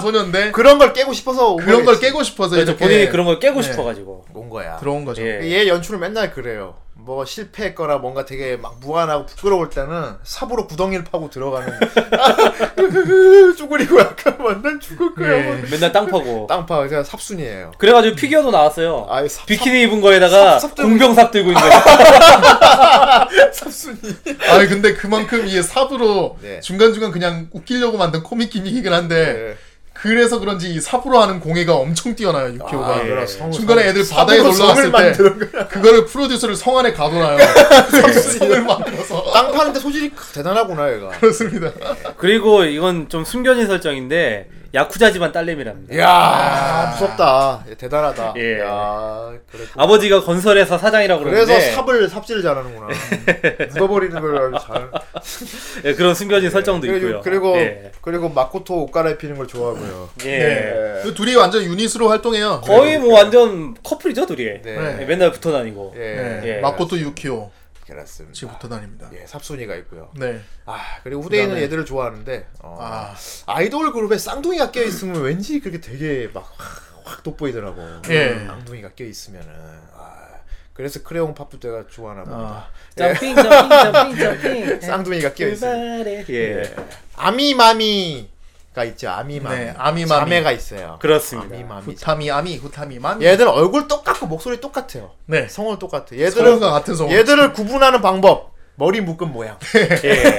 소년데 그런 걸 깨고 싶어서 온 그런 걸 거겠지. 깨고 싶어서 그래서 이렇게 예. 본인이 그런 걸 깨고 네. 싶어가지고. 온 거야. 들어온 거죠. 예. 얘 연출을 맨날 그래요. 뭐 실패했거나 뭔가 되게 막 무한하고 부끄러울 때는 삽으로 구덩이를 파고 들어가는 쭈그리고 약간 완전 죽을 거야. 뭐. 맨날 땅 파고. 땅파 그냥 삽순이에요. 그래가지고 피규어도 나왔어요. 아이 삽, 비키니 입은 거에다가 삽- 삽 들고 공병삽 들고 있는 거. 아니 근데 그만큼 이 삽으로 네. 중간 중간 그냥 웃기려고 만든 코믹 기믹이긴 한데 예. 그래서 그런지 이 삽으로 하는 공예가 엄청 뛰어나요 유키오가. 아, 그럼 성- 성- 중간에 애들 삽으로 바다에 놀러 성을 갔을 만드는 거야. 때 그거를 프로듀서를 성 안에 가둬놔요. 성을 만들어서. 땅 파는데 소질이 대단하구나 얘가. 그렇습니다. 그리고 이건 좀 숨겨진 설정인데 야쿠자 집안 딸내미랍니다. 예. 이야 무섭다. 얘 대단하다. 아. 예. 야, 그랬구나. 아버지가 네. 건설회사 사장이라고 그래서 그러는데 삽을 삽질을 잘하는구나. 묻어버리는 걸 아주 잘. 예, 그런 숨겨진 설정도 그리고 있고요. 그리고, 예. 그리고 마코토 옷 갈아입히는 걸 좋아하고요. 예. 네. 그 둘이 완전 유닛으로 활동해요. 거의 뭐 완전 커플이죠 둘이. 네. 예, 맨날 붙어 다니고. 예. 네. 예. 마코토 유키오 그렇습니다. 지금 붙어 다닙니다. 예, 삽순이가 있고요. 네. 아, 그리고 후대인은 얘들을 좋아하는데 어, 아. 아이돌 그룹에 쌍둥이가 껴 있으면 왠지 그렇게 되게 막 확 돋보이더라고. 예. 쌍둥이가 껴 있으면은. 아, 그래서 크레용 팝부대가 좋아하나 봅니다. 점핑 점핑 점핑 아. 점핑. 쌍둥이가 껴 있어요. 네. 출발해. 예. 아미마미가 있죠. 아미마미. 네, 아미마미. 자매가 있어요. 그렇습니다. 아미마미. 후타미 아미 후타미 마미. 얘들 얼굴 똑같고 목소리 똑같아요. 그 네. 성을 똑같아. 성우가 얘들은 같은 성우. 얘들을 구분하는 방법. 머리 묶은 모양. 예.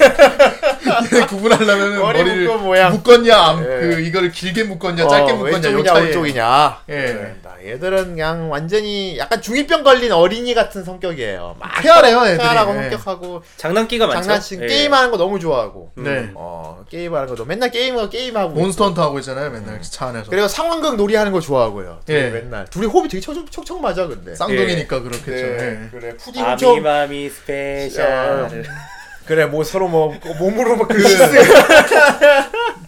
이걸 네, 구분하려면 머리 머리를 묶은 모양. 묶었냐, 안, 예. 어, 그 이거를 길게 묶었냐, 짧게 묶었냐, 어, 요 왼쪽이냐 차이. 오른쪽이냐. 예. 그렇습니다. 얘들은 그냥 완전히 약간 중이병 걸린 어린이 같은 성격이에요. 막 아, 쾌활해요, 애들이. 쾌활하고 예. 성격하고 장난기가 많죠. 장난치고 예. 음. 게임하는 거 너무 좋아하고. 네. 어 게임하는 거도 맨날 게임하고 게임하고. 몬스터 헌터 하고 있잖아요, 맨날 차 안에서. 그리고 상황극 놀이하는 거 좋아하고요. 둘이 예. 맨날 둘이 호흡이 되게 척척, 척척 맞아 근데. 쌍둥이니까 그렇겠죠. 네, 예. 그래 푸딩 좀 아, 어. 아미마미 스페셜. 그래 뭐 서로 뭐 몸으로 막그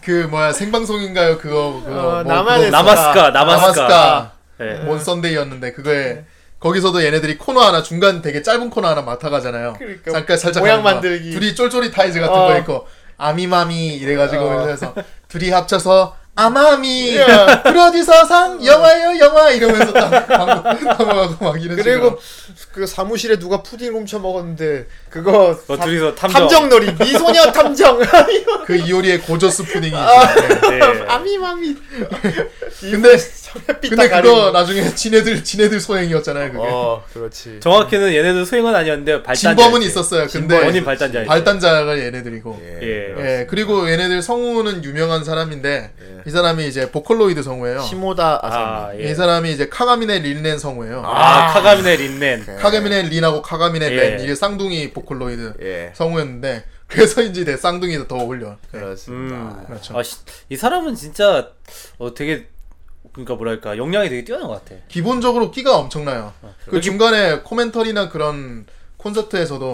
그 뭐야 생방송인가요 그거 그거 어, 남아야 그거- 뭐, 돼. 나마스카, 나마스카. 나마스카 네. 예. 몬선데이였는데 그거에 거기서도 얘네들이 코너 하나 중간 되게 짧은 코너 하나 맡아가잖아요. 그러니까 잠깐 살짝 모양 하는 거. 만들기. 둘이 쫄쫄이타이즈 같은 어. 거 있고 아미마미 이래가지고 어. 그래서 둘이 합쳐서 아마미 예. 어. 프로듀서상 영화요 영화 이러면서 딱 넘어가고 막 이런 그리고 그 사무실에 누가 푸딩 훔쳐 먹었는데 그거 뭐 사- 둘이서 탐정. 탐정놀이 미소녀 탐정 식으로 그 이효리의 고저스 푸딩이 아, 있어요. 네. 아미마미 근데 햇빛 근데 다 그거 가리고. 나중에 지네들 지네들 소행이었잖아요 그게. 어 그렇지 정확히는 얘네들 소행은 아니었는데 발단자. 진범은 있었어요. 근데 원인 발단자. 발단자가 얘네들이고. 예. 예. 그리고 얘네들 성우는 유명한 사람인데 이 사람이 이제 보컬로이드 성우예요. 시모다 아사미 아, 이 예. 사람이 이제 카가미네 린넨 성우예요. 아, 카가미네 린넨. 카가미네 린하고 카가미네 예. 렌 이게 쌍둥이 보컬로이드 예 성우였는데 그래서인지 내 쌍둥이도 더 어울려. 예. 그렇습니다 그렇죠. 아, 씨, 이 사람은 진짜 어, 되게 그러니까 뭐랄까 역량이 되게 뛰어난 것 같아. 기본적으로 끼가 엄청나요. 아, 그 여기- 중간에 코멘터리나 그런 콘서트에서도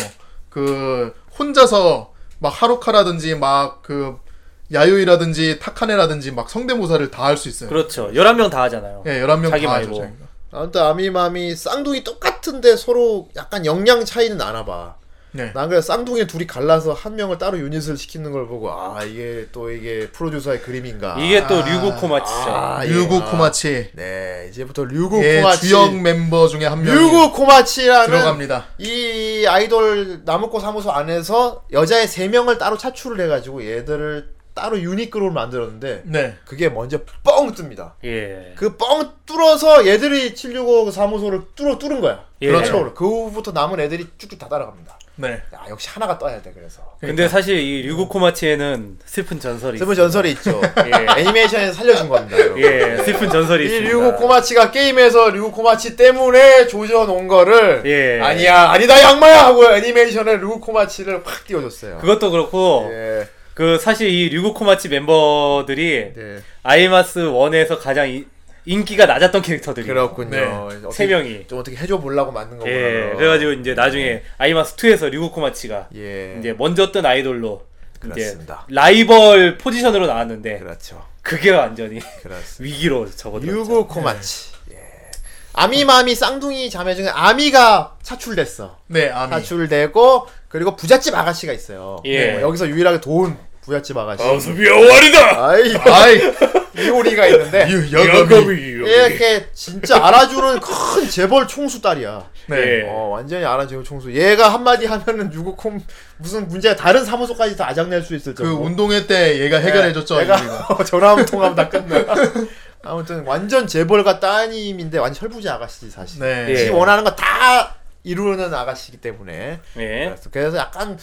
그 혼자서 막 하루카라든지 막 그 야요이라든지 타카네라든지 막 성대모사를 다 할 수 있어요. 그렇죠. 11명 다 하잖아요. 예, 11명 자기 다 말고. 하죠. 아무튼 아미마미 쌍둥이 똑같은데 서로 약간 역량 차이는 아나 봐 네. 난 그래 쌍둥이 둘이 갈라서 한 명을 따로 유닛을 시키는 걸 보고 아 이게 또 이게 프로듀서의 그림인가 이게 또 류고 코마치죠. 아, 예. 류구 코마치. 네 이제부터 류구 예, 코마치 주역 멤버 중에 한 명이 류구 코마치라는 들어갑니다. 이 아이돌 나무코 사무소 안에서 여자의 세 명을 따로 차출을 해가지고 얘들을 따로 유닛 그룹을 만들었는데 네. 그게 먼저 뻥 뜹니다. 예. 그 뻥 뚫어서 얘들이 765 사무소를 뚫어 뚫은 거야. 예. 그렇죠. 그 후부터 남은 애들이 쭉쭉 다 따라갑니다. 네. 야 역시 하나가 떠야 돼 그래서. 근데 사실 이 류고 코마치에는 슬픈 전설이 슬픈 있습니다. 전설이 있죠. 애니메이션에서 살려준 겁니다. 여러분. 예, 슬픈 전설이 이 있습니다. 류고 코마치가 게임에서 류고 코마치 때문에 조져 놓은 거를 예. 아니야 아니다 양마야 하고 애니메이션에 류고 코마치를 확 띄워줬어요. 그것도 그렇고 예. 그 사실 이 류고 코마치 멤버들이 네. 아이마스 1에서 가장 이- 인기가 낮았던 캐릭터들이 그렇군요. 네. 어떻게- 세 명이. 좀 어떻게 해줘 보려고 만든 거구나. 예, 그래가지고 이제 나중에 아이마스 2에서 류고 코마치가 네. 예. 이제 먼저 뜬 아이돌로 그렇습니다. 이제 라이벌 포지션으로 나왔는데 그렇죠. 그게 완전히 그렇습니다. 위기로 접어들었죠. 유고 코마치. 예. 아미마미 쌍둥이 자매 중에 아미가 차출됐어. 네, 아미. 차출되고 그리고 부잣집 아가씨가 있어요. 예. 어. 네, 여기서 유일하게 도운 부잣집 아가씨. 미워월이다. 아이 아, 아이, 이오리가 있는데 유, 여검이. 이렇게 진짜 알아주는 큰 재벌 총수 딸이야. 네. 예. 어 완전히 알아주는 총수. 얘가 한마디 하면은 유고콤 무슨 문제가 다른 사무소까지 다 아작낼 수 있을 그 정도. 운동회 때 얘가 네, 해결해줬죠. 이거. 내가 전화 한번 통화하면 다 끝나. 아무튼 완전 재벌가 따님인데 완전 철부지 아가씨지 사실. 네. 예. 지 원하는 거 다 이루는 아가씨이기 때문에. 예. 그래서- 그래서 약간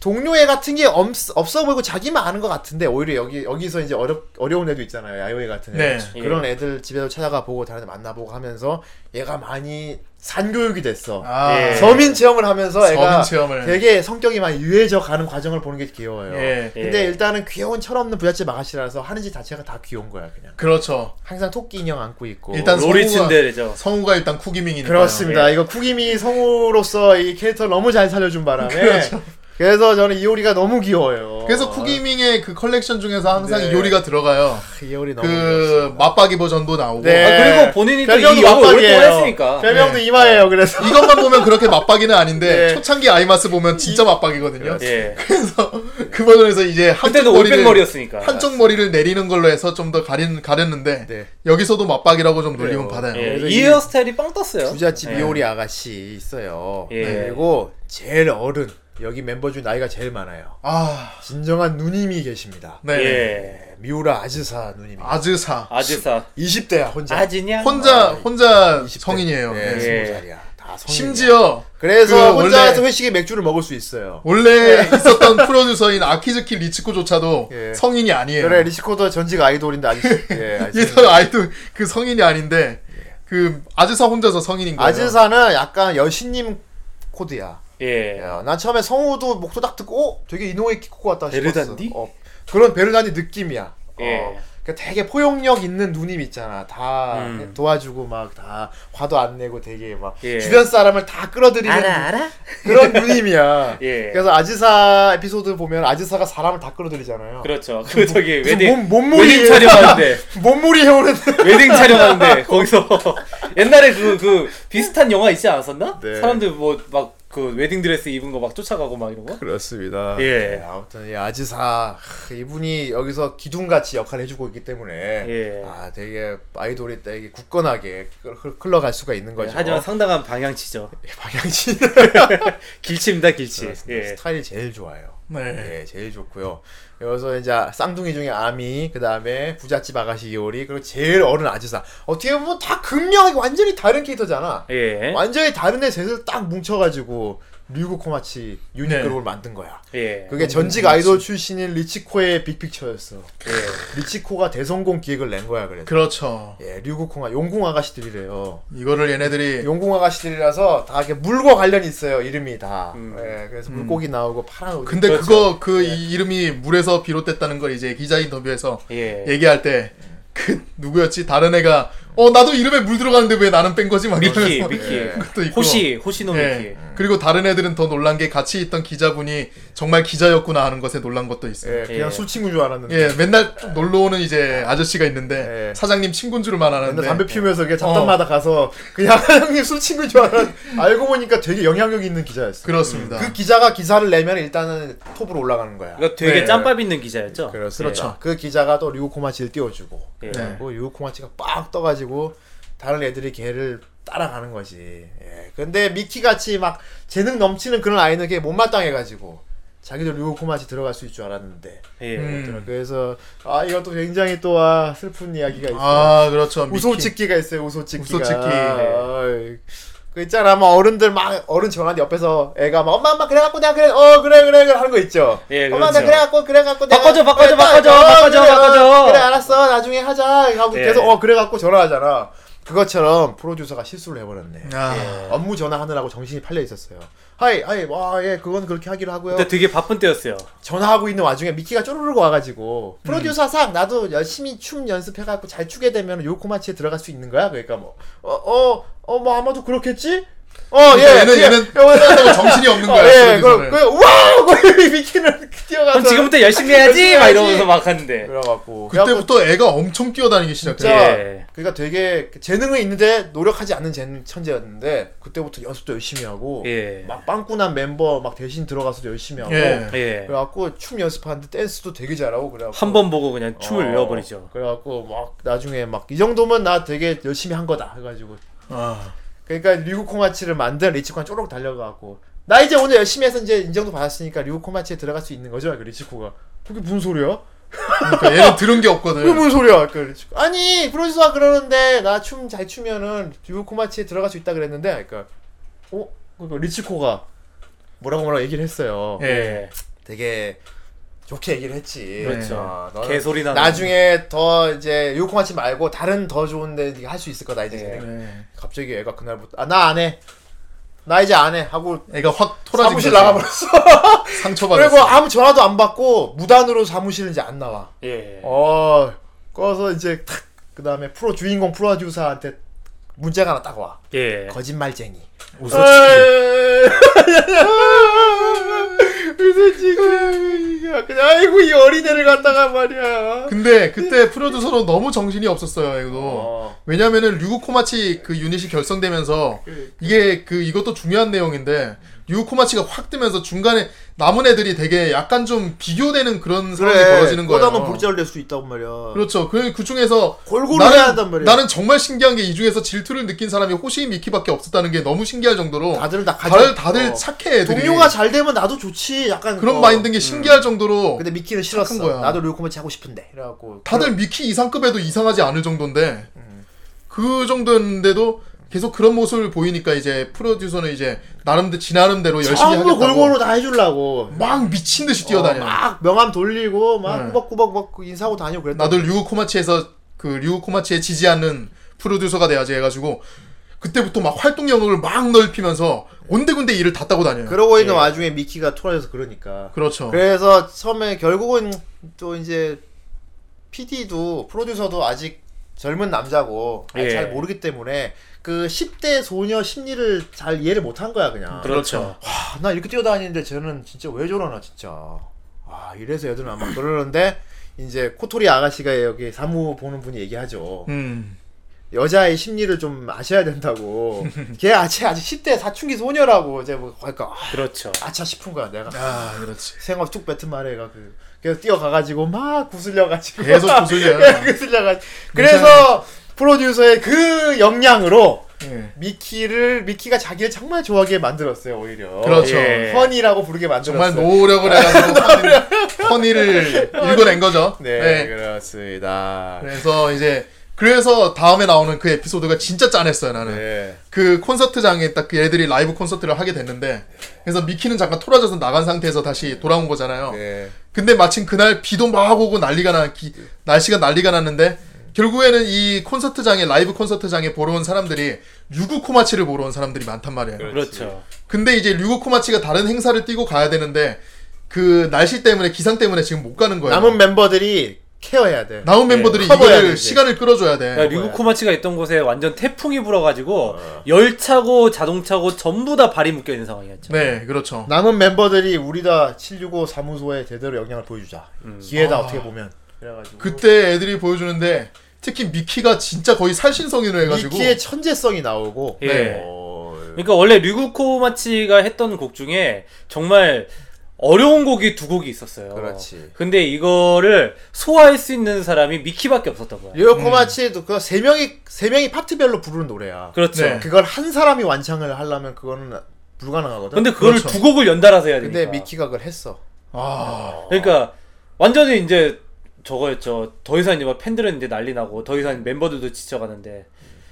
동료애 같은 게 없, 없어 보이고 자기만 아는 것 같은데 오히려 여기 여기서 이제 어렵 어려운 애도 있잖아요 야요애 같은 애 네. 그런 애들 집에도 찾아가 보고 다른 애 만나보고 하면서 얘가 많이 산교육이 됐어 아, 예. 서민 체험을 하면서 애가 서민 체험을. 되게 성격이 많이 유해져 가는 과정을 보는 게 귀여워요. 예. 근데 예. 일단은 귀여운 철없는 부잣집 아가씨라서 하는 짓 자체가 다 귀여운 거야 그냥. 그렇죠. 항상 토끼 인형 안고 있고. 일단 로리 성우가- 츤데레죠. 성우가 일단 쿠기밍이니까. 그렇습니다. 이거 쿠기미 성우로서 이 캐릭터를 너무 잘 살려준 바람에 그렇죠. 래서 저는 이오리가 너무 귀여워요. 그래서 쿠기밍의 그 컬렉션 중에서 항상 네. 이 요리가 들어가요. 아, 이오리 너무 귀여워. 그 맞박이 버전도 나오고 네. 아, 그리고 본인이 또이 별명도 영을 오랫동안 맞박이에요. 했으니까. 별명도 이마예요. 그래서 이것만 보면 그렇게 맞박이는 아닌데 네. 초창기 아이마스 보면 진짜 맞박이거든요. 예. 그래서 그 버전에서 이제 한쪽 그때도 머리를 올백머리였으니까. 한쪽 머리를 내리는 걸로 해서 좀 더 가린 가렸는데 네. 여기서도 맞박이라고 좀 그래요. 놀림은 받아요. 예. 그래서 이 이- 헤어스타일이 빵 떴어요. 부잣집 예. 이오리 아가씨 있어요. 예. 그리고 제일 어른 여기 멤버 중 나이가 제일 많아요. 아, 진정한 누님이 계십니다. 네. 예. 네, 미우라 아즈사 누님이 아즈사 아즈사. 20대야 혼자. 아즈냐? 혼자 혼자 20대. 성인이에요. 네, 예. 예. 20살이야. 다 심지어 그래서 그 혼자서 원래- 회식에 맥주를 먹을 수 있어요. 원래 있었던 프로듀서인 아키즈키 리츠코조차도 예. 성인이 아니에요. 그래 리시코도 전직 아이돌인데 아직 예, 아직- 얘도 아이도 그 성인이 아닌데 그 아즈사 혼자서 성인인 거예요. 아즈사는 약간 여신님 코드야. 예. 야, 난 처음에 성우도 목소리 딱 듣고 어? 되게 이노우에 키코고 같다 싶었어. 베르단디? 어, 그런 베르단디 느낌이야. 예. 어, 그러니까 되게 포용력 있는 누님 있잖아. 다 음. 도와주고 막 다 화도 안 내고 되게 막 예. 주변 사람을 다 끌어들이는 누- 알아. 그런 누님이야. 예. 그래서 아즈사 에피소드 보면 아즈사가 사람을 다 끌어들이잖아요. 그렇죠. 그 저기 무슨 몸- 웨딩 몸무리 웨딩 촬영하는데 몸무리 해오는 웨딩 촬영하는데 거기서 옛날에 그 그 비슷한 영화 있지 않았었나? 네. 사람들 뭐 막 그 웨딩 드레스 입은 거 막 쫓아가고 막 이런 거. 그렇습니다. 예. 네, 아무튼 이 아지사 하, 이분이 여기서 기둥같이 역할을 해주고 있기 때문에 예. 아 되게 아이돌이 되게 굳건하게 흘- 흘- 흘러갈 수가 있는 거죠. 예, 예, 하지만 상당한 방향치죠. 방향신 길치입니다, 길치. 예. 스타일이 제일 좋아요. 네. 예, 제일 좋고요. 여기서 이제 쌍둥이 중에 아미, 그 다음에 부잣집 아가씨 요리, 그리고 제일 어른 아지사. 어떻게 보면 다 극명하게 완전히 다른 캐릭터잖아. 예. 완전히 다른 애 셋을 딱 뭉쳐가지고 류고 코마치 유닛 네. 그룹을 만든 거야. 예. 그게 전직 아이돌 출신인 리치코의 빅픽처였어. 예. 리치코가 대성공 기획을 낸 거야 그래서. 그렇죠. 예, 류구콩아 용궁 아가씨들이래요. 이거를 얘네들이 용궁 아가씨들이라서 다 이게 물과 관련이 있어요 이름이 다. 예, 그래서 물고기 나오고 파란 옷. 음. 근데 그렇죠. 그거그 예. 이- 이름이 물에서 비롯됐다는 걸 이제 기자 인터뷰에서 예. 얘기할 때 그 누구였지? 다른 애가 어 나도 이름에 물 들어가는데 왜 나는 뺀 거지? 막 미키, 이러면서 예, 미키. 예. 그것도 있고. 호시, 호시노 예. 미키. 그리고 다른 애들은 더 놀란 게 같이 있던 기자분이 정말 기자였구나 하는 것에 놀란 것도 있어요. 예, 그냥 예. 술 친구인 줄 알았는데. 예, 맨날 놀러 오는 이제 아저씨가 있는데 예. 사장님 친구인 줄만 맨날 아는데 담배 피우면서 어. 이게 잡담마다 가서 그냥 형님 술 친구인 줄 알았는데 알고 보니까 되게 영향력 있는 기자였어. 그, 그렇습니다. 그 기자가 기사를 내면 일단은 톱으로 올라가는 거야. 그러니까 되게 네. 짬밥 있는 기자였죠. 그렇습니다. 그렇죠. 그 기자가 또 류구코마치를 띄워주고 예. 네. 그 유코마치가 빡 떠가지고 다른 애들이 걔를 따라가는 거지. 예. 근데 미키 같이 막 재능 넘치는 그런 아이는 걔 못마땅해가지고 자기도 류코마치 들어갈 수 있을 줄 알았는데. 예. 음. 그래서 아 이것도 굉장히 또 아, 슬픈 이야기가 있어. 요 아 그렇죠. 미키. 우소찍기가 있어요. 우소찍기가. 우소찍기. 어이. 그 있잖아, 막 어른들 막 어른 전화기 옆에서 애가 막 엄마 엄마 그래갖고 내가 그래 어 그래 그래 그래 하는 거 있죠. 예, 엄마 나 그렇죠. 그래갖고 그래갖고 바꿔줘, 바꿔줘, 바꿔줘, 어, 바꿔줘, 그래, 어, 바꿔줘. 그래 알았어 나중에 하자 하고 예. 계속 어 그래갖고 전화하잖아. 그것처럼 프로듀서가 실수를 해버렸네. 아, 업무 전화하느라고 정신이 팔려 있었어요. 하이 하이 와예 그건 그렇게 하기로 하고요. 근데 되게 바쁜 때였어요. 전화하고 있는 와중에 미키가 쪼르르 와가지고 음. 프로듀서상 나도 열심히 춤 연습해갖고 잘 추게 되면 요코마치에 들어갈 수 있는 거야 그러니까 뭐어어어 뭐 아마도 그렇겠지 어예 그러니까 얘는- 얘는 정신이 없는 거야. 예, 프로듀서는. 그, 그, 와우! 그 미키는 뛰어가서. 그럼 지금부터 열심히 해야지! 열심히 막 해야지. 이러면서 막 하는데. 그래갖고. 그래갖고 그때부터 애가 엄청 뛰어다니기 시작해요. 진짜. 예. 그러니까 되게 재능은 있는데 노력하지 않는 재- 천재였는데 그때부터 연습도 열심히 하고 예. 어, 막 빵꾸난 멤버 막 대신 들어가서도 열심히 하고 예. 예. 그래갖고 춤 연습하는데 댄스도 되게 잘하고 그래갖고 한 번 보고 그냥 춤을 어, 외워버리죠. 그래갖고 막 나중에 막 이 정도면 나 되게 열심히 한 거다 해가지고 아, 그러니까 류구코마치를 만든 리치코가 쪼록 달려가고 나 이제 오늘 열심히 해서 이제 인정도 받았으니까 류구코마치에 들어갈 수 있는 거죠? 그 리치코가 그게 무슨 소리야? 그러니까 얘는 들은 그게 네. 게 없거든. 무슨 소리야? 그 리치코 아니 프로듀서가 그러는데 나 춤 잘 추면은 류구코마치에 들어갈 수 있다 그랬는데 그러니까 어? 그 리치코가 뭐라고 뭐라고 얘기를 했어요 예. 되게 좋게 얘기를 했지 그렇죠. 아, 너는 개소리 나는. 나중에 더 이제 요코마치 말고 다른 더 좋은 데 할 수 있을 거다 이제 예. 네. 갑자기 애가 그날부터 아 나 안 해 나 이제 안 해 하고 애가 확 토라진 사무실 거지. 나가버렸어 그리고 상처받았어. 아무 전화도 안 받고 무단으로 사무실 이제 안 나와 예. 네. 어 그래서 이제 탁 그다음에 프로 주인공 프로듀서한테 문제가 하나 딱 와 네. 예. 거짓말쟁이 아, 우소치기. 그래서 지금 그냥 아이고 이 어린애를 갖다가 말이야 근데 그때 프로듀서로 너무 정신이 없었어요, 이거. 어. 왜냐면은 류구코마치 그 유닛이 결성되면서 그러니까. 이게 그 이것도 중요한 내용인데 류구코마치가 확 뜨면서 중간에 남은 애들이 되게 약간 좀 비교되는 그런 상황이 벌어지는 거예요. 꼬다만 불자를 낼 수 있다고 말이야. 그렇죠. 그, 그 중에서 골고루 해야 한단 말이야. 나는 정말 신기한 게 이 중에서 질투를 느낀 사람이 호시 미키밖에 없었다는 게 너무 신기할 정도로 다들 다 가져. 다들, 다들 어. 착해 애들이 동료가 잘 되면 나도 좋지. 약간 그런 어. 마인드인 게 신기할 정도로 근데 미키는 싫었어. 거야. 나도 류코마치 하고 싶은데. 그래갖고 음. 다들 미키 이상급에도 이상하지 않을 정도인데 그 정도였는데도 계속 그런 모습을 보이니까 이제 프로듀서는 이제 나름대로 지나름대로 열심히 전부 하겠다고 골고루 다 해주려고 막 미친 듯이 어, 뛰어다녀. 요 막 명함 돌리고 막 네. 꾸벅꾸벅 막 인사하고 다니고 그랬다. 나도 류우 코마치에서 그 류우 코마치에 지지하는 프로듀서가 돼야지 해가지고 그때부터 막 활동 영역을 막 넓히면서 온데군데 일을 다 따고 다녀요. 그러고 있는 와중에 미키가 토라져서 그러니까. 그렇죠. 그래서 처음에 결국은 또 이제 PD도 프로듀서도 아직 젊은 남자고 아직 예. 잘 모르기 때문에 그 10대 소녀 심리를 잘 이해를 못한 거야 그냥. 그렇죠. 아, 나 이렇게 뛰어다니는데 쟤는 진짜 왜 저러나 진짜. 아 이래서 애들은 아마 그러는데 이제 코토리 아가씨가 여기 사무 보는 분이 얘기하죠. 음. 여자의 심리를 좀 아셔야 된다고. 걔 아직 아직 10대 사춘기 소녀라고 이제 뭐 그러니까 아, 그렇죠. 아차 싶은 거야 내가. 아 그렇지. 생업 쭉 뱉은 말에가 그 계속 뛰어가가지고 막 구슬려가지고 계속 구슬려요. 계속 구슬려가지고 그래서 프로듀서의 그 역량으로 예. 미키를 미키가 자기를 정말 좋아하게 만들었어요 오히려 그렇죠. 예. 허니라고 부르게 만들었어요 정말 노력을 해가지고 허니를 읽어낸 거죠. 네, 네. 그렇습니다 그래서 이제 그래서 다음에 나오는 그 에피소드가 진짜 짠했어요 나는. 네. 그 콘서트장에 딱 그 애들이 라이브 콘서트를 하게 됐는데 그래서 미키는 잠깐 토라져서 나간 상태에서 다시 돌아온 거잖아요. 네. 근데 마침 그날 비도 막 오고 난리가 나 기, 날씨가 난리가 났는데 결국에는 이 콘서트장에 라이브 콘서트장에 보러 온 사람들이 류구 코마치를 보러 온 사람들이 많단 말이에요. 그렇죠. 근데 이제 류구 코마치가 다른 행사를 뛰고 가야 되는데 그 날씨 때문에 기상 때문에 지금 못 가는 거예요. 남은 멤버들이 케어해야 돼 남은 멤버들이 커버해야 이거를 되지. 시간을 네, 끌어줘야 돼. 그러니까 류구 코마치가 있던 곳에 완전 태풍이 불어가지고 열차고 자동차고 전부 다 발이 묶여 있는 상황이었죠. 네, 그렇죠. 남은 멤버들이 우리다 765 사무소에 제대로 영향을 보여주자 음. 아. 기회다 어떻게 보면 그래가지고 그때 애들이 보여주는데 특히 미키가 진짜 거의 살신성인을 해가지고 네. 미키의 천재성이 나오고 예. 어, 그러니까 원래 류구 코마치가 했던 곡 중에 정말 어려운 곡이 두 곡이 있었어요. 그렇지. 근데 이거를 소화할 수 있는 사람이 미키밖에 없었던 거야. 리오코마치도 그세 명이 세 명이 파트별로 부르는 노래야. 그렇죠. 네. 그걸 한 사람이 완창을 하려면 그거는 불가능하거든. 근데 그걸 그렇죠. 두 그러니까. 곡을 연달아서 해야 되니까. 근데 미키가 그걸 했어. 아, 그러니까 완전히 이제 저거였죠. 더 이상 이제 막 팬들은 이제 난리 나고 더 이상 멤버들도 지쳐가는데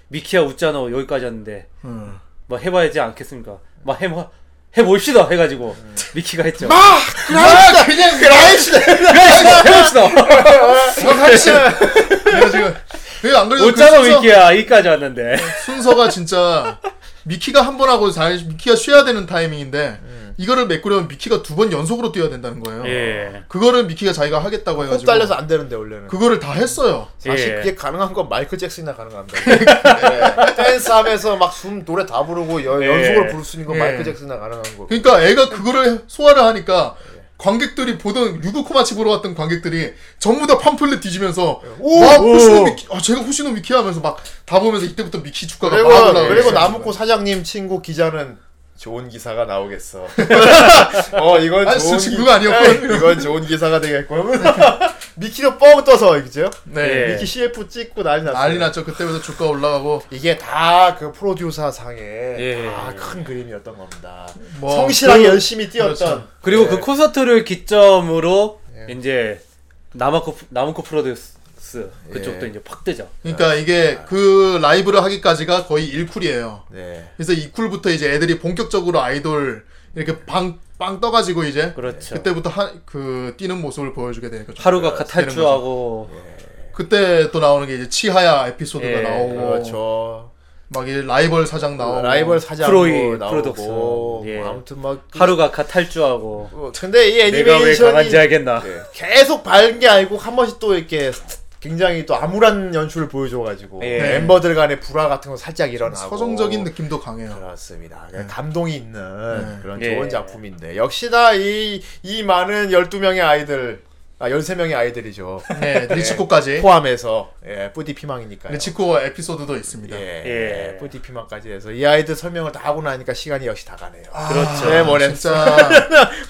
미키야 웃잖아 여기까지 왔는데 음. 뭐 해봐야지 않겠습니까? 막 해봐 해봅시다 해가지고 미키가 했죠. 아, 그냥 그라이스. 해봅시다. 내가 어, 지금 내가 안 그래도 그 웃잖아 순서, 미키야 여기까지 왔는데. 순서가 진짜 미키가 한 번 하고 잘 미키가 쉬어야 되는 타이밍인데 예. 이거를 메꾸려면 미키가 두 번 연속으로 뛰어야 된다는 거예요. 예. 그거를 미키가 자기가 하겠다고 꼭 해가지고 달려서 안 되는데 원래는. 그거를 다 했어요. 사실 예. 그게 가능한 건 마이클 잭슨이나 가능합니다. 예. 댄스하면서 막 숨 노래 다 부르고 여, 예. 연속으로 부를 수 있는 건 예. 마이클 잭슨이나 가능한 거. 그러니까 애가 그거를 소화를 하니까 관객들이 보던 류구코마치 보러 왔던 관객들이 전부 다 팜플렛 뒤지면서 오! 와 오! 호시노 미키 아 제가 호시노 미키 하면서 막 다 보면서 이때부터 미키 주가가 그리고 막 올라가고 그리고 있어요. 나무코 사장님 친구 기자는 좋은 기사가 나오겠어. 어 이건 아니, 좋은 예, 그 친구가 아니었군. 에이, 이건 좋은 기사가 되겠군. 미키로 뻥 떠서 그죠? 네 예. 미키 CF 찍고 난리 났어. 난리 났죠 그때부터 주가 올라가고 이게 다 그 프로듀서 상의 예. 다 큰 그림이었던 겁니다. 뭐, 성실하게 그- 열심히 뛰었던. 그렇죠. 그리고 예. 그 콘서트를 기점으로 이제 나마코 나무코 프로듀스 그쪽도 예. 이제 확대죠. 그러니까 이게 그 라이브를 하기까지가 거의 일쿨이에요 네. 그래서 이쿨부터 이제 애들이 본격적으로 아이돌 이렇게 방, 빵 떠가지고 이제 그렇죠. 때부터 하, 그 뛰는 모습을 보여주게 되는 거죠 하루가 되는 거죠. 탈주하고 그때 또 나오는 게 이제 치하야 에피소드가 예, 나오고 그렇죠. 막 이 라이벌 사장 나오고 어, 라이벌 사장 프로이, 프로덕스. 나오고 예. 뭐 아무튼 막 하루가 가 탈주하고 어, 근데 이 내가 왜 강한지 애니메이션이 알겠나. 예. 계속 밝은 게 아니고 한 번씩 또 이렇게 굉장히 또 암울한 연출을 보여줘가지고 예. 멤버들 간의 불화 같은 거 살짝 일어나고 그렇죠. 서정적인 느낌도 강해요. 그렇습니다. 네. 그냥 감동이 있는 그런 예. 좋은 작품인데 역시나 이, 이 많은 12명의 아이들 아 13명의 아이들이죠 네, 리치코까지. 예. 포함해서 예, 뿌디 피망이니까요 리치코 에피소드도 있습니다. 예, 예. 뿌디 피망까지 해서 이 아이들 설명을 다 하고 나니까 시간이 역시 다 가네요 그렇죠. 네, 뭐래. 아, 진짜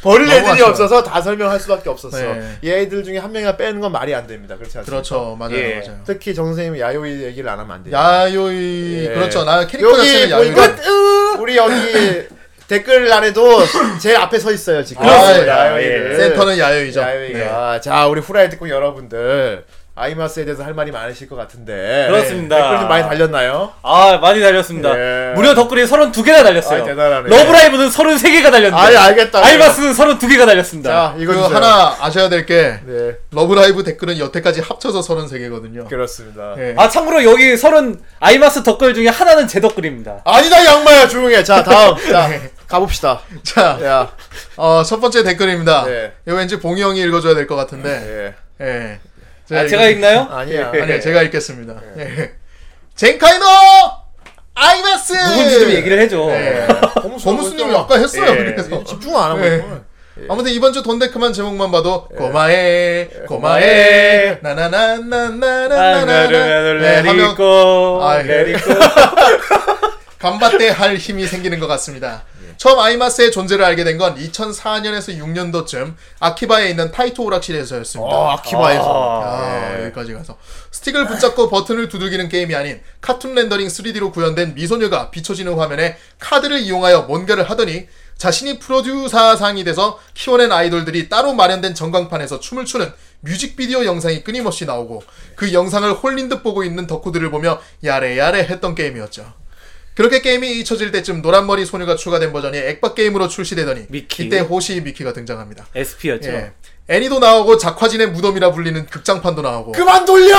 버릴 너무 애들이 아쉬워요. 없어서 다 설명할 수밖에 없었어 네. 이 아이들 중에 한 명이나 빼는 건 말이 안 됩니다 그렇지 않습니까? 그렇죠. 맞아요. 예. 맞아요. 특히 정 선생님 야요이 얘기를 안 하면 안 돼요. 야요이 예. 그렇죠. 나 캐릭터 여기 뭐 자체는 야요이. 보니까 우리 여기 댓글란에도 제일 앞에 서 있어요 지금. 그렇습니다. 예. 아, 야요이를. 센터는 야요이죠. 야요이가 자 우리 후라이 듣고 여러분들 아이마스에 대해서 할 말이 많으실 것 같은데 그렇습니다. 댓글 좀 많이 달렸나요? 아, 많이 달렸습니다. 예. 무려 덧글이 32개나 달렸어요. 아, 대단하네. 러브라이브는 33개가 달렸는데. 아예 알겠다. 아이바스는 32개가 달렸습니다. 자 그 이거 하나 아셔야 될 게 네 러브라이브 댓글은 여태까지 합쳐서 33개거든요. 그렇죠. 그렇습니다. 예. 아, 참고로 여기 30, 아이바스 덧글 중에 하나는 제 덧글입니다. 아니다 양마야 조용해. 자 다음 자 가봅시다. 자, 야 어, 첫 번째 댓글입니다. 네. 이거 왠지 봉이 형이 읽어줘야 될 것 같은데. 예. 예. 아, 제가 읽- 읽나요? 아니야. 예. 아니요, 제가 읽겠습니다. 예. 젠카이노 아이마스. 누군지 좀 얘기를 해줘. 예. 고무수님이 했잖아. 아까 했어요. 예. 그래서 집중 안 하고 예. 있구만. 아무튼 이번 주 돈데크만 제목만 봐도 예. 고마에 고마에 아, 나나나나나나나나 네, 하면 레리고 아, 예. 레리고 간바때 할 힘이 생기는 것 같습니다. 예. 처음 아이마스의 존재를 알게 된 건 2004년에서 6년도쯤 아키바에 있는 타이토 오락실에서였습니다. 아 아키바에서. 예. 아, 여기까지 가서 스틱을 붙잡고 버튼을 두들기는 게임이 아닌 카툰 렌더링 3D로 구현된 미소녀가 비춰지는 화면에 카드를 이용하여 뭔가를 하더니 자신이 프로듀서상이 돼서 키워낸 아이돌들이 따로 마련된 전광판에서 춤을 추는 뮤직비디오 영상이 끊임없이 나오고 그 영상을 홀린 듯 보고 있는 덕후들을 보며 야래야래 했던 게임이었죠. 그렇게 게임이 잊혀질 때쯤 노란머리 소녀가 추가된 버전이 액박 게임으로 출시되더니 미키. 이때 호시 미키가 등장합니다. SP였죠. 예. 애니도 나오고 작화진의 무덤이라 불리는 극장판도 나오고 그만 돌려.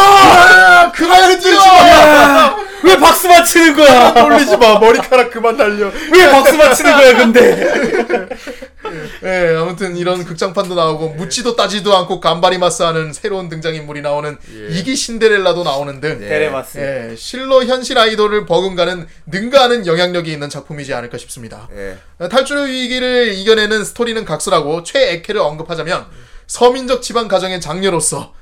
그만 흔들지 마. 왜 박수 맞히는 거야? 돌리지 마. 머리카락 그만 달려. 왜 박수 맞히는 거야 근데? 예, 아무튼 이런 극장판도 나오고 묻지도 따지도 않고 간바리마스하는 새로운 등장인물이 나오는 이기 신데렐라도 나오는 등 데레마스. 예, 실로 현실 아이돌을 버금가는 능가하는 영향력이 있는 작품이지 않을까 싶습니다. 예. 탈출 위기를 이겨내는 스토리는 각수라고 최애캐를 언급하자면 서민적 지방 가정의 장녀로서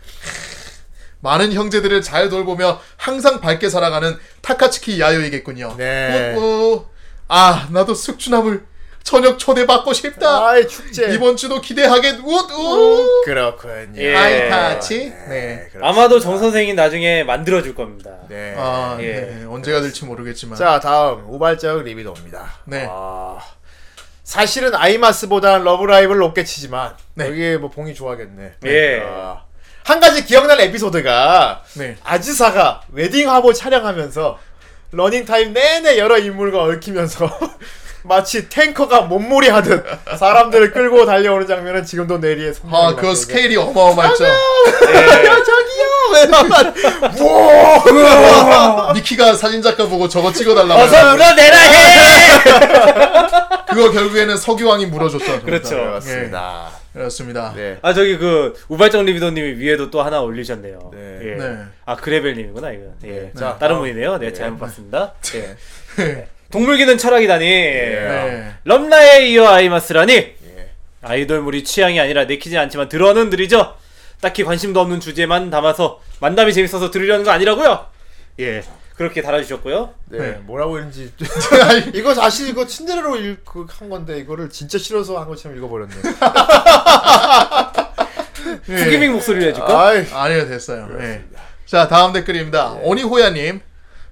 많은 형제들을 잘 돌보며 항상 밝게 살아가는 타카츠키 야요이겠군요. 네. 오, 아 나도 숙주나물 저녁 초대 받고 싶다. 아이 축제. 이번 주도 기대하게 우우 그렇군요. 예. 아이타치 네. 그렇습니다. 아마도 정 선생이 나중에 만들어줄 겁니다. 네. 아, 예. 네. 언제가 될지 모르겠지만. 자 다음 우발적 리뷰도입니다. 네. 아, 사실은 아이마스보단 러브라이브를 높게 치지만 네. 여기 뭐 봉이 좋아하겠네. 예. 아, 한 가지 기억나는 에피소드가 네. 아즈사가 웨딩 화보 촬영하면서 러닝 타임 내내 여러 인물과 얽히면서 마치 탱커가 몸몰이 하듯 사람들을 끌고 달려오는 장면은 지금도 내리의 예. 아, 그 스케일이 아, 어마어마했죠. 야 저기요. 우와. 미키가 사진작가 보고 저거 찍어달라고. 어서 물어내라 해. 그거 결국에는 서기왕이 물어줬죠. 전부 다. 그렇죠. 예, 맞습니다. 그렇습니다. 네. 아 저기 그 우발적 리비더님이 위에도 또 하나 올리셨네요. 네. 예. 네. 아 그레벨님이구나 이거. 예. 자, 다른 다음. 분이네요. 네, 예. 잘못 봤습니다. 예. 동물기는 철학이다니. 네. 럼나에 이어 아이마스라니. 예. 아이돌물이 취향이 아니라 내키진 않지만 들어는 들이죠. 딱히 관심도 없는 주제만 담아서 만담이 재밌어서 들으려는 거 아니라고요. 예. 그렇게 달아주셨고요. 네. 네. 뭐라고 했는지 아니, 이거 사실 이거 친데레로 읽한 건데 이거를 진짜 싫어서 한 것처럼 읽어버렸네. 예. 후기밍 목소리를 해줄까? 아이. 아니요, 됐어요. 예. 자, 다음 댓글입니다. 오니호야님.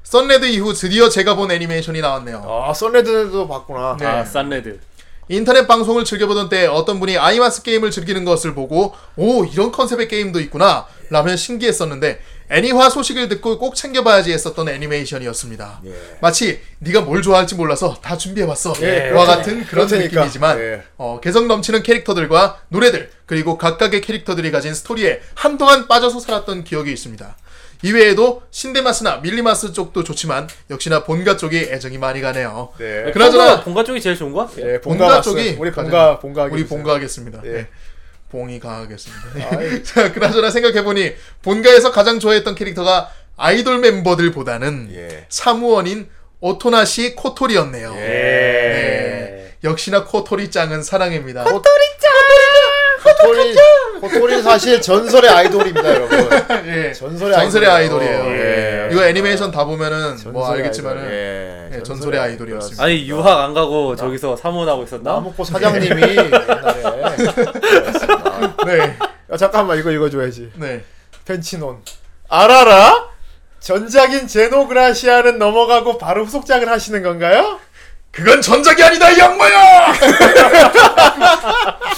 썬레드 이후 드디어 제가 본 애니메이션이 나왔네요. 아 썬레드도 봤구나. 네. 아, 싼레드. 인터넷 방송을 즐겨보던 때 어떤 분이 아이마스 게임을 즐기는 것을 보고 오 이런 컨셉의 게임도 있구나 라며 신기했었는데 애니화 소식을 듣고 꼭 챙겨봐야지 했었던 애니메이션이었습니다. 마치 네가 뭘 좋아할지 몰라서 다 준비해봤어. 예, 와 그렇죠. 같은 그런 그렇다니까. 느낌이지만 예. 어, 개성 넘치는 캐릭터들과 노래들 그리고 각각의 캐릭터들이 가진 스토리에 한동안 빠져서 살았던 기억이 있습니다. 이외에도 신데마스나 밀리마스 쪽도 좋지만 역시나 본가 쪽이 애정이 많이 가네요. 네. 그나저나 본가- 본가 쪽이 제일 좋은 것 같아요. 예, 본가 본가 쪽이 쪽이 우리 본가 본가 우리 본가하겠습니다. 예. 네. 봉이 가하겠습니다. 자, 그나저나 생각해보니 본가에서 가장 좋아했던 캐릭터가 아이돌 멤버들보다는 예. 사무원인 오토나시 코토리였네요. 예. 역시나 코토리 짱은 사랑입니다. 코토리 코토리 사실 전설의 아이돌입니다, 여러분. 예. 전설의 전설의 아이돌이에요. 아이돌이에요. 예. 이거 애니메이션 다 보면은 뭐 전설의 알겠지만은 아이돌. 예. 예, 전설의 아이돌이었습니다. 아니, 유학 안 가고 저기서 사모하고 있었나? 나무코 사장님이 옛날에 그랬습니다. 네. 야, 예. 아, 잠깐만 이거 읽어줘야지. 네. 펜치논. 알아라? 전작인 제노그라시아는 넘어가고 바로 후속작을 하시는 건가요? 그건 전작이 아니다 이 양반야!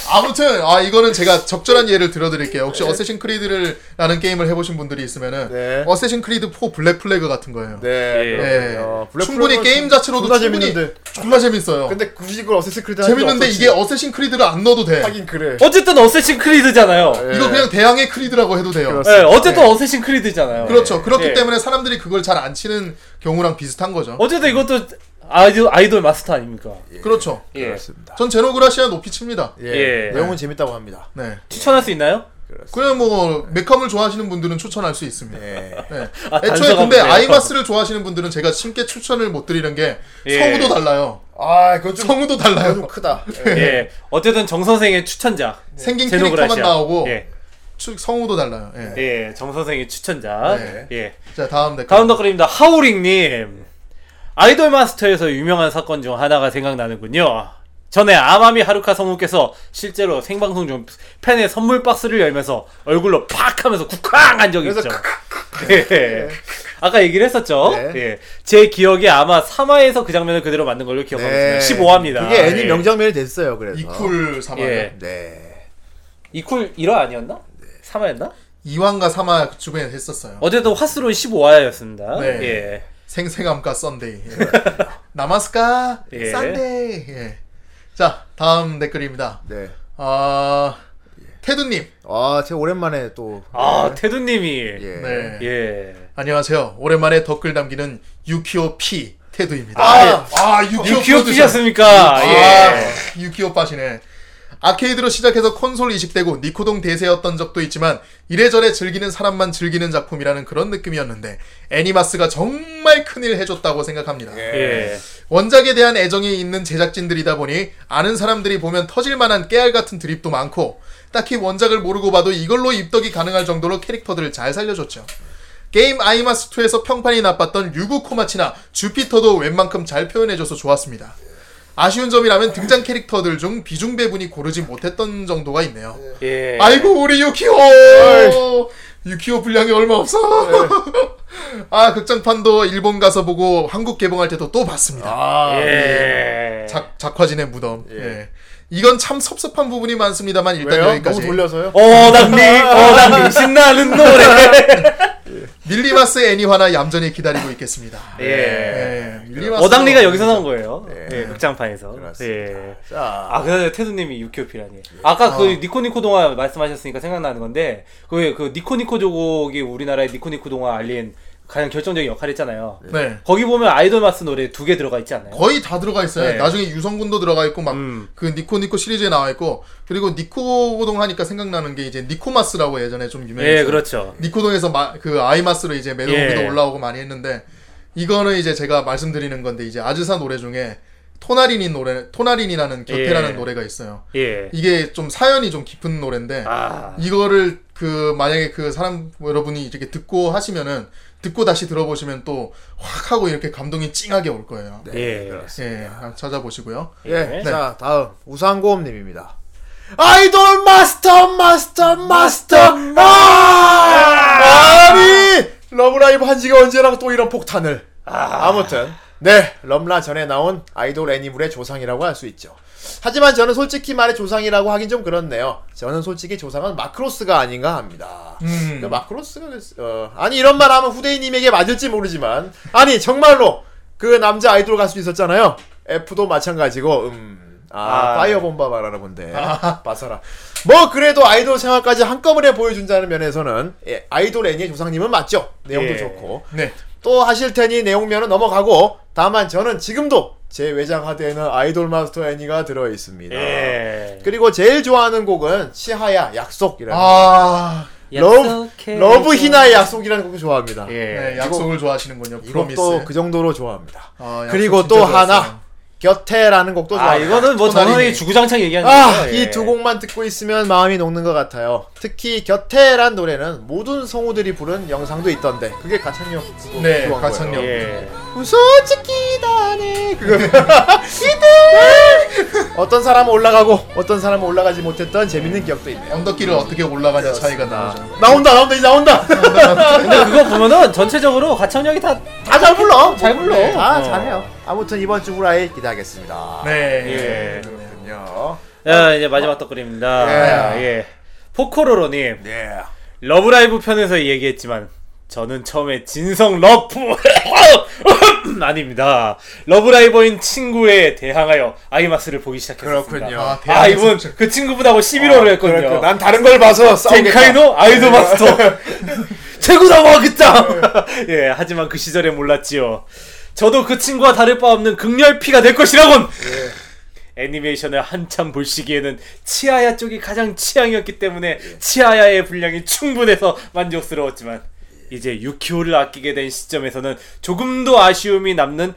아무튼 아 이거는 제가 적절한 예를 들어드릴게요. 혹시 어쌔신 크리드를라는 게임을 해보신 분들이 있으면은 네. 어쌔신 크리드 4 블랙 플래그 같은 거예요. 네. 예. 네. 어, 블랙 충분히 플래그는 게임 자체로도 존나 충분히 재밌는데. 존나 재밌어요. 근데 굳이 그걸 어쌔신 크리드 하는 게 재밌는데 없었지. 이게 어쌔신 크리드를 안 넣어도 돼. 하긴 그래. 어쨌든 어쌔신 크리드잖아요. 예. 이거 그냥 대항의 크리드라고 해도 돼요. 그렇습니다. 네. 예, 어쨌든 어쌔신 크리드잖아요. 그렇죠. 그렇기 예. 때문에 사람들이 그걸 잘 안 치는 경우랑 비슷한 거죠. 어쨌든 이것도 아이돌, 아이돌 마스터 아닙니까? 그렇죠. 예. 그렇습니다. 전 제노그라시아 높이 칩니다. 예. 예. 내용은 재밌다고 합니다. 네. 추천할 수 있나요? 그냥 뭐 메컴을 좋아하시는 분들은 추천할 수 있습니다. 예. 네. 아, 애초에 단서가 근데 없네요. 아이마스를 좋아하시는 분들은 제가 쉽게 추천을 못 드리는 게 예. 성우도 달라요. 아, 그건 좀 성우도 그건 달라요. 좀 크다. 예. 어쨌든 정 선생의 추천작. 생긴 제노그라시아. 예. 캐릭터만 나오고 예. 추- 성우도 달라요. 예. 예. 정 선생의 추천작. 네. 예. 자 다음 댓글. 다음 댓글입니다. 하우링님. 아이돌 마스터에서 유명한 사건 중 하나가 생각나는군요. 전에 아마미 하루카 성우께서 실제로 생방송 중 팬의 선물 박스를 열면서 얼굴로 팍 하면서 국쾅 한 적이 있죠. 예. 아까 얘기를 했었죠. 네. 예. 제 기억에 아마 3화에서 그 장면을 그대로 만든 걸로 기억하고 있습니다. 15화입니다. 네. 그게 애니 예. 명장면이 됐어요. 그래서. 이쿨 사마. 예. 네. 이쿨 1화 아니었나? 3화였나? 이왕과 사마 주변에 했었어요. 어제도 화스론 15화였습니다. 네. 예. 생생함과 썬데이. 예. 나마스카 예. 썬데이. 예. 자 다음 댓글입니다. 네. 아 테두님. 아, 제가 오랜만에 또 아, 테두님이. 예. 네. 예. 안녕하세요. 오랜만에 댓글 남기는 유키오 P 테두입니다. 아, 아 유키오, 예. 유키오 프로듀서. 피셨습니까? 예. 아, 유키오 빠시네. 아케이드로 시작해서 콘솔 이식되고 니코동 대세였던 적도 있지만 이래저래 즐기는 사람만 즐기는 작품이라는 그런 느낌이었는데 애니마스가 정말 큰일 해줬다고 생각합니다. 예. 원작에 대한 애정이 있는 제작진들이다 보니 아는 사람들이 보면 터질 만한 깨알 같은 드립도 많고 딱히 원작을 모르고 봐도 이걸로 입덕이 가능할 정도로 캐릭터들을 잘 살려줬죠. 게임 아이마스2에서 평판이 나빴던 류구 코마치나 주피터도 웬만큼 잘 표현해줘서 좋았습니다. 아쉬운 점이라면 등장 캐릭터들 중 비중 배분이 고르지 못했던 정도가 있네요. 예. 아이고 우리 유키오 유키오 분량이 얼마 없어 아 극장판도 일본 가서 보고 한국 개봉할 때도 또 봤습니다 아, 예. 작, 작화진의 무덤 예. 이건 참 섭섭한 부분이 많습니다만 일단 왜요? 여기까지 너무 돌려서요? 어, 남미, 어, 남미, 신나는 노래. 밀리마스 애니화나 얌전히 기다리고 있겠습니다 예. 예, 밀리마스 어당리가 여기서 나온 거예요. 예, 극장판에서. 그렇습니다. 예. 자, 아, 그나저나 테두님이 유키오피라니. 아까 그 니코니코 동화 말씀하셨으니까 생각나는 건데, 그, 그 니코니코 조곡이 우리나라의 니코니코 동화 알린 가장 결정적인 역할 했잖아요. 네 거기 보면 아이돌 마스 노래 두 개 들어가 있지 않나요? 거의 다 들어가 있어요. 네. 나중에 유성군도 들어가 있고 막 그 음. 니코 니코 시리즈에 나와 있고 그리고 니코동 하니까 생각나는 게 이제 니코마스라고 예전에 좀 유명했어요. 예, 그렇죠. 니코동에서 마, 그 아이마스로 이제 메로우기도 예. 올라오고 많이 했는데 이거는 이제 제가 말씀드리는 건데 이제 아즈사 노래 중에 토나린인 노래 토나린이라는 곁에라는 예. 노래가 있어요. 예. 이게 좀 사연이 좀 깊은 노래인데 아. 이거를 그 만약에 그 사람 여러분이 이렇게 듣고 하시면은 듣고 다시 들어보시면 또 확 하고 이렇게 감동이 찡하게 올 거예요. 네, 예. 예, 한번 찾아보시고요. 예. 네. 자, 다음 우상고음 님입니다. 아이돌 마스터 마스터 마스터 아! 아니 러브라이브 한지가 언제랑 또 이런 폭탄을 아. 무튼네 럼라 전에 나온 아이돌 애니물의 조상이라고 할 수 있죠 하지만 저는 솔직히 말해 조상이라고 하긴 좀 그렇네요 저는 솔직히 조상은 마크로스가 아닌가 합니다 그 마크로스가 됐- 어, 아니 이런 말 하면 후대인님에게 맞을지 모르지만 아니 정말로 그 남자 아이돌 가수 있었잖아요 F도 마찬가지고 음, 아, 아. 파이어bom바 말하는 건데 봐서라 뭐 그래도 아이돌 생활까지 한꺼번에 보여준다는 면에서는 예, 아이돌 애니의 조상님은 맞죠 내용도 예. 좋고 네. 또 하실 테니 내용면은 넘어가고 다만 저는 지금도 제 외장 하드에는 아이돌 마스터 애니가 들어 있습니다. 예. 그리고 제일 좋아하는 곡은 치하야 약속이라는 아, 러브 러브 히나의 약속이라는 곡을 좋아합니다. 예. 네, 약속을 좋아하시는군요. 프로미스. 이것도 그 정도로 좋아합니다. 아, 약속 그리고 또 진짜 좋았어요. 하나 곁에라는 곡도 아, 좋아합니다. 이거는 뭐 토나리니. 전원이 주구장창 얘기하는 아, 거죠. 예. 이 두 곡만 듣고 있으면 마음이 녹는 것 같아요. 특히 곁에란 노래는 모든 성우들이 부른 영상도 있던데 그게 가창력 네, 그거인 가창력. 거예요. 예. 솔직히 다네 그거 어떤 사람은 올라가고 어떤 사람은 올라가지 못했던 재밌는 기억도 있네요 언덕길을 어떻게 올라가냐 차이가 나죠. 나온다 나온다 이제 나온다 근데 그거 보면은 전체적으로 가창력이 다 다 잘 불러 잘 불러. 아 어. 잘해요 아무튼 이번 주 후라이 기대하겠습니다 네. 예. 그렇군요 야, 예, 아, 이제 마지막 떡글입니다. 예. 예. 포코로로님, 네 러브라이브 편에서 얘기했지만, 저는 처음에 진성 러프, 아닙니다. 러브라이버인 친구에 대항하여 아이마스를 보기 시작했습니다. 그렇군요. 아, 아, 이분 그 친구분하고 11월을 했거든요. 아, 그렇군. 난 다른 걸 봐서 싸우겠다 젠카이노 아이돌 마스터 최고다 먹겠다 예 하지만 그 시절에 몰랐지요 저도 그 친구와 다를 바 없는 극렬피가 될 것이라곤 예. 애니메이션을 한참 볼 시기에는 치아야 쪽이 가장 취향이었기 때문에 치아야의 분량이 충분해서 만족스러웠지만 이제 유키오를 아끼게 된 시점에서는 조금도 아쉬움이 남는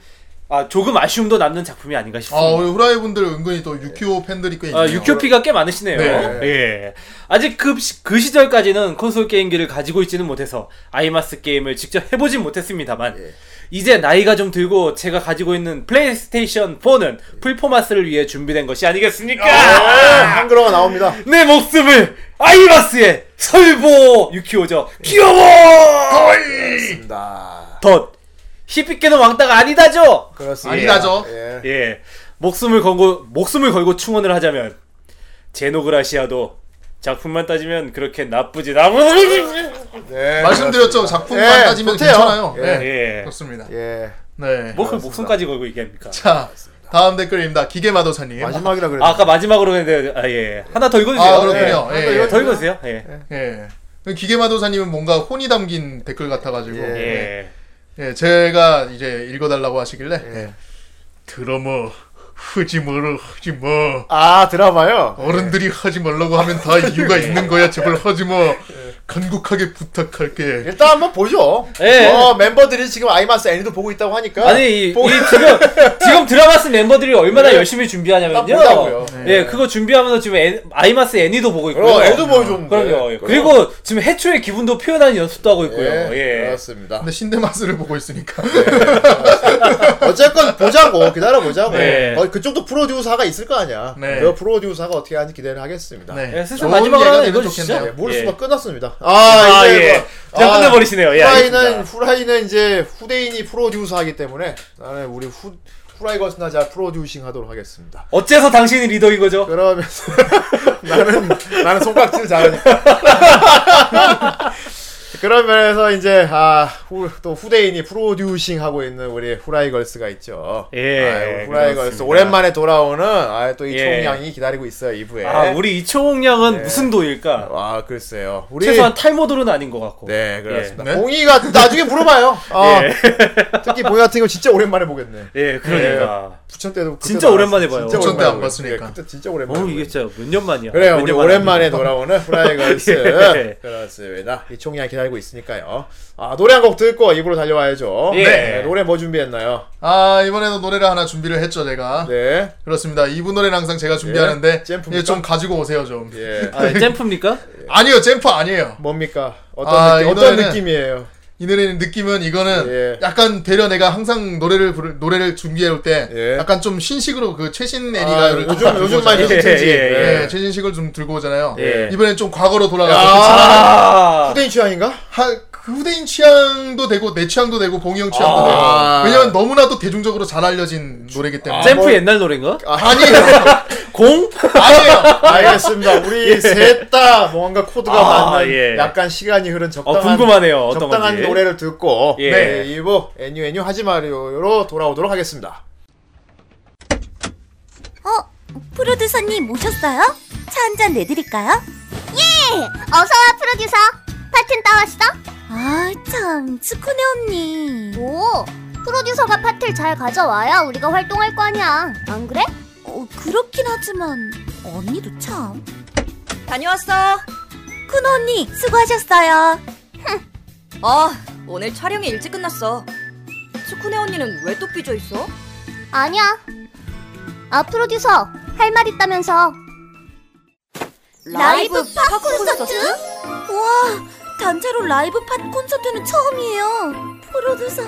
아 조금 아쉬움도 남는 작품이 아닌가 아, 싶습니다. 우리 후라이 분들 은근히 또 유키오 팬들이 꽤 있네요. 아, 유큐피가 꽤 많으시네요. 네. 예. 아직 그, 시- 그 시절까지는 콘솔 게임기를 가지고 있지는 못해서 아이마스 게임을 직접 해보진 못했습니다만 이제 나이가 좀 들고 제가 가지고 있는 플레이스테이션 4는 풀포마스를 위해 준비된 것이 아니겠습니까? 네. 한글어가 나옵니다 내 목숨을 아이마스에 설보 유키오죠. 귀여워. 음, 그렇습니다 덧 히피께는 왕따가 아니다죠. 아, 그렇습니다 아니다죠. 예. 예. 목숨을 걸고 목숨을 걸고 충원을 하자면 제노그라시아도 작품만 따지면 그렇게 나쁘지 나쁘지 네, 말씀드렸죠. 작품만 예, 따지면 좋대요. 괜찮아요. 예. 네. 예. 좋습니다. 예 네. 뭐그 목숨까지 걸고 얘기합니까? 자, 다음 댓글입니다. 기계마도사님. 마지막이라 그랬는데 아, 아까 마지막으로 했는데 아, 예. 하나 더 읽어주세요. 아, 그렇군요. 예. 예. 아, 예. 예. 더 읽어주세요. 예. 예. 기계마도사님은 뭔가 혼이 담긴 댓글 같아가지고. 예. 예. 제가 이제 읽어달라고 하시길래. 예. 드러머, 하지 마라, 하지 마. 아 네. 드라마요? 어른들이 하지 말라고 하면 다 이유가 있는 거야. 제발 하지 마. 간곡하게 부탁할게. 일단 한번 보죠. 예. 어, 멤버들이 지금 아이마스 애니도 보고 있다고 하니까. 아니 이, 이 지금 지금 드라마스 멤버들이 얼마나 예. 열심히 준비하냐면요. 딱 보자고요. 예, 그거 준비하면서 지금 애, 아이마스 애니도 보고 있고요. 그럼 애도 보여줬는데. 그럼요. 예. 그리고 지금 해초의 기분도 표현하는 연습도 하고 있고요. 예. 그렇습니다. 근데 신데마스를 보고 있으니까. 어쨌건 보자고 기다려 보자고. 네. 어, 그쪽도 프로듀서가 있을 거 아니야. 네. 그 프로듀서가 어떻게 하는지 기대를 하겠습니다. 네. 예, 슬슬 좋은 마지막으로 예가 하나 되면 읽어주시죠. 좋겠네요. 네, 모를 예. 수가 끝났습니다. 아, 아, 이제 예. 이거- 그냥 아, 끝내버리시네요. 예, 후라이는 알겠습니다. 후라이는 이제 후대인이 프로듀서 하기 때문에 나는 우리 후 후라이 거스나자 프로듀싱 하도록 하겠습니다. 어째서 당신이 리더 이거죠? 그러면서 나는 나는 손깍질 잘하니까. 그런 면에서 이제 아, 후, 또 후대인이 프로듀싱 하고 있는 우리 후라이걸스가 있죠. 예, 아유, 후라이걸스 그렇습니다. 오랜만에 돌아오는 아, 또이 예. 총량이 기다리고 있어요 2부에. 아, 우리 이초홍 양은 예. 무슨 도일까? 와 글쎄요. 우리 최소한 예. 탈모도는 아닌 것 같고. 네 그렇습니다. 네? 봉이가 나중에 물어봐요. 아, 특히 봉이 같은 경우 진짜 오랜만에 보겠네. 예, 그러니까. 부천 때도 그때 진짜 나왔- 오랜만에 봐요. 진짜 부천 때안 오랜만에 봤으니까. 보겠네. 그때 진짜 오랜만에. 어, 보겠네. 이게 진짜 몇 년 만이야. 그래요. 몇 우리 년 오랜만에 만이야. 돌아오는 후라이걸스. 예. 그렇습니다. 이 총량 기다리고 있으니까요. 아, 노래 한 곡 듣고 입으로 달려와야죠. 예. 네. 노래 뭐 준비했나요? 아 이번에도 노래를 하나 준비를 했죠 제가 네. 그렇습니다 이분 노래는 항상 제가 준비하는데 잼프입니까? 예, 좀 가지고 오세요 좀 예. 아, 잼프입니까? 아니요 잼프 아니에요 뭡니까? 어떤, 아, 느낌, 이 어떤 노래는- 느낌이에요? 이 노래는 느낌은 이거는 예. 약간 되려 내가 항상 노래를 부를, 노래를 준비해 올 때 예. 약간 좀 신식으로 그 최신 애니가 아, 이렇게 요즘, 들고 요즘 오잖아요. 많이 예, 신지. 예, 예, 예. 최신식을 좀 들고 오잖아요 예. 이번엔 좀 과거로 돌아가서 아, 아, 후대인 취향인가? 하, 그 후대인 취향도 되고 내 취향도 되고 봉이 형 취향도 아. 되고 왜냐면 너무나도 대중적으로 잘 알려진 노래이기 때문에 아, 뭐, 잼프 옛날 노래인가? 아니에요 공? 어, 아니에요 알겠습니다. 우리 셋 다 뭔가 코드가 예. 아, 맞는 예. 약간 시간이 흐른 적당한 어, 궁금하네요. 어떤 적당한 건지. 노래를 듣고 예. 네, 2부 애뉴 애뉴 하지 마요로 돌아오도록 하겠습니다. 어, 프로듀서님 오셨어요? 차 한 잔 내드릴까요? 예! 어서와 프로듀서 파튼 따왔어? 아, 참, 츠코네 언니. 오 프로듀서가 파트를 잘 가져와야 우리가 활동할 거 아니야 안 그래? 어, 그렇긴 하지만, 언니도 참. 다녀왔어. 큰 언니, 수고하셨어요. 어, 아, 오늘 촬영이 일찍 끝났어. 스쿠네 언니는 왜 또 삐져 있어? 아니야 아 프로듀서 할 말 있다면서 라이브 팝 콘서트? 우와, 단체로 라이브 팝 콘서트는 처음이에요. 프로듀서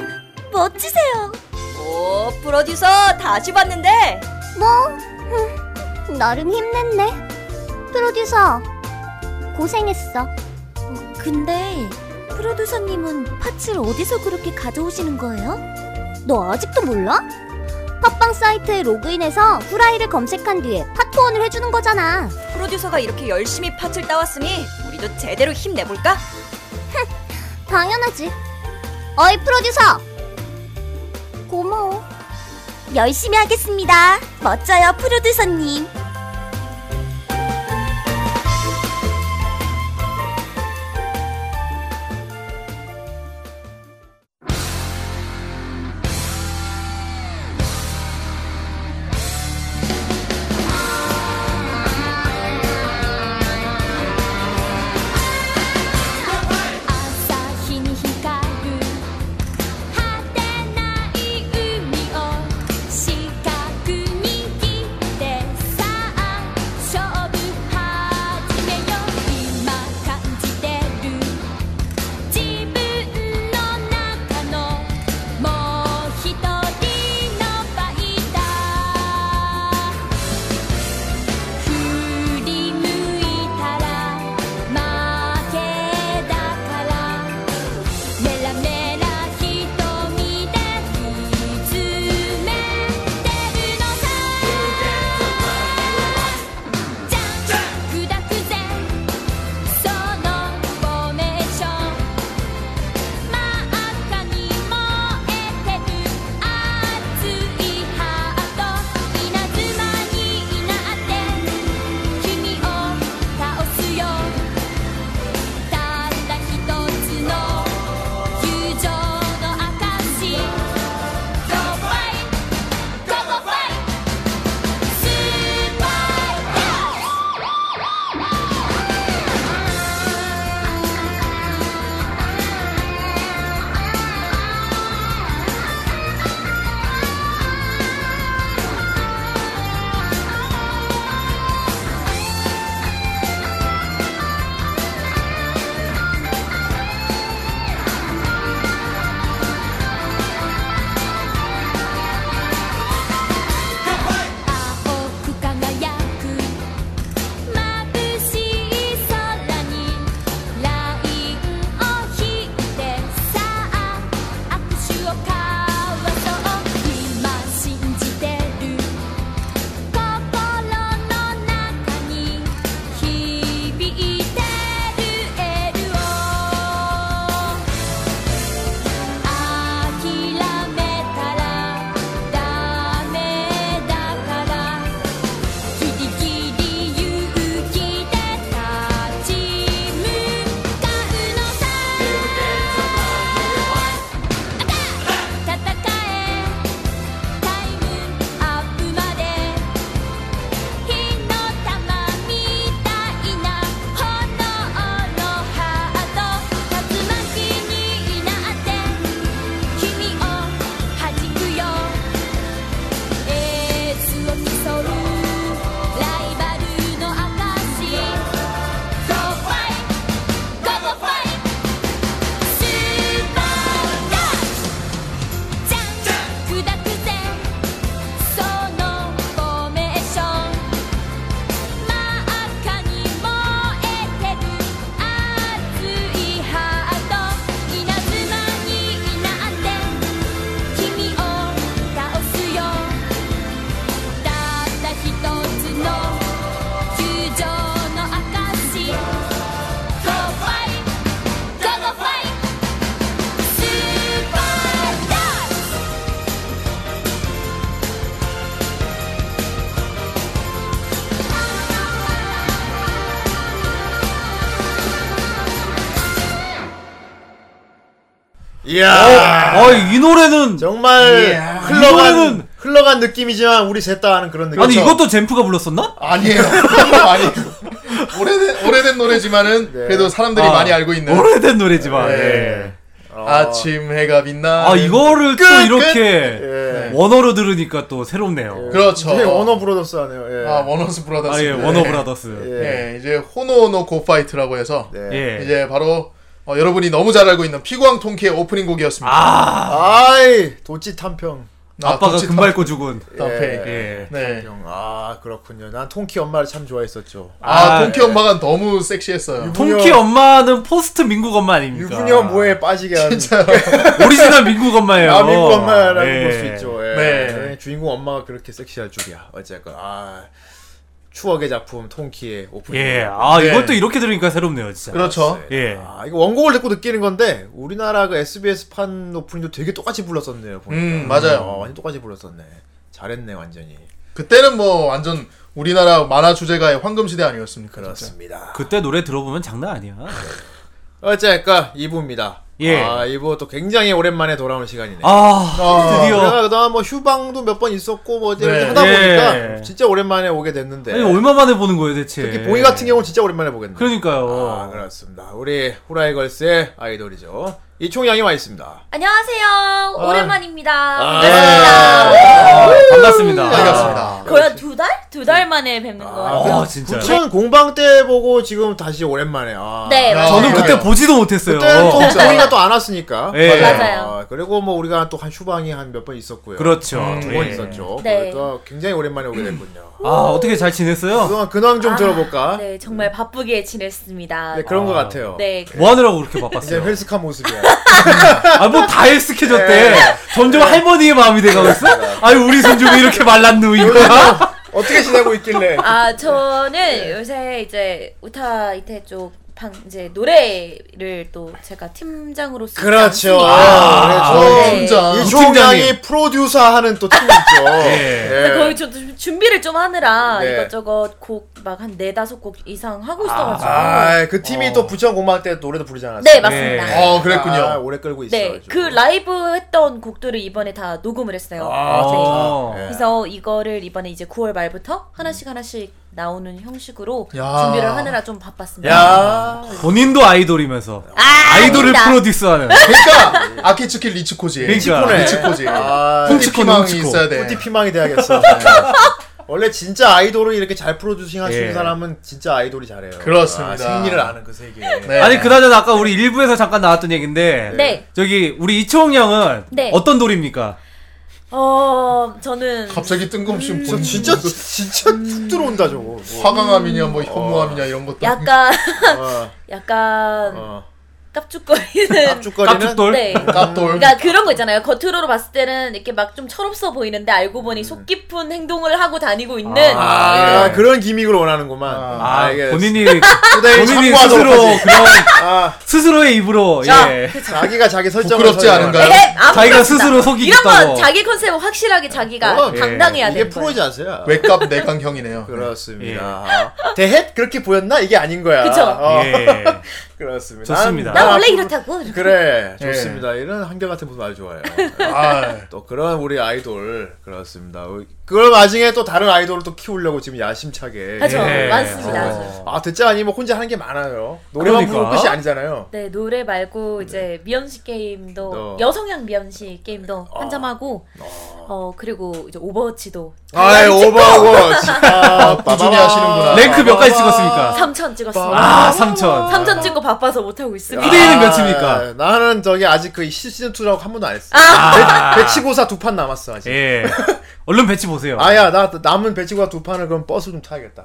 멋지세요. 오, 프로듀서 다시 봤는데 뭐? 흠, 나름 힘냈네. 프로듀서, 고생했어. 근데 프로듀서님은 파츠를 어디서 그렇게 가져오시는 거예요? 너 아직도 몰라? 팟빵 사이트에 로그인해서 후라이를 검색한 뒤에 파트원을 해주는 거잖아. 프로듀서가 이렇게 열심히 팥을 따왔으니 우리도 제대로 힘내볼까? 당연하지. 어이, 프로듀서! 고마워. 열심히 하겠습니다. 멋져요, 프로듀서님. 「朝日に光る果てない海を四角に切ってさあ勝負始めよう」「今感じてる自分の中のもうひとりのバイタ「振り向いたら負けだから」「メラメラ瞳で見つめてるのさ」「じゃん砕くぜそのフォーメーション」「真っ赤に燃えてる熱いハート」「稲妻になって君を倒すよ」「たったひとつの友情の証し」「Go fight! Go go fight! スーパーヒーロー青く輝く眩しい空にラインを引いてさあ握手を交わそう今信じてる心の中に響いてるエールを「あきらめたらダメだから」「ギリギリ勇気で立ち向かうのさ」「戦えタイムアップまで」「火の玉みたいな炎のハート」「竜巻になって君を弾くよ」「エースを競うライバルの証し」「Go fight! Go go fight! スーパーダッシュ」「じゃん砕くぜそのフォーメーション」「真っ赤に燃えてる熱いハート」「稲妻になって君を倒すよ」「たったひとつの友情の証し」「Go fight! Go go fight! スーパーダッシュ」 이야. 아, 이 노래는 정말 이야. 흘러간 이거는- 흘러간 느낌이지만 우리 셋 다 하는 그런 느낌. 아니 이것도 젠프가 불렀었나? 아니에요. 아니. 오래된 오래된 노래지만은 그래도 사람들이 아, 많이 알고 있는 오래된 노래지만. 네. 예. 아침 해가 빛나. 아 이거를 또 끝, 이렇게 예. 원어로 들으니까 또 새롭네요. 그렇죠. 되게 원어 브로더스 하네요. 예. 아 원어스 브라더스. 아 예, 네. 원어 브라더스. 예, 이제 호노노 고파이트라고 해서 네. 예. 이제 바로 어, 여러분이 너무 잘 알고 있는 피구왕 통키의 오프닝 곡이었습니다. 아, 아이 도치 탐평. 아빠가 도치 금발고 죽은. 탐페이. 예. 네. 탐평. 아 그렇군요. 난 통키 엄마를 참 좋아했었죠. 아, 아, 동키 엄마가 너무 섹시했어요. 통키 엄마는 포스트 민국 엄마 아닙니까? 유부녀 모에 빠지게 하는 오리지널 민국 엄마예요. 아 민국 엄마라고 예. 볼 수 있죠. 예. 네. 예, 주인공 엄마가 그렇게 섹시할 줄이야. 어쨌건 아 추억의 작품 통키의 오프닝. 예. 아 네. 이것도 이렇게 들으니까 새롭네요, 진짜. 그렇죠. 예. 아, 이거 원곡을 듣고 느끼는 건데 우리나라 그 SBS 판 오프닝도 되게 똑같이 불렀었네요. 보니까. 음, 맞아요. 어, 완전 똑같이 불렀었네. 잘했네 완전히. 그때는 뭐 완전 우리나라 만화 주제가의 황금 시대 아니었습니까? 진짜. 그렇습니다. 그때 노래 들어보면 장난 아니야. 어쨌건 2부입니다. 예. 아, 2부 또 굉장히 오랜만에 돌아오는 시간이네. 요 아, 아, 드디어. 내가 그동안 뭐 휴방도 몇 번 있었고 뭐 이제 네. 이렇게 하다 예. 보니까 진짜 오랜만에 오게 됐는데. 아니 얼마 만에 보는 거예요, 대체? 네. 특히 봉이 같은 경우는 진짜 오랜만에 보겠네요. 그러니까요. 아, 그렇습니다. 우리 후라이걸스의 아이돌이죠. 이총양이 와 있습니다. 안녕하세요. 오랜만입니다. 네. 아, 음, 반갑습니다. 반갑습니다. 거의 두 달? 두 달 만에 뵙는 거 아, 같아요. 진짜. 부천 공방 때 보고 지금 다시 오랜만에. 아. 네, 야, 맞아요. 저는 그때 그래요. 보지도 못했어요. 그때는 또 봉이가 또 안 왔으니까. 예. 맞아요. 아, 그리고 뭐 우리가 또 한 휴방이 한 몇 번 있었고요. 음, 그렇죠. 두 예. 번 있었죠. 네. 그래서 굉장히 오랜만에 오게 됐군요. 아, 어떻게 잘 지냈어요? 그동안 근황 좀 아, 들어볼까? 네. 네, 정말 바쁘게 지냈습니다. 그런 아. 것 같아요. 네, 뭐 하느라고 그렇게 이제 바빴어요? 헬스한 모습이야. 아, 뭐 다 익숙해졌대. 네. 점점 할머니의 마음이 돼가고 있어? 아유, 우리 손주가 이렇게 말랐누, 이거야? 어떻게 지내고 있길래? 아 저는 요새 이제 우타 이태 쪽 방, 이제 노래를 또 제가 팀장으로서 그렇죠. 하지 아, 아, 그렇죠. 네. 진짜. 이 팀장님. 총장이 프로듀서 하는 또 팀이 있죠. 예. 않습니다. 네, 거의 저도 좀 준비를 좀 하느라 네. 이것저것 곡 막 한 네다섯 곡 이상 하고 있어가지고 아, 그 팀이 또 부천 공방 때 노래도 부르지 않았어요? 네 맞습니다. 네. 어, 그랬군요. 아, 오래 끌고 있어. 네, 그 라이브 했던 곡들을 이번에 다 녹음을 했어요. 아, 어. 네. 그래서 이거를 이번에 이제 9월 말부터 하나씩 하나씩 나오는 형식으로 야. 준비를 하느라 좀 바빴습니다. 야, 아. 본인도 아이돌이면서 아, 이돌을 아닙니다. 프로듀스하는. 그러니까 아키츠키 리츠코지. 그러니까. 리츠코지. 아, 푸티 리츠코, 피망이 리츠코. 있어야 돼. 뿌디 피망이 돼야겠어. 네. 원래 진짜 아이돌을 이렇게 잘 프로듀싱 할수 있는 예. 사람은 진짜 아이돌이 잘해요. 그렇습니다. 아, 승리를 아는 그 세계. 네. 아니, 그나저나 아까 우리 1부에서 잠깐 나왔던 얘기인데. 네. 저기, 우리 이초홍 양은. 네. 어떤 돌입니까? 어, 저는 갑자기 뜬금없이 음, 본 음. 진짜 진짜 툭 들어온다 저거. 뭐. 화강암이냐 뭐 현무암이냐 이런 것도 약간 어, 약간 어. 깝죽거리는 깝죽거리는 깝죽돌? 네. 깝돌. 그러니까 그런 거 있잖아요. 겉으로 봤을 때는 이렇게 막 좀 철없어 보이는데 알고 보니 속 깊은 행동을 하고 다니고 있는 음. 아, 그런 기믹을 원하는구만. 아, 알겠어. 본인이, 후대인 본인이 스스로 네, 참고하도록 하지. 그런, 아, 스스로의 입으로, 야, 예. 자기가 자기 설정을 부끄럽지 설정을 않은가요? 하는 에헴, 네, 아무것도 자기가 없다. 스스로 속이 이런 깊다고. 건 자기 컨셉을 확실하게 자기가 어, 당당해야 이게 되는 거예요. 프로이지 않으세요? 외값 내강형이네요. 그렇습니다. 대헷 그렇게 보였나? 이게 아닌 거야. 그쵸. 어, 예. 그렇습니다. 좋습니다. 난- 난 난 원래 앞으로- 이렇다고. 그래, 예. 좋습니다. 이런 한결같은 모습 아주 좋아요. 아, 또 그런 우리 아이돌 그렇습니다. 어, 그걸 와중에 또 다른 아이돌을 또 키우려고 지금 야심차게. 하죠. 예. 많습니다. 어. 아 듣자 아니면 혼자 하는 게 많아요. 노래만 그러니까. 부르는 것이 아니잖아요. 네 노래 말고 이제 미연식 게임도 네. 어. 여성향 미연식 게임도 한참 하고 어 그리고 이제 오버워치도 아이 오버워치. 아, 꾸준히 하시는구나. 랭크 몇 가지 찍었습니까? 3천 찍었습니다. 아, 3천. 3천 찍고 바빠서 못 하고 있습니다. 후대인- 후대인은 몇입니까? 아, 나는 저기 아직 그 시즌 2라고 한 번도 안 했어. 아. 배치고사 두 판 남았어 아직. 예. 얼른 배치 보세요. 아야 나 남은 배치고사 두 판을 그럼 버스 좀 타야겠다.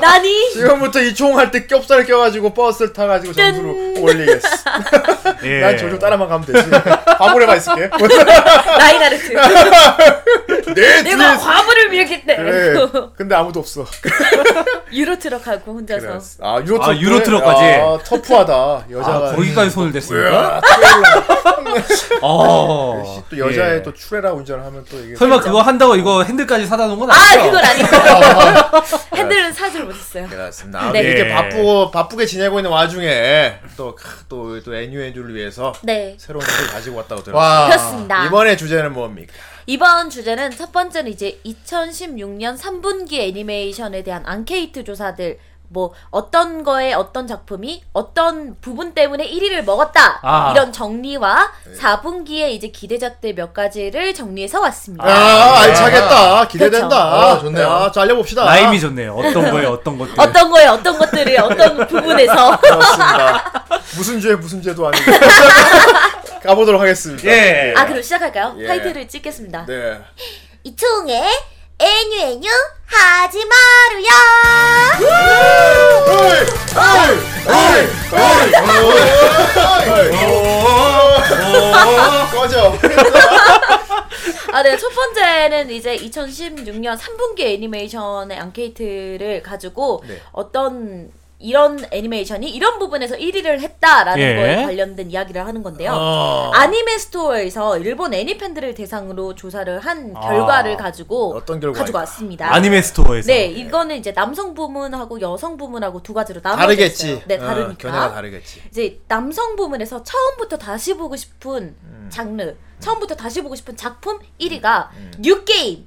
나니 지금부터 이총 할 때 겹살 껴가지고 버스를 타가지고 점수를 올리겠어. 예. 난 조조 따라만 가면 되지. 바보래만 있을게. 나이나르트 내 내가 어. 뒤에 과부를 밀기 때 그래. 근데 아무도 없어. 유로 트럭하고 혼자서 아 유로 아, 트럭. 유로 트럭까지. 아, 터프하다. 여자가. 아, 거기까지 손을 댔습니까? 아, 트레일러. 어. 역시 또 여자의 예. 또 그렇죠. 추레라 운전을 하면 또 이게. 설마 그거 한다고 이거 핸들까지 사다 놓은 건 아 아니죠? 그건 아니고 핸들은 사줄 못했어요. 그렇습니다. 네. 이렇게 예. 바쁘고 바쁘게 지내고 있는 와중에 또또또 NUNU를 위해서 네 새로운 걸 가지고 왔다고 들었어요. 와. 그렇습니다. 이번에 주제는 뭡니까? 이번 주제는 첫 번째는 이제 2016년 3분기 애니메이션에 대한 앙케이트 조사들 뭐 어떤 거에 어떤 작품이 어떤 부분 때문에 1위를 먹었다 아. 이런 정리와 4분기에 이제 기대작들 몇 가지를 정리해서 왔습니다. 아, 알차겠다. 그렇죠. 기대된다. 아, 좋네요. 야, 자, 알려봅시다. 어, 라임이 좋네요. 어떤 거에 어떤 것들. 어떤 거에 어떤 것들을 어떤 부분에서 그렇습니다. 무슨 죄, 무슨 죄도 아니고. 가보도록 하겠습니다. 예. 아 그럼 시작할까요? 예. 타이틀을 찍겠습니다. 네. 이충의 애뉴 애뉴 하지 마루야. 꺼져. 아, 네. 첫 번째는 이제 2016년 3분기 애니메이션의 앙케이트를 가지고 네. 어떤 이런 애니메이션이 이런 부분에서 1위를 했다라는 예. 거에 관련된 이야기를 하는 건데요. 어. 아니메 스토어에서 일본 애니 팬들을 대상으로 조사를 한 아. 결과를 가지고 어떤 결과일까? 가지고 왔습니다. 아니메 스토어에서. 네, 이거는 이제 남성 부문하고 여성 부문하고 두 가지로 나눠졌어요. 다르겠지. 네, 어, 다르니까. 견해가 다르겠지. 이제 남성 부문에서 처음부터 다시 보고 싶은 장르, 처음부터 다시 보고 싶은 작품 1위가 뉴 게임이라는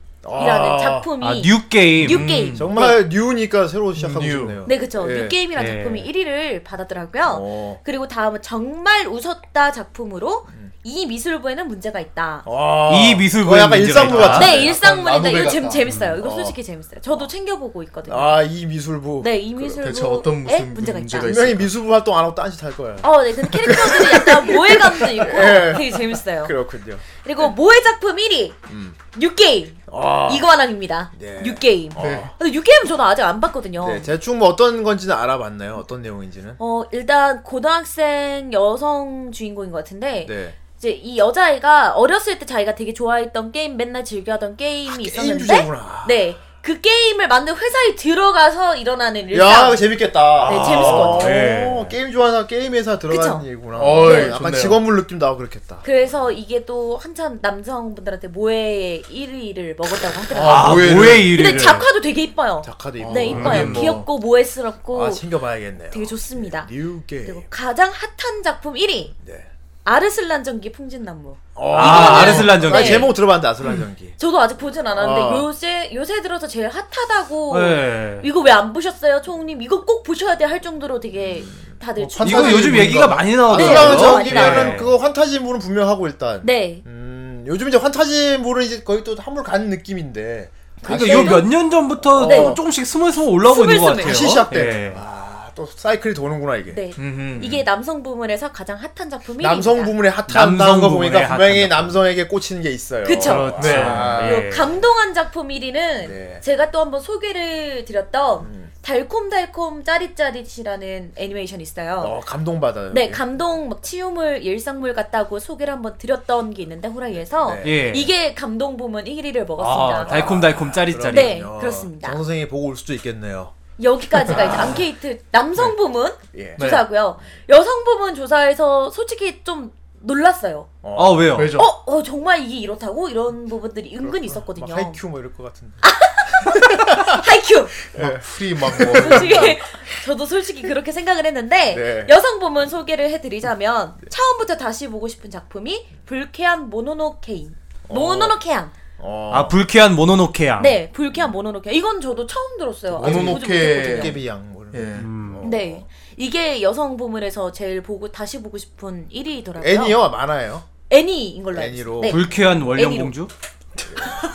아, 작품이 아, 뉴 게임. 음. 뉴 게임. 정말 뉴니까 새로 시작하고 뉴. 싶네요. 네, 그렇죠. 예. 뉴 게임이라는 예. 작품이 1위를 받았더라고요. 어. 그리고 다음은 정말 웃었다 작품으로 이 미술부에는 문제가 있다. 와. 이 미술부의 어, 약간 문제가 일상부 있다. 같은데. 네, 일상물인데 나무배 이거 지금 같다. 재밌어요. 이거 어. 솔직히 재밌어요. 저도 챙겨 보고 있거든요. 아, 이 미술부. 네, 이 대체 어떤 미술부에 무슨 문제가 있다. 네. 문제가 있- 분명히 미술부 활동 안 하고 딴짓 할 거야. 어, 네, 근데 캐릭터들이 약간 모해감도 있고 되게 재밌어요. 그렇군요. 그리고 모의 작품 1위 뉴게임 아. 이관왕입니다. 음. 네. 뉴게임. 네. 근데 뉴게임 저는 아직 안 봤거든요. 네, 대충 뭐 어떤 건지는 알아봤나요? 어떤 내용인지는? 어 일단 고등학생 여성 주인공인 것 같은데 네. 이제 이 여자애가 어렸을 때 자기가 되게 좋아했던 게임 맨날 즐겨하던 게임이 아, 게임 있었는데 주제구나. 네. 그 게임을 만든 회사에 들어가서 일어나는 일상. 야, 그거 재밌겠다. 네, 재밌을 것 같아요. 어, 게임 좋아하는 게임 회사 들어가는 그쵸? 얘기구나. 어이, 네, 약간 좋네요. 직원물 느낌 나고 그렇겠다. 그래서 이게 또 한참 남성분들한테 모해의 1위를 먹었다고 하더라고요. 아, 모해를- 모의 일위를. 근데 작화도 되게 이뻐요. 작가도 이쁘고. 네, 이뻐요. 하긴 뭐. 귀엽고 모해스럽고 아, 챙겨봐야겠네요. 되게 좋습니다. 뉴 그리고 게임. 가장 핫한 작품 1위 네. 아르슬란 전기 풍진나무. 아, 아르슬란 나 전기. 어. 네. 음. 제목 들어봤는데 아슬란 전기. 저도 아직 보진 않았는데 아. 요새 요새 들어서 제일 핫하다고. 네. 이거 왜 안 보셨어요, 총님? 이거 꼭 보셔야 돼 할 정도로 되게 다들 어, 추- 판- 이거 요즘 판타지 얘기가 뭔가? 많이 아슬란 네, 나오더라고요. 저기 전기면은 예. 그거 환타지물은 분명하고 일단. 네. 음, 요즘 이제 환타지물은 이제 거의 또 한물 간 느낌인데. 그러니까 이거 몇 년 전부터 아, 네. 조금씩 스물 스물 올라오고 있는 것 스물스물. 같아요. 다시 시작돼. 예. 아, 또 사이클이 도는구나 이게. 네. 음흠. 이게 남성 부문에서 가장 핫한 작품이 남성 부문의 핫한다는 남성 거 부문의 보니까 핫한 분명히 작품. 남성에게 꽂히는 게 있어요. 그쵸. 그렇죠. 네. 아, 예. 감동한 작품 1위는 네. 음. 제가 또 한번 소개를 드렸던 달콤달콤 짜릿짜릿이라는 애니메이션이 있어요. 어, 감동받아요. 네, 이게. 감동 막 치유물 일상물 같다고 소개를 한번 드렸던 게 있는데 호라이에서 네. 예. 이게 감동 부문 1위를 먹었습니다. 아, 달콤달콤 짜릿짜릿. 네, 어, 그렇습니다. 정 선생이 보고 올 수도 있겠네요. 여기까지가 이제 앙케이트 남성 부문 예. 네. 조사고요. 여성 부문 조사에서 솔직히 좀 놀랐어요. 아, 왜요? 왜죠? 어, 어 정말 이게 이렇다고 이런 부분들이 은근 있었거든요. 막 하이큐 뭐 이럴 것 같은데. 아, 하이큐. 막 프리 막뭐 솔직히 저도 솔직히 그렇게 생각을 했는데 네. 여성 부문 소개를 해드리자면 처음부터 다시 보고 싶은 작품이 불쾌한 모노노케인. 모노노케양. 어. 아, 불쾌한 모노노케야. 네, 불쾌한 모노노케. 이건 저도 처음 들었어요. 아직 보지 모노노케. 못했거든요. 깨비양 뭐 이런. 예. 음. 네, 이게 여성 부문에서 제일 보고 다시 보고 싶은 1위더라고요. 애니요 만화예요. 애니인 걸로 알고 애니로. 있어요. 네. 불쾌한 애니로. 월령공주?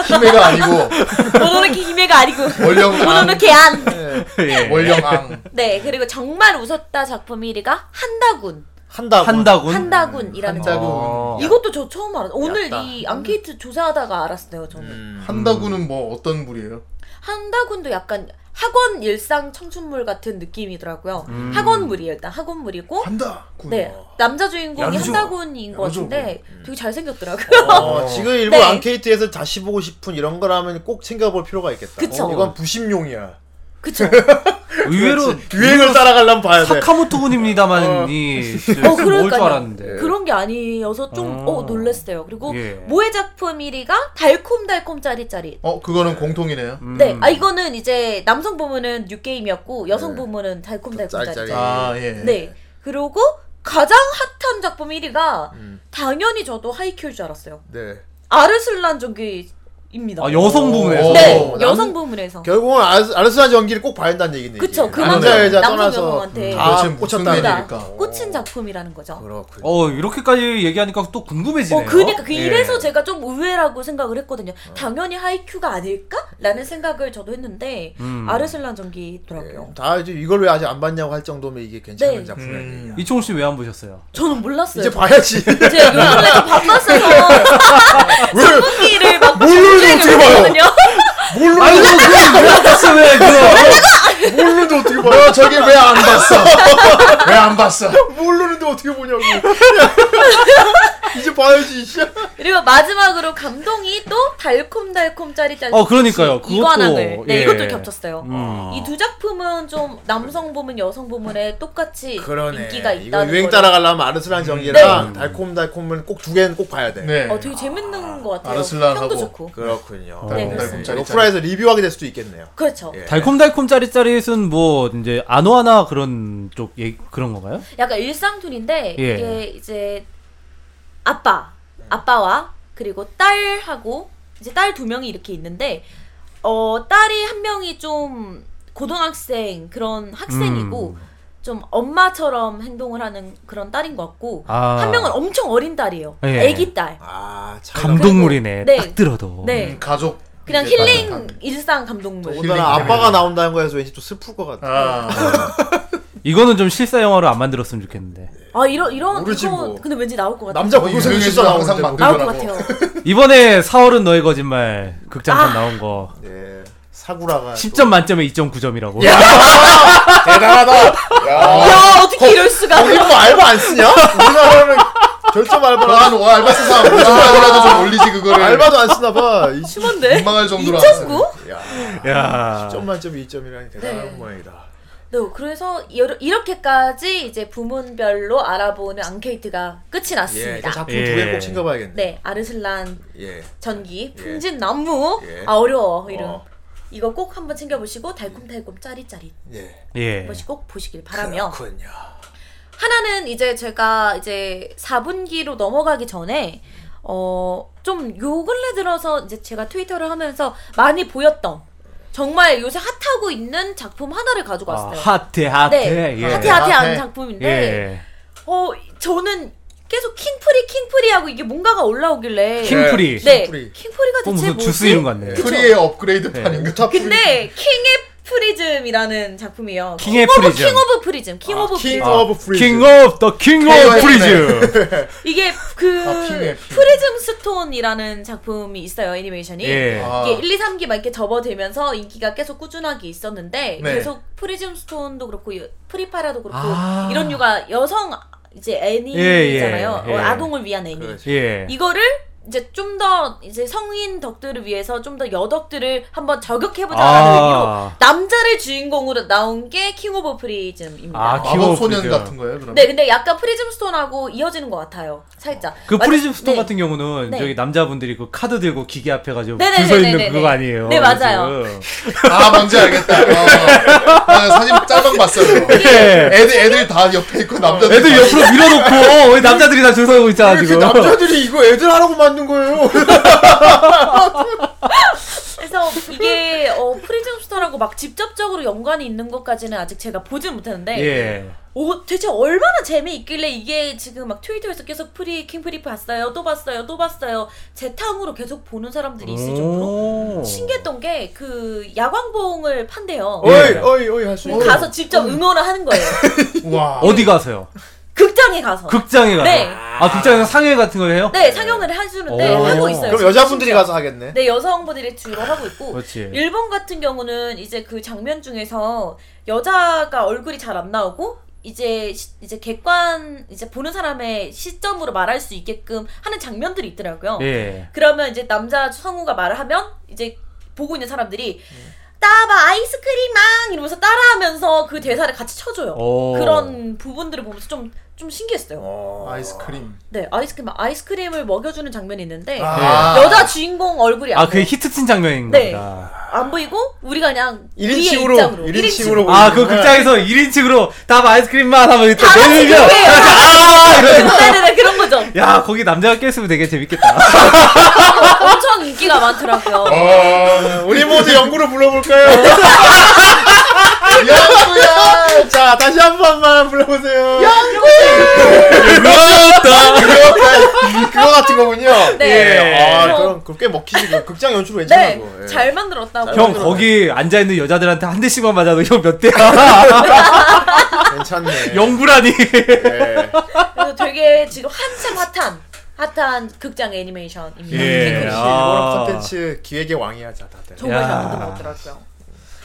히메가 아니고 모노노케 히메가 아니고 월령앙 모노노케 안. 네. 예. 월령앙 네, 그리고 정말 웃었다 작품 1위가 한다군. 한다고. 음. 한다군? 한다군이라는 작품. 한다군 이것도 저 처음 알았어요. 오늘 얕다. 이 앙케이트 조사하다가 알았어요, 저는. 음. 한다군은 뭐 어떤 물이에요? 한다군도 약간 학원 일상 청춘물 같은 느낌이더라고요. 학원물이에요, 일단 학원물이고. 한다군 네, 남자 주인공이 양조. 한다군인 것 양조. 같은데 되게 잘생겼더라고요. 어, 지금 일본 네. 앙케이트에서 다시 보고 싶은 이런 거라면 꼭 챙겨볼 필요가 있겠다. 그쵸. 어, 이건 부심용이야. 그쵸? 의외로 유행을 따라가려면 봐야 돼. 사카모토 군입니다만 어. 이 뭘줄 알았는데. 네. 그런 게 아니어서 좀, 어. 어, 놀랬어요. 그리고 예. 모의 작품 1위가 달콤달콤 짜릿짜릿. 어 그거는 공통이네요. 음. 네, 아 이거는 이제 남성 부문은 뉴게임이었고 여성 부문은 달콤달콤 짤짤이. 짜릿짜릿. 아 예. 네, 그리고 가장 핫한 작품 1위가 음. 당연히 저도 하이큐일 줄 알았어요. 네. 아르슬란 전기 입니다. 아, 여성 부문에서. 네, 오, 남- 여성 부문에서. 결국은 아르- 아르스한 연기를 꼭 봐야 한다는 얘기네. 그쵸, 이게. 그 남자, 만큼 여자 남성 떠나서 음, 영웅한테 다 도대체 음, 무슨 꽂혔다는 일이- 얘기. 그다 그러니까. 꽂힌 작품이라는 거죠. 그렇군요. 어 이렇게까지 얘기하니까 또 궁금해지네요. 어, 그니까 그 예. 음. 이래서 제가 좀 의외라고 생각을 했거든요. 당연히 하이큐가 아닐까라는 생각을 저도 했는데 음. 예. 아르슬란 전기더라고요. 네. 다 이제 이걸 왜 아직 안 봤냐고 할 정도면 이게 괜찮은 네. 작품이야. 음. 예. 이충호 씨 왜 안 보셨어요? 저는 몰랐어요. 이제 봐야지. 이제 요즘에 좀 바빴어서 작품기를 막 모르는데 어떻게 봐요? 아니 모르는데 그왜 봤어 왜 그거? 모르는데 어떻게 봐요? 너 저기 왜 안 봤어? 왜 안 봤어? 모르는데 어떻게 보냐고. 이제 봐야지. 씨. 그리고 마지막으로 감동이 또 달콤달콤 짜릿짜릿 어, 그러니까요. 그것도, 이관왕을 네 예. 이것도 겹쳤어요. 음. 이 두 작품은 좀 남성 부문 여성 부문에 똑같이 그러네. 인기가 이거 있다는 유행 걸- 따라가려면 아르스란 정기랑 달콤달콤은 꼭 두 개는 꼭 봐야 돼. 음. 네. 어, 되게 재밌는 것 같아요. 아르슬란하고 평도 좋고. 그렇군요. 네, 어, 네, 그렇습니다. 이제 오프라에서 리뷰하게 될 수도 있겠네요. 그렇죠. 예. 달콤달콤 짜릿짜릿은 뭐 이제 아노아나 그런 쪽 얘기, 그런 건가요? 약간 일상툰인데 예. 이게 이제 아빠, 아빠와 그리고 딸하고 이제 딸 두 명이 이렇게 있는데 어 딸이 한 명이 좀 고등학생 그런 학생이고 음. 좀 엄마처럼 행동을 하는 그런 딸인 것 같고 아. 한 명은 엄청 어린 딸이에요. 예. 아기 딸. 아, 참. 감동물이네. 네. 딱 들어도. 네. 음, 가족. 그냥 이제 힐링 따뜻한. 일상 감동물. 오늘아 아빠가 나온다는 거에서 왠지 또 슬플 것 같아. 아, 이거는 좀 실사 영화로 안 만들었으면 좋겠는데. 아 이런 이런 모르지, 이거 뭐. 근데 왠지 나올 것 같아요. 남자 고교생 유명해서 실사 항상 나오는데 뭐. 막 나올 것 그거라고. 같아요. 이번에 4월은 너의 거짓말 아. 극장판 나온 거 예. 사구라가 예, 10점 만점에 2.9점이라고. 대단하다. 야 어떻게 이럴 수가? 거기 뭐 알바 안 쓰냐? 우리나라는 결점 알바라 난 아, 알바 세상 5점까지라도 좀 올리지 그거를 알바도 안 쓰나 봐. 20, 심한데? 민망할 정도로 안 쓰네. 2.9? 야, 야. 10점 만점 2점이라니 대단한 네. 모양이다. 네, 그래서 여러, 이렇게까지 이제 부문별로 알아보는 앙케이트가 끝이 예, 났습니다. 일단 작품 예. 두 개 꼭 챙겨봐야겠네. 네, 아르슬란 예. 전기, 풍진 나무, 예. 아 어려워 이름. 어. 이거 꼭 한번 챙겨보시고 달콤달콤 짜릿짜릿 예. 예. 한 번씩 꼭 보시길 바라며 그렇군요. 하나는 이제 제가 이제 4분기로 넘어가기 전에 어좀 요 근래 들어서 이제 제가 트위터를 하면서 많이 보였던 정말 요새 핫하고 있는 작품 하나를 가지고 아, 왔어요. 핫해 핫해. 네, 예. 핫해. 하태하태한 작품인데 예. 어 저는 계속 킹프리 킹프리 하고 이게 뭔가가 올라오길래 킹프리. 네 킹프리. 킹프리가 어, 대체 무슨 뭐지? 주스 이름 같네. 그쵸? 프리의 업그레이드 판인가? 무타 근데 킹의 프리즘이라는 작품이에요. 킹의 오브 프리즘. 킹 오브 프리즘. 킹 오브 킹 아, 프리즘. 오브 프리즈. 킹 오브 더 킹 오브 킹오브 프리즈. 이게 그 아, 킹의 킹. 프리즘 스톤이라는 작품이 있어요. 애니메이션이. 예. 아, 이게 1, 2, 3기 막 이렇게 접어들면서 인기가 계속 꾸준하게 있었는데 네. 계속 프리즘 스톤도 그렇고 여- 프리파라도 그렇고 아. 이런 류가 여성 이제 예, 애니잖아요. 예. 어, 아동을 위한 애니. 그렇지. 예. 이거를 이제 좀 더 이제 성인 덕들을 위해서 좀 더 여덕들을 한번 저격해보자라는 의미로 아. 남자를 주인공으로 나온 게 킹 오브 프리즘입니다. 아, 킹 마법 오브 소년 프리즈. 같은 거예요, 그럼? 네, 근데 약간 프리즘 스톤하고 이어지는 것 같아요. 살짝. 그 맞- 프리즘 스톤 네. 같은 경우는 네. 저기 남자분들이 그 카드 들고 기계 앞에 가지고 네네네네네네. 줄서 있는 그거 아니에요. 네, 맞아요. 지금. 아, 뭔지 알겠다. 어. 나 사진 짤방 봤어요. 예. 애들 애들 다 옆에 있고 남자들 애들 옆으로 밀어놓고 왜 남자들이 다 줄서고 있잖아 이렇게 지금. 그렇죠, 남자들이 이거 애들 하라고 만든 거예요. 그래서 이게 어, 프리즘 스톤하고 막 직접적으로 연관이 있는 것까지는 아직 제가 보진 못했는데 예. 오, 대체 얼마나 재미있길래 이게 지금 막 트위터에서 계속 프리 킹프리 봤어요, 또 봤어요, 또 봤어요. 재탕으로 계속 보는 네. 사람들이 있을 정도로 오. 신기했던 게 그 야광봉을 판대요. 예. 어. 어이 어이 어이 할수 그래서 가서 직접 응원을 하는 거예요. 와. 어디 가세요? 극장에 가서. 극장에 가요. 네. 아 극장에서 상회 같은 걸 해요? 네, 상영을 해주는데 오. 하고 있어요. 그럼 지금 여자분들이 심지어. 가서 어, 예. 하겠네. 네, 여성분들이 주로 하고 있고. 그렇지. 일본 같은 경우는 이제 그 장면 중에서 여자가 얼굴이 잘 안 나오고 이제 시- 이제 객관 이제 보는 사람의 시점으로 말할 수 있게끔 하는 장면들이 있더라고요. 예. 그러면 이제 남자 성우가 말을 하면 이제 보고 있는 사람들이 네. 따봐 아이스크림망 이러면서 따라하면서 그 대사를 같이 쳐줘요. 오. 그런 부분들을 보면서 좀 좀 신기했어요. 아이스크림. 예. 네 아이스크림 아이스크림을 먹여주는 장면이 있는데 아. 여자 주인공 얼굴이 안 아 그게 보여요. 히트친 장면인 네. 겁니다. 안 보이고 우리가 그냥 우리의 1인칭으로 입장으로, 1인칭으로 아그 극장에서 1인칭으로 다 아이스크림만 하면 일단 다 같이 내리면 그거예요. 아 이런. 네네네 그런 표정. 야 거기 남자가 껴있으면 되게 재밌겠다. 엄청 인기가 어. 많더라고요. 어, 우리 모두 연구를 불러볼까요? 연구야! 자, 다시 한 번만 불러보세요. 연구야! 그거 같은 거군요. 예. 네. 아, 그래서- 그럼 그거 꽤 먹히지. 그거 극장 연출 괜찮아, 네, 그거. 예. 잘 만들었다고. 형 거기 앉아 있는 여자들한테 한 대씩만 맞아도 형 몇 대야? 괜찮네. 영구라니. 예. 그래서 되게 지금 한참 핫한 핫한 극장 애니메이션입니다. 예. 개구리. 아. 일본 컨텐츠 기획의 왕이야, 자, 다들. 정말 잘 야. 만들었더라고요.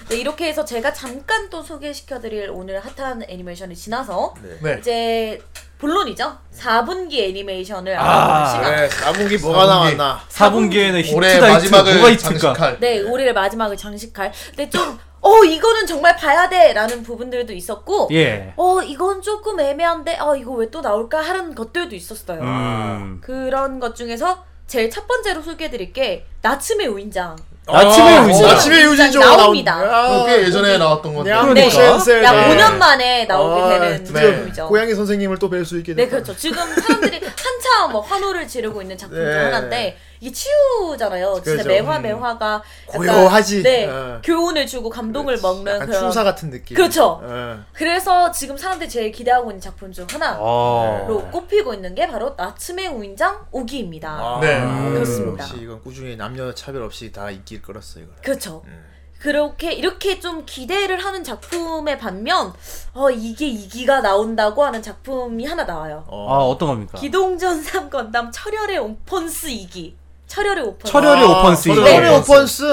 네, 이렇게 해서 제가 잠깐 또 소개시켜드릴 오늘 핫한 애니메이션이 지나서 네. 이제 본론이죠. 4분기 애니메이션을 아, 알아보는 시간. 네, 나무기 뭐가 나무기. 나왔나? 4분기에는 히트다 올해 히트 뭐가 마지막을 히트일까? 장식할 네, 올해의 마지막을 장식할. 근데 좀, 어, 이거는 정말 봐야 돼! 라는 부분들도 있었고, 예. 어, 이건 조금 애매한데, 어, 이거 왜 또 나올까? 하는 것들도 있었어요. 음. 그런 것 중에서 제일 첫 번째로 소개해드릴 게, 나츠메 우인장. 나침의 아, 의지. 나침의 의지조가 어. 나옵니다. 나온- 그게 아, 예전에 나왔던 건데. 네, 양 그러니까. 모션셀. 약 네. 5년 만에 나오게 아, 되는 드디어 작품이죠. 고양이 선생님을 또 뵐 수 있게 네, 됐다. 그렇죠. 지금 사람들이 한참 뭐 환호를 지르고 있는 작품 중 네. 하나인데 이게 치유잖아요. 진짜 그렇죠. 매화 음. 매화가 약간, 고요하지. 네, 어. 교훈을 주고 감동을 먹는 약간 그런. 충사 같은 느낌. 그렇죠. 예. 그래서 지금 사람들이 제일 기대하고 있는 작품 중 하나로 어. 아. 꼽히고 있는 게 바로 나츠메 우인장 오기입니다. 아. 네. 음. 그렇습니다. 음. 역시 이건 꾸준히 남녀 차별 없이 다 인기를 끌었어 이거. 그렇죠. 음. 그렇게 이렇게 좀 기대를 하는 작품에 반면 어 이게 이기가 나온다고 하는 작품이 하나 나와요. 아 어떤 겁니까? 기동전 3건담 철혈의 오펀스 2기. 철혈의 오펀스. 아, 철혈의 아, 오펀스. 철혈의 아, 네. 오펀스.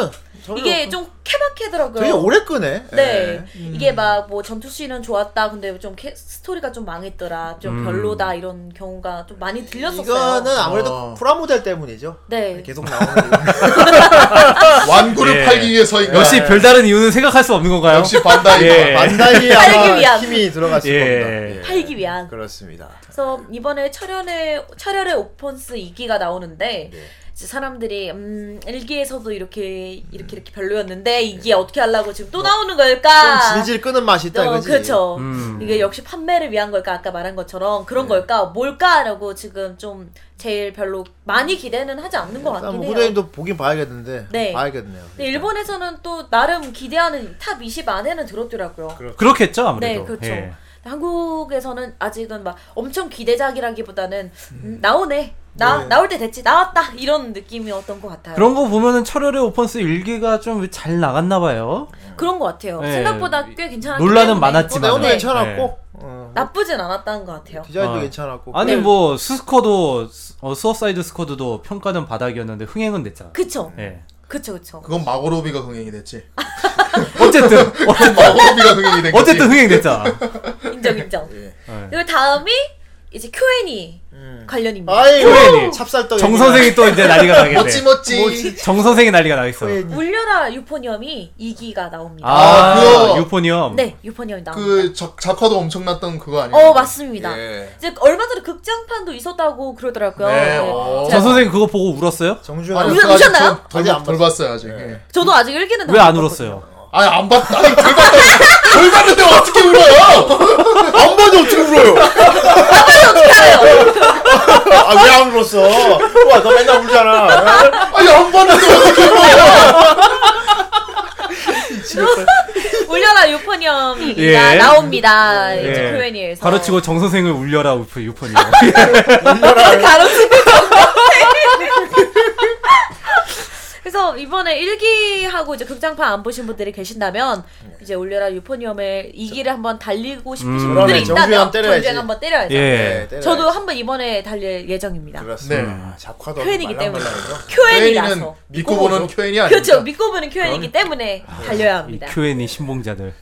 이게 좀 케바케더라고요. 되게 오래 끄네. 어. 음. 네. 이게 막 뭐 전투 씬은 좋았다. 근데 좀 캐, 스토리가 좀 망했더라. 좀 음. 별로다. 이런 경우가 좀 많이 들렸었어요. 이거는 아무래도 어. 프라모델 때문이죠. 네. 계속 나오는. 거. 완구를 예. 팔기 위해서인가? 네. 역시 별다른 이유는 생각할 수 없는 건가요? 역시 반다이. 예. 반다이 팔기 아마 위한. 힘이 들어갔을 예. 겁니다. 예. 팔기 위한. 그렇습니다. 그래서 이번에 철연의 철혈의 오펀스 2기가 나오는데 네. 이제 사람들이 음 1기에서도 이렇게 이렇게 이렇게 별로였는데 2기 어떻게 하려고 지금 또 나오는 걸까? 음. 네. 뭐 좀 질질 끄는 맛이 있다 아. 어, 이거지. 그렇죠. 음. 네. 이게 역시 판매를 위한 걸까 아까 말한 것처럼 그런 걸까 뭘까라고 지금 좀 제일 별로 많이 기대는 하지 않는 것 일단 같긴 뭐 해요. 후대인도 보긴 봐야겠는데. 아, 네. 봐야겠네요. 근데 일본에서는 또 나름 기대하는 탑 20 안에는 들었더라고요. 그렇겠죠 아무래도. 네, 그렇죠. 예. 한국에서는 아직은 막 엄청 기대작이라기보다는 음, 나오네. 나 나올 때 됐지. 나왔다. 이런 느낌이었던 것 같아요. 그런 거 보면은 철혈의 오펀스 일기가 좀 잘 나갔나 봐요. 그런 것 같아요. 네. 생각보다 꽤 괜찮았기 논란은 때문에 어, 많았지만. 내용도 네. 괜찮았고 어, 나쁘진 않았다는 것 같아요. 디자인도 어. 괜찮았고. 아니 그래, 뭐 스스커도 어, 수어사이드 스쿼드도 평가는 바닥이었는데 흥행은 됐잖아. 그쵸. 예. 그쵸, 그쵸. 그건 마고로비가 흥행이 됐지. 어쨌든 어쨌든, 마고로비가 흥행이 됐지. 어쨌든 흥행됐잖아. 인정, 인정. 예. 그리고 다음이 이제 q 음. 관련입니다. 아이 후대인이. 찹쌀떡. 뭐, 정 선생이 또 이제 난리가 멋지 나겠네. 뭐 멋지. 정 선생이 난리가 나겠어. 후대인이. 울려라 유포니엄이 2기가 나옵니다. 아, 아, 그거- 유포니엄. 네, 유포니엄이 나옵니다. 그 적, 작화도 엄청났던 그거 아니에요? 어, 네. 맞습니다. 예. 이제 얼마 전에 극장판도 있었다고 그러더라고요. 네, 네. 어. 정 제가- 선생 그거 보고 울었어요? 정준 아니, 우선- 아직 우셨나요? 좀 덜, 아직 봤- 안 덜 봤어요 아직. 예. 저도 아직 1기는 왜 안 울었어요? 아니 안 봤, 아니 덜 봤다. 덜 봤는데 어떻게 울어요? 안 봐도 어떻게 울어요? 아, 왜 안 울었어? 와, 너 맨날 울잖아. 아니 안그 봤는데 어떻게 울려라 유포니엄이 예. 나옵니다. 네, 이제 q&A에서. 가로치고 정 선생을 울려라 우포- 유포니엄. 가로치고. 그래서 이번에 1기하고 이제 극장판 안 보신 분들이 계신다면 이제 울려라 유포니엄의 2기를 한번 달리고 싶으신 음. 분들이 그러네. 정주행 있다면 때려야지. 정주행 한번 때려야죠. 예. 저도 한번 이번에 달릴 예정입니다. 네, 그렇습니다. 네. 작화도 표현이기 때문에. q 그 QN이라서. 믿고 보는 q 이아니까 그렇죠. 믿고 보는 QN이기 때문에 달려야 이 합니다. Q&A 신봉자들.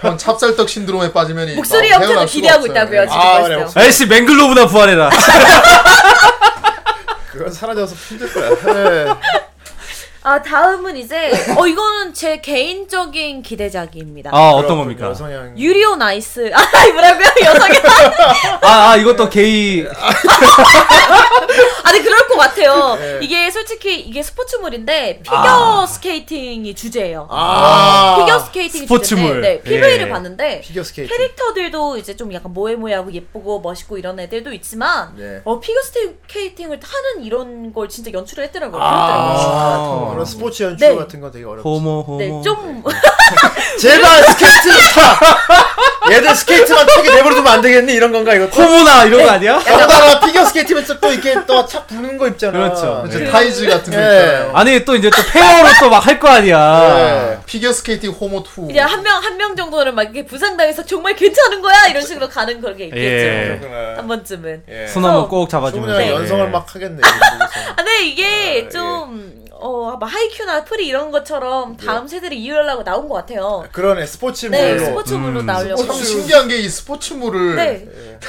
형 찹쌀떡 신드롬에 빠지면 이 목소리 막 업체도 헤어날 아, 수가 기대하고 없어요. 있다고요. 지금 아, 벌써. 그래, 목소리- 아이씨 맹글로브나 부활해라. 아, 그건 사라져서 힘들 거야. 아 다음은 이제 어 이거는 제 개인적인 기대작입니다. 아 어떤 겁니까? 여성향. 유리오 나이스. 아 뭐라고요? 여성이. 아, 아 이것도 게이 네. 아니 그럴 것 같아요. 네. 이게 솔직히 이게 스포츠물인데 피겨 스케이팅이 주제예요. 아. 피겨 스케이팅이 스포츠물. 주제인데 네, PV를 예. 봤는데 피겨 스케이팅. 캐릭터들도 이제 좀 약간 모해모해하고 예쁘고 멋있고 이런 애들도 있지만 네. 어 피겨 스케이팅을 하는 이런 걸 진짜 연출을 했더라고요. 아, 아. 그런 스포츠 연출 네. 같은 건 되게 어렵지. 호모 호모. 네, 좀 제발 스케이트를 타. 얘들 스케이트만 타게 내버려두면 안 되겠니? 이런 건가 이거. 호모나 네. 이런 거 아니야? 그러다가 피겨 스케이트면서 또 이렇게 또착 부는 거 입잖아. 그렇죠. 네. 이제 타이즈 같은 거 네. 예. 예. 있잖아요. 네. 아니 또 이제 또 페어로 또 막 할 거 아니야. 피겨 스케이팅 호모 2. 이제 한 명 한 명 정도는 막 이렇게 부상당해서 정말 괜찮은 거야 이런 식으로 가는 그런 게 있겠죠. 예. 한 번쯤은. 예. 손 한번 어, 꼭 잡아주면서. 예. 충분히 연성을 막 하겠네. 여기서. 아, 네, 이게 아, 좀, 어, 막 하이큐나 프리 이런 것처럼 다음 세대를 이어려고 나온 것 같아요. 그러네 스포츠물로. 네, 스포츠물로 음, 나오려고. 어, 참 신기한 게 이 스포츠물을 네.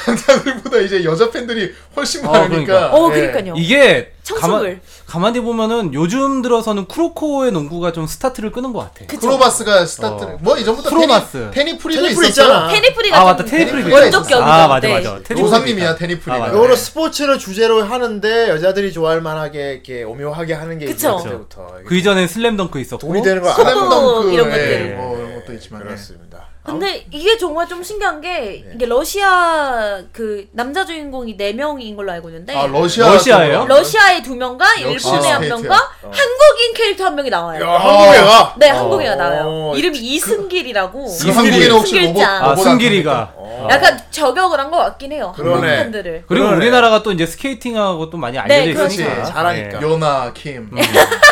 남자들보다 이제 여자 팬들이 훨씬 어, 많으니까. 예. 그러니까. 어, 그니까요. 이게 청소물. 가만, 히 보면은 요즘 들어서는 쿠로코의 농구가 좀 스타트를 끄는 것 같아. 크로바스가 스타트. 어. 뭐 이전부터 크로마스. 테니 프리도 테니프리 있었잖아. 있잖아. 테니프리가 아 맞다 테이프리 원래 원적격이죠. 아 맞아 네. 맞아 테이프리 조상님이야 테니 아, 프리가. 맞아. 여러 스포츠를 주제로 하는데 여자들이 좋아할 만하게 이렇게 오묘하게 하는 게 그쵸. 있을 때부터 그 이전엔 슬램덩크 있었고 돈이 되는 거안 하는 슬램덩크 이런 예, 것들. 뭐 이런 것도 있지만. 예. 그렇습니다. 근데 이게 정말 좀 신기한 게, 이게 러시아 그 남자 주인공이 4명인 걸로 알고 있는데, 아 러시아 러시아예요? 같은 거. 러시아의 2명과 역시 일본의 한 스테이트야. 명과 한국인 캐릭터 한 명이 나와요. 아. 한국애가 네, 한국인이 나와요. 어, 이름이 이승길이라고. 그 한국인 혹시 로봇? 승길장. 아 로봇 그러니까. 승길이가 약간 저격을 한 것 같긴 해요. 아. 그러네. 한국 팬들을. 그리고 어. 그러네. 우리나라가 또 이제 스케이팅하고 또 많이 네, 알려져 그렇지. 있으니까 잘하니까. 예. 요나 킴.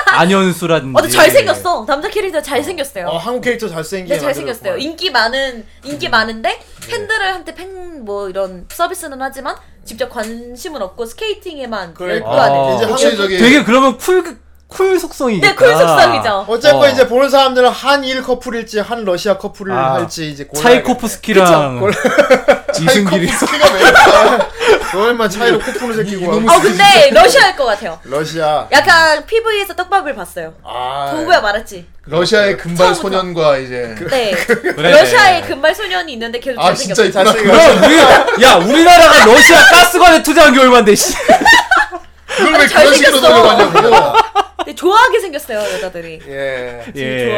안현수라든지 어, 근데 잘생겼어. 남자 캐릭터 잘생겼어요. 어, 한국 캐릭터 잘생기게 음. 네, 잘생겼어요. 만들었구만. 인기 많은, 인기 많은데, 예. 팬들한테 팬, 뭐, 이런 서비스는 하지만, 직접 관심은 없고, 스케이팅에만 그러니까. 열과는. 이제 혹시 저기 되게 아. 그러면 쿨, 쿨 속성이겠다 네, 쿨 속성이죠. 어쨌건 어. 이제 보는 사람들은 한일 커플일지 한 러시아 커플을 아, 할지 이제 차이코프스키랑 이승길이 스키가 왜? 얼마 차이로 코 푸는 새끼고 이놈의 아, 아, 근데, 러시아일 것 같아요. 러시아 약간, PV에서 떡밥을 봤어요. 아 도구야 말았지. 그러니까 러시아의 그 금발 소년과 이제 네. 그래. 러시아의 금발 소년이 있는데, 걔도 아 진짜 잘생겼어요. 있구나. 잘생겼어. 그럼 우리 야 우리나라가 러시아 가스관에 투자한 게 얼마인데 씨. 그걸 왜 아니, 그런 식으로 잘생겼어. 돌려가냐고. 근데 좋아하게 생겼어요, 여자들이. 예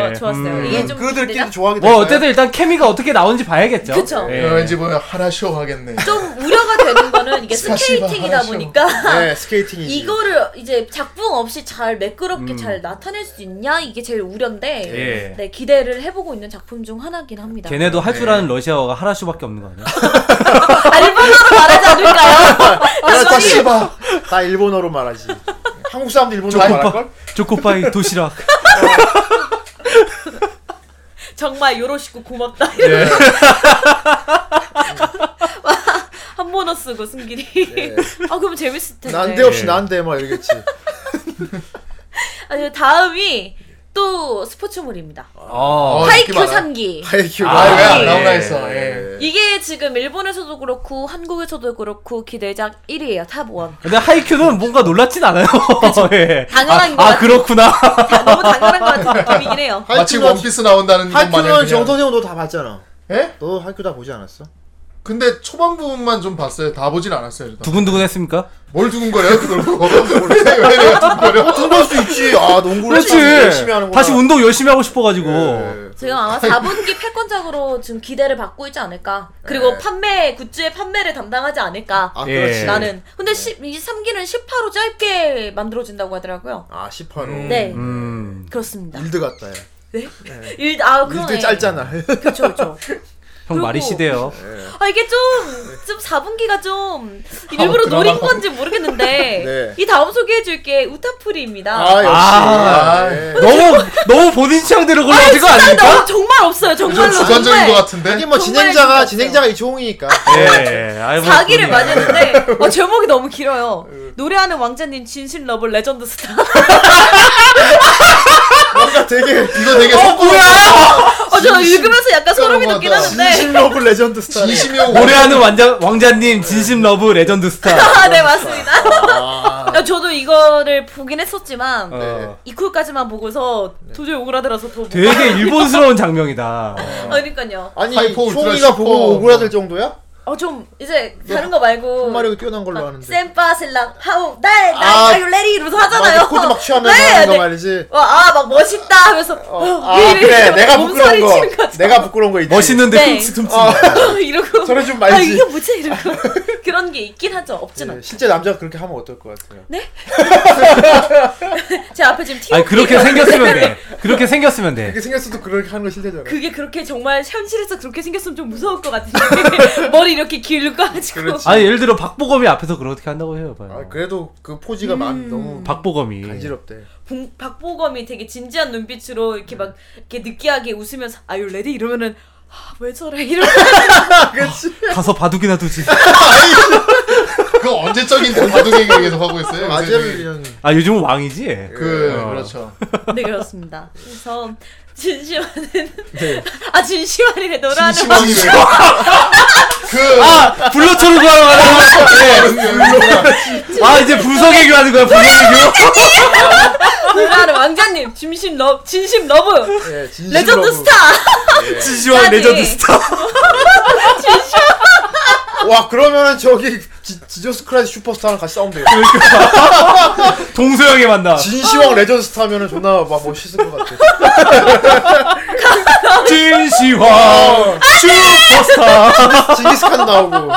좋아, 좋았어요. 예. 음. 이게 좀. 그들끼리 기대나? 좋아하게 뭐 됐어요. 어쨌든 일단 케미가 어떻게 나오는지 봐야겠죠. 그쵸. 예. 어, 네, 왠지 보면 하라쇼 하겠네. 네. 좀 우려가 되는 거는 이게 사시바 스케이팅이다 하시오. 보니까 네 스케이팅이지 이거를 이제 작품 없이 잘 매끄럽게 잘 나타낼 수 있냐 이게 제일 우려인데 예. 네 기대를 해보고 있는 작품 중 하나긴 합니다. 걔네도 할 줄 아는 러시아어가 하라슈밖에 없는 거 아니야? 아, 일본어로 말하지 않을까요? 다 다시 씨바 다 일본어로 말하지 한국 사람도 일본어로 조금만. 말할걸? 초코파이 도시락. 정말 요로시고 고맙다. 예. 한 번어 쓰고 승길이. 아 그럼 재밌을 텐데. 예. 난데없이 난데 막 이러겠지 아니 다음이 또 스포츠물입니다. 아. 어. 하이큐 많아. 3기. 하이큐가 아, 왜 예. 안 나오나 했어. 예. 이게 지금 일본에서도 그렇고 한국에서도 그렇고 기대작 1위에요 탑 아, 1. 근데 하이큐는 뭔가 놀랍진 않아요. 예. 당연한 아, 것 아 같아. 그렇구나. 너무 당연한 것 같은 느낌이긴 해요. 마치 원피스 나온다는 것 마냥 하이큐는 그냥. 정선생 너다 봤잖아 예? 너 하이큐 다 보지 않았어? 근데 초반 부분만 좀 봤어요. 다 보진 않았어요. 일단. 두근두근 했습니까? 뭘 두근거려요? 그걸 보고. 왜 내가 두근거려? 그럴 수 있지 아 농구를 그렇지. 참 열심히 하는구나 네. 다시 운동 열심히 하고 싶어가지고. 지금 아마 4분기 패권작으로 지금 기대를 받고 있지 않을까. 그리고 판매 굿즈의 판매를 담당하지 않을까. 네. 아 예. 그렇지 나는. 근데 10, 이 3기는 10화로 짧게 만들어진다고 하더라고요. 아 10화로 네. 음. 그렇습니다. 네. 일드 같다 야 일, 아, 그러네. 일드 짧잖아 그쵸, 그쵸. 형 말이 그리고- 시대요. 아, 이게 좀, 좀 4분기가 좀, 일부러 드라마. 노린 건지 모르겠는데, 네. 이 다음 소개해줄 게 우타프리입니다. 아 역시 아. 아, 예. 너무 너무 본인 취향대로 골라진 거 아닙니까? 나 정말 없어요, 정말로. 좀 주관적인 정말. 것 같은데? 하긴 뭐 정말 진행자가 힘들었어요. 진행자가 이종이니까 예. 아이, 뭐 사기를 본인이- 많이 했는데 어, 제목이 너무 길어요. 노래하는 왕자님 진실 러블 레전드 스타. 뭔가 되게 이거 되게 어, 어저 읽으면서 약간 소름이 깜깜하다. 돋긴 하는데. 진실 러브 레전드 스타일 진심이요. 노래하는 왕자, 왕자님 진심 러브 레전드 스타. 어. 아, 네 맞습니다. 그러니까 저도 이거를 보긴 했었지만 어. 이쿨까지만 보고서 도저히 오그라들어서 더 못. 되게 일본스러운 장면이다. 아, 그러니까요. 아니 하이퍼 울트라 총이가 슈퍼. 보고 오그라들 정도야? 어좀 이제 다른 거 말고 손마력이 뛰어난 걸로 아는데. 센파슬랑 하우 날날 아. 아유 레리 이러면서 하잖아요. 맞아, 코드 막 취하면서 네, 하는 거 네. 어, 말이지. 와아막 멋있다 하면서 아 그래 내가 부끄러운 거. 내가 부끄러운 거 있지. 멋있는데 네. 흠칫 흠칫. 거 이러고 저래 좀 아 말지. 이게 뭐지 이러고 그런 게 있긴 하죠 없진 예, 않죠. 실제 남자가 그렇게 하면 어떨 것 같아요? 네. 제 앞에 지금 티 아니 그렇게 생겼으면 돼. 그렇게 생겼으면 돼. 이렇게 생겼어도 그렇게 하는 거 실제잖아. 그게 그렇게 정말 현실에서 그렇게 생겼으면 좀 무서울 것 같은데 머리 이렇게 길고 가지고 그렇지. 아니 예를 들어 박보검이 앞에서 그렇게 한다고 해요, 봐요. 아, 그래도 그 음. 포즈가 만 너무 박보검이. 간지럽대. 봉- 박보검이 되게 진지한 눈빛으로 이렇게 막 이렇게 느끼하게 웃으면서 아유 레디 이러면은 아, 왜 저래 이러면 가서 바둑이나 두지. 그 언제적인 바둑 얘기를 계속 하고 있어요. 요새 아재를 그냥 아 요즘은 왕이지. 그 어. 그렇죠. 네 그렇습니다. 그래서 진심하는 아 진심하리래 너라는 그 아 블러처로 구하러 그, 가는 거야. 네. 아 이제 분석의 교하는 거야 분석의 너라는 왕자님 진심 러 진심 러브 예, 진심 레전드 러브. 스타 교. 진시황 레전드 스타. 와 그러면은 저기 지, 지저스 크라이스 슈퍼스타랑 같이 싸우면 되겠다. 동서영의 아. 만남. 진시황 레전드 스타면은 존나 막 멋있을 것 같아. 진시황 슈퍼스타. 징기스칸 나오고.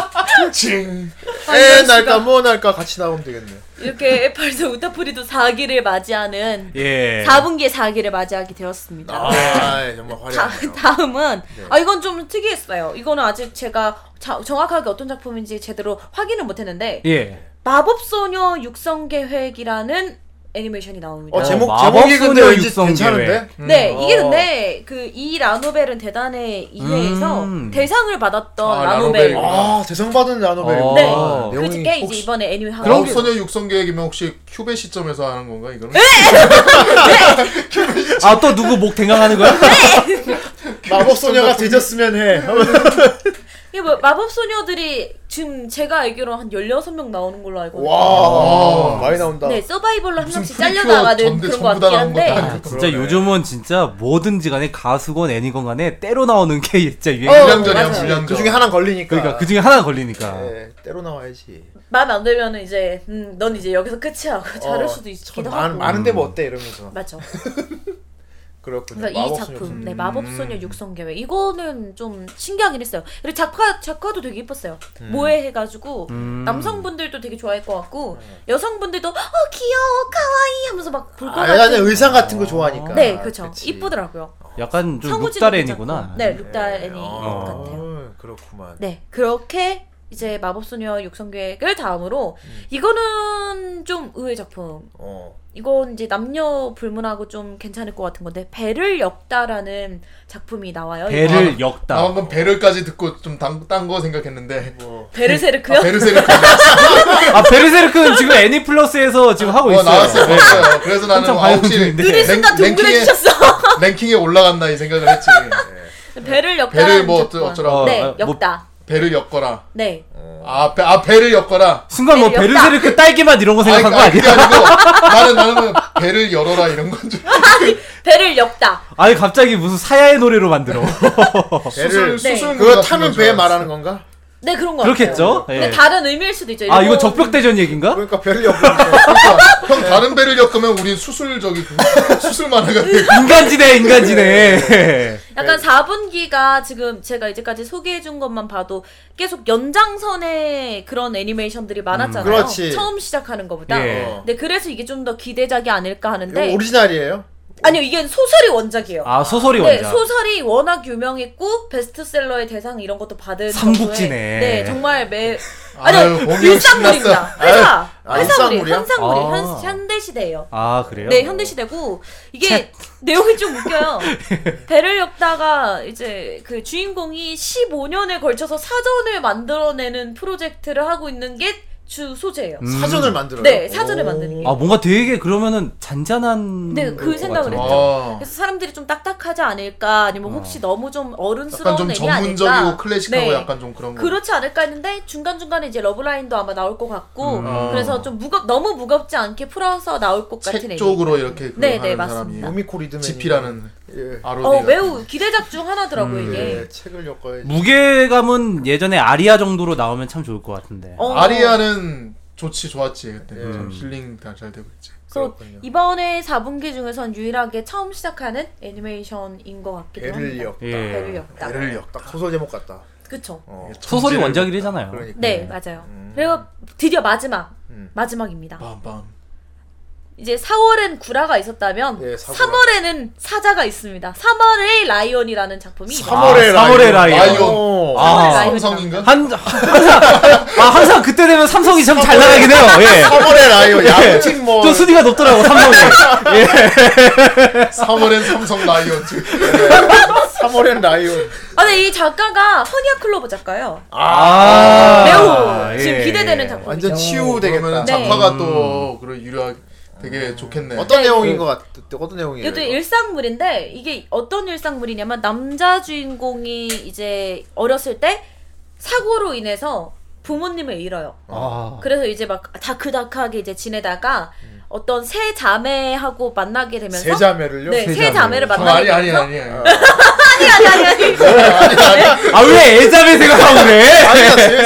징. 아, 에 날까 뭐 날까 같이 나오면 되겠네. 이렇게 에팔도 우타프리도 4기를 맞이하는 예. 4분기의 4기를 맞이하게 되었습니다. 아 정말 다, 화려하네요. 다음은 아 이건 좀 특이했어요. 이거는 아직 제가 자- 정확하게 어떤 작품인지 제대로 확인을 못했는데 예. 마법소녀 육성계획이라는 애니메이션이 나옵니다. 어 제목 어, 제목이 근데 마법소녀 왠지 육성계획. 괜찮은데? 음, 네, 이게 어. 근데 그 이 라노벨은 대단해 2회에서 음. 대상을 받았던 아, 라노벨. 라노벨. 아 대상 받은 라노벨이고. 네, 아, 그렇게 내용이 이제 이번에 애니메 하고 그럼 소녀 육성 계획이면 혹시 큐베 시점에서 하는 건가 이거는? 아 또 누구 목 댕강하는 거야? 마법 소녀가 되졌으면 해. 이게 뭐 마법 소녀들이 지금 제가 알기로 한 16명 나오는 걸로 알고 있는데 어. 와 많이 나온다. 네, 서바이벌로 한 명씩 프리큐어 잘려나가는 전대 그런 것 전부 다 같긴 나온 한데 것도 아니고. 진짜 어, 요즘은 진짜 뭐든지 간에 가수건 애니건 간에 때로 나오는 게 진짜 유행. 어, 불량전이야 맞아요. 불량전. 그 중에 하나 걸리니까. 그러니까 그 중에 하나 걸리니까. 네, 때로 나와야지. 마음에 안 들면 이제 음, 넌 이제 여기서 끝이야 하고 자를 어, 수도 있기도 전 하고 많, 많은데 뭐 어때 이러면서. 맞죠. 그렇군요. 그래서 이 마법 작품, 소녀. 네 마법소녀 육성계획 이거는 좀 신기하긴 했어요. 그리고 작화 작화도 되게 예뻤어요. 모해해가지고 음. 남성분들도 되게 좋아할 것 같고 여성분들도 어 귀여워, 카와이 하면서 막 볼 것 아, 같은. 여자는 의상 같은 거 좋아하니까. 네, 그렇죠. 그치. 이쁘더라고요. 약간 좀 성우진도 묵달 애니구나. 괜찮고. 네, 룩달 애니 어, 같아요. 그렇구만. 네, 그렇게 이제 마법소녀 육성계획을 다음으로 이거는 좀 의외 작품. 어. 이건 이제 남녀 불문하고 좀 괜찮을 것 같은 건데 배를 엮다라는 작품이 나와요. 배를 아, 나 역다. 방금 베를까지 듣고 좀딴거 생각했는데 뭐. 베르세르크요? 아, 베르세르크 아 베르세르크는 지금 애니 플러스에서 지금 하고 어, 있어요. 나왔어요 네. 봤어요. 그래서 나는 한참 아, 방영 혹시 중인데. 둘이 랭- 순간 동그래지셨어. 랭킹에 올라갔나 이 생각을 했지. 네. 배를 엮다. 배를 뭐 어쩌- 어쩌라고. 네, 어, 아, 뭐- 엮다. 배를 엮어라. 네. 아, 배, 아 배를 엮어라. 순간 뭐 배를 네, 엮다. 베르세르크 딸기맛 이런 거 아니, 생각한 거 아니야? 그게 아니고 나는 나는 배를 열어라 이런 건 좀. 배를 엮다. 아니 갑자기 무슨 사야의 노래로 만들어. 수술 배를 네. 수술 그거 타면 배 말하는 건가? 네, 그런 거 그렇겠죠? 같아요. 근데 예. 다른 의미일 수도 있죠. 아 이거 일본- 적벽대전 얘긴가? 그러니까 별이 없으니까. 형 다른 배를 엮으면 우린 수술 저기 그- 수술 만화가 음. 되고. 인간지네 예. 인간지네. 약간 4분기가 지금 제가 이제까지 소개해준 것만 봐도 계속 연장선의 그런 애니메이션들이 음, 많았잖아요. 그렇지. 처음 시작하는 것보다. 예. 네, 그래서 이게 좀 더 기대작이 아닐까 이거 하는데. 오리지널이에요? 아니요, 이게 소설이 원작이에요. 아 소설이 네, 완전. 소설이 워낙 유명했고 베스트셀러의 대상 이런 것도 받은 삼국지네. 정도의- 네, 정말 매 아유, 아니요 공연 일상물입니다. 신났어. 회사 아유, 회사물이 일상물이야? 현상물이 아. 현 현대 시대예요. 아 그래요? 네, 현대 시대고 이게 내용이 좀 웃겨요. 배를 엮다가 이제 그 주인공이 15년에 걸쳐서 사전을 만들어내는 프로젝트를 하고 있는 게 주 소재예요. 음. 사전을 만들어요. 네, 사전을 만드는 게. 아 뭔가 되게 그러면은 잔잔한. 네, 그 것 생각을 같아요. 했죠. 어. 그래서 사람들이 좀 딱딱하지 않을까, 아니면 혹시 너무 좀 약간 어른스러운 좀 애니 전문적이고 아닐까. 클래식하고 네. 약간 좀 그런 거. 그렇지 않을까 했는데 중간 중간에 이제 러브라인도 아마 나올 것 같고 음. 그래서 좀 무겁 너무 무겁지 않게 풀어서 나올 것 같은 책 애니. 쪽으로 이렇게 그걸 네, 하는 네, 사람이 맞습니다. 우미코 리듬. 지피라는 예. 아로니. 어 매우 기대작 중 하나더라고요 음. 이게. 예, 책을 엮어야지. 무게감은 예전에 아리아 정도로 나오면 참 좋을 것 같은데. 어, 아리아는 좋지 좋았지 그때 예. 좀 힐링 다 잘 되고 있지. 그래서 그렇군요. 이번에 4분기 중에선 유일하게 처음 시작하는 애니메이션인 것 같기도 애를 합니다. 엮다. 예. 배를 엮다. 애를 엮다. 소설 제목 같다. 그쵸. 어. 소설이 정지를- 원작이잖아요. 그러니까. 네, 맞아요. 그리고 드디어 마지막. 음. 마지막입니다. 빰빰. 이제 4월엔 구라가 있었다면 예, 사구라. 3월에는 사자가 있습니다. 3월의 라이온이라는 작품이 이번에 3월의 아, 삼월의 라이온. 라이온. 아. 라이온이라는 삼성인가? 한 항상 아, 항상 그때 되면 삼성이 참 잘 나가긴 해요. 예. 3월의 라이온. 야구팀 뭐. 좀 순위가 높더라고 삼성이. 예. 3월엔 삼성 라이온즈. 네. 3월엔 라이온. 아, 근데 이 작가가 허니아 클로버 작가예요. 아, 매우 예, 지금 기대되는 예. 작품. 완전 치유되겠다. 음. 그러면 네. 작화가 또 그런 유력 되게 좋겠네. 어떤 내용인 것 같아? 어떤 내용이에요? 이것도 이거? 일상물인데 이게 어떤 일상물이냐면 남자 주인공이 이제 어렸을 때 사고로 인해서 부모님을 잃어요. 아. 그래서 이제 막 다크다크하게 이제 지내다가 어떤 새 자매하고 만나게 되면서 세 음. 자매를요? 네, 세 새 자매를 아, 만나게 아니 되면서 아니 아니 아니. 아니 아니 아니 아니. 아왜 애자매 생각하고 아. 그래?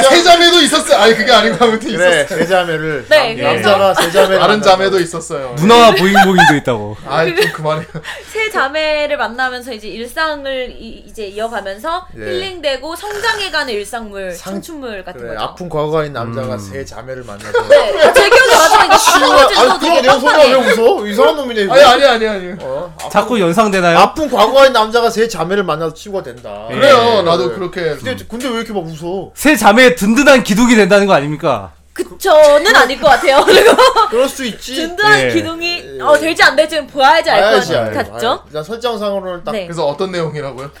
세 자매도 있었어. 아니 그게 아닌가 아무튼 그래, 있었어. 세 자매를. 네, 남- 그래서- 남자가 세 자매. 다른 자매도 있었어요. 누나와 보잉보잉도 있다고. 아이 좀 그만해. 새 자매를 만나면서 이제 일상을 이, 이제 이어가면서 예. 힐링되고 성장해가는 일상물, 상- 청춘물 같은 그래, 거죠. 아픈 과거가 있는 음. 남자가 세 자매를 만나서. 네, 아, 제 기억에 마지막 이거 아니, 신호를 그거 내가 소녀 왜 웃어? 이상한 놈이네, 이거. 아니 아니 아니 아니. 어, 아픈- 자꾸 연상되나요? 아픈 과거가 있는 남자가 세 자매를 만나서 치유가 된다. 예. 그래요. 네, 나도 네. 그렇게 음. 근데, 근데 왜 이렇게 막 웃어? 새 자매의 든든한 기둥이 된다는 거 아닙니까? 그쵸는 아닐 것 같아요. 그리고 그럴 수 있지. 든든한 예. 기둥이 어 될지 안 될지는 봐야지 알 봐야지, 것 알고. 같죠. 아, 일단 설정상으로는 딱 네. 그래서 어떤 내용이라고요?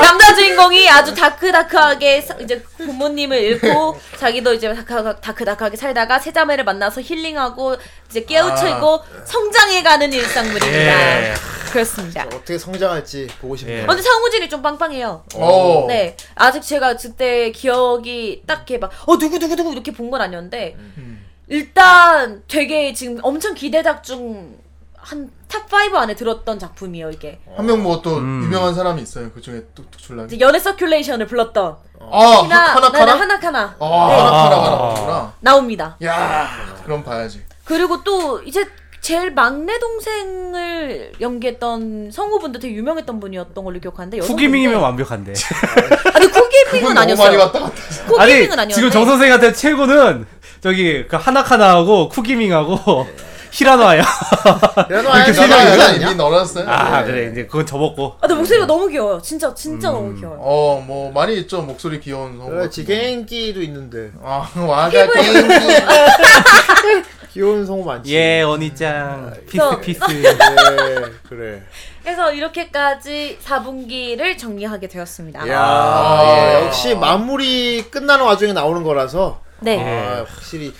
남자 주인공이 아주 다크다크하게 사- 이제 부모님을 잃고 자기도 이제 다크- 다크다크하게 살다가 새 자매를 만나서 힐링하고 이제 깨우치고 아. 성장해가는 일상물입니다. 예. 그렇습니다. 어떻게 성장할지 보고 싶네요. 예. 근데 상우진이 좀 빵빵해요. 어. 네. 아직 제가 그때 기억이 딱히 막, 어, 누구누구누구 이렇게 본 건 아니었는데, 일단 되게 지금 엄청 기대작 중 한, 탑5 안에 들었던 작품이에요, 이게. 한 명 뭐 또 음. 유명한 사람이 있어요. 그 중에 뚝뚝 출락이. 이제 연애 서큘레이션을 불렀던, 아 하나, 네. 하나 하나, 카라. 하나, 하나, 아 하나 카라 하나구나. 나옵니다. 야 그럼 봐야지. 그리고 또, 이제, 제일 막내 동생을 연기했던 성우분도 되게 유명했던 분이었던 걸로 기억하는데 후기밍이면 완벽한데. 아니 그분 쿠기밍은 너무 많이 아니었어요. 왔다 갔다. 했어. 쿠기밍은 아니 아니었는데 지금 정 선생한테 최고는 저기 그 하나카나하고 쿠기밍하고 히라노아야. 그래도 이렇게 아예 세 나가야 명이 되냐? 이미 널었어요. 아 그래 이제 그건 접었고. 아, 근데 목소리가 너무 귀여워요. 진짜 음. 진짜 너무 귀여워요. 어뭐 많이 있죠 목소리 귀여운 성우. 그렇지 개인기도 있는데 아 와가 게임. 귀여운 성우 많지. 예 언니짱 저- 피스 피스. 예, 그래. 그래서 이렇게까지 4분기를 정리하게 되었습니다. 야 아, 예. 역시 마무리 끝나는 와중에 나오는 거라서 네. 예. 아, 확실히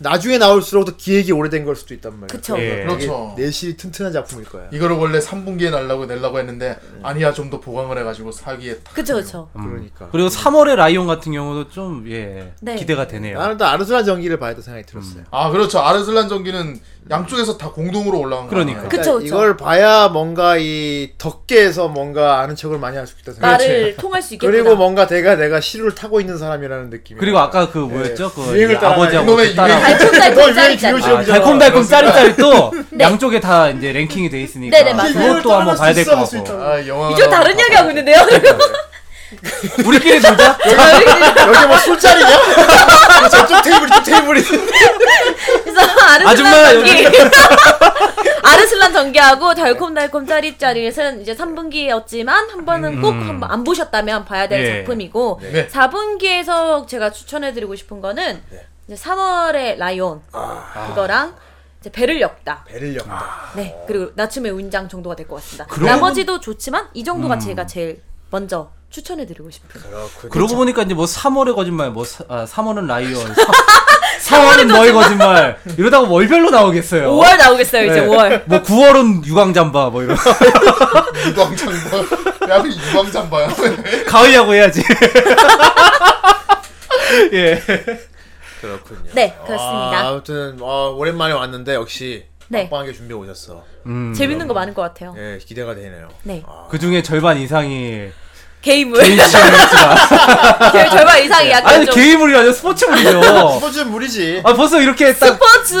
나중에 나올수록 더 기획이 오래된 걸 수도 있단 말이야. 그쵸. 예. 이게 그렇죠. 내실이 튼튼한 작품일 거야. 이거를 원래 3분기에 날라고 내려고 했는데 아니야 좀 더 보강을 해가지고 사기에 탁. 그쵸, 그쵸. 그러니까. 음, 그리고 3월의 라이온 같은 경우도 좀 예, 네. 기대가 되네요. 나는 또 아르스라 전기를 봐야 될 생각이 음. 들었어요. 아 그렇죠 아르슬란 전기는 양쪽에서 다 공동으로 올라온 거. 그러니까. 아니에요? 그쵸, 그쵸. 이걸 봐야 뭔가 이 덕계에서 뭔가 아는 척을 많이 할 수 있다 생각. 나를 통할 수 있겠구나. 그리고 뭔가 내가 내가 시루를 타고 있는 사람이라는 느낌. 그리고 아까 그 뭐였죠? 그 유행을 따라가는 아버지하고 이놈의 그 딸하고 유행. 달콤달콤 짜리짜리. 아, 달콤달콤 짜릿짜릿 또 양쪽에 다 이제 랭킹이 돼 있으니까 네네, 맞아요. 그것도 한번 봐야 될 것 같고 아 영화. 이쪽 다른 이야기 하고 있는데요. 우리끼리 둘다 여기 뭐 술자리냐? 저쪽 테이블이 저 테이블이. 그래서 아르슬란 아줌마, 전기. 아르슬란 전기하고 달콤달콤 짜릿짜릿은 이제 3분기였지만 한 번은 꼭 한번 안 보셨다면 봐야 될 예. 작품이고 네. 4분기에서 제가 추천해드리고 싶은 거는 이제 3월의 라이온 그거랑 이제 배를 아, 엮다. 배를 엮다. 네, 그리고 나춤의 운장 정도가 될 것 같습니다. 그럼- 음. 나머지도 좋지만 이 정도가 제가 제일 먼저 추천해드리고 싶은. 그렇군요. 그러고 보니까 이제 뭐 3월의 거짓말, 뭐 사, 아, 3월은 라이언, 4월은 너의 거짓말 이러다가 월별로 나오겠어요. 5월 나오겠어요 이제 네. 5월. 뭐 9월은 유광잠바 뭐 이런 유광장바. 야, 왜 유광장바야? 가을야구 해야지. 예. 그렇군요. 네 그렇습니다. 아, 아무튼 어, 오랜만에 왔는데 역시 네. 빵빵하게 준비해 오셨어. 음. 재밌는 거 많은 것 같아요. 예, 기대가 되네요. 네 아, 그 중에 절반 이상이 게임을 절- 절반 이상이 약간 예. 아니 좀 게임물이 아니라 어. 스포츠물이죠. 스포츠 무리지. 아 벌써 이렇게 딱 스포츠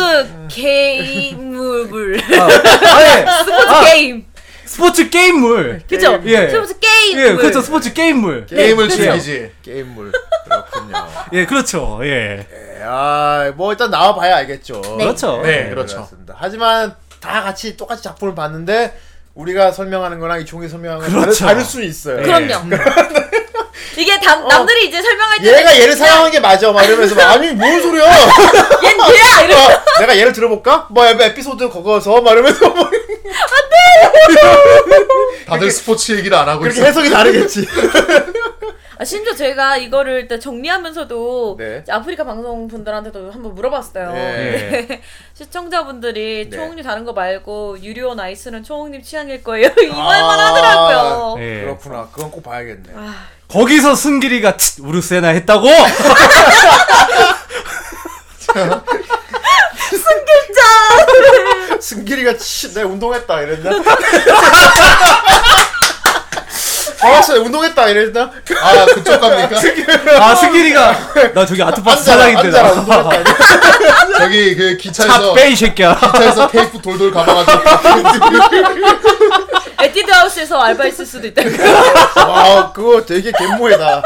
게임을 아, 아니 스포츠 게임 스포츠 게임물. 네, 그죠? 예. 스포츠 네, 게임 예, 그렇죠. 스포츠 게임물. 게임을 네, 그래요. 즐기지. 게임물. 그렇군요. 예, 그렇죠. 예. 예, 아, 뭐 일단 나와 봐야 알겠죠. 예, 그렇죠. 네, 그렇죠. 그렇습니다. 하지만 다 같이 똑같이 작품을 봤는데 우리가 설명하는 거랑 이 종이 설명하는 거랑 그렇죠. 다를, 다를 수는 있어요. 예. 그럼요. 예. 이게 어. 남, 남들이 이제 설명할 때 얘가 얘를 사랑한 게 맞아 막 이러면서 막, 아니 뭔 소리야 얘 얘야 이러 어, 내가 얘를 들어볼까? 뭐 에- 에피소드 거거서 막 이러면서 뭐 그렇죠. 다들 스포츠 얘기를 안 하고 그렇게 있어. 해석이 다르겠지 아, 심지어 제가 이거를 일단 정리하면서도 네. 이제 아프리카 방송 분들한테도 한번 물어봤어요. 예. 네. 근데 시청자분들이 네. 초홍님 다른 거 말고 유리오 나이스는 초홍님 취향일 거예요. 이 아. 말만 하더라고요. 네. 예. 그렇구나 그건 꼭 봐야겠네 거기서 승길이가 치, 우르세나 했다고? 승길이가 치, 내가 운동했다 이랬나? 아 진짜 운동했다 이랬나? 아, 그쪽 갑니까? 아 승길이가 나 저기 아트박스 앉아라 사장인데 앉아라 운동했다 나. 이랬나? 저기 그 기차에서 차빼이 새끼야. 기차에서 테이프 돌돌 그 감아가지고 에뛰드 하우스에서 알바했을 수도 있다고요. 와 아, 그거 되게 갯모해다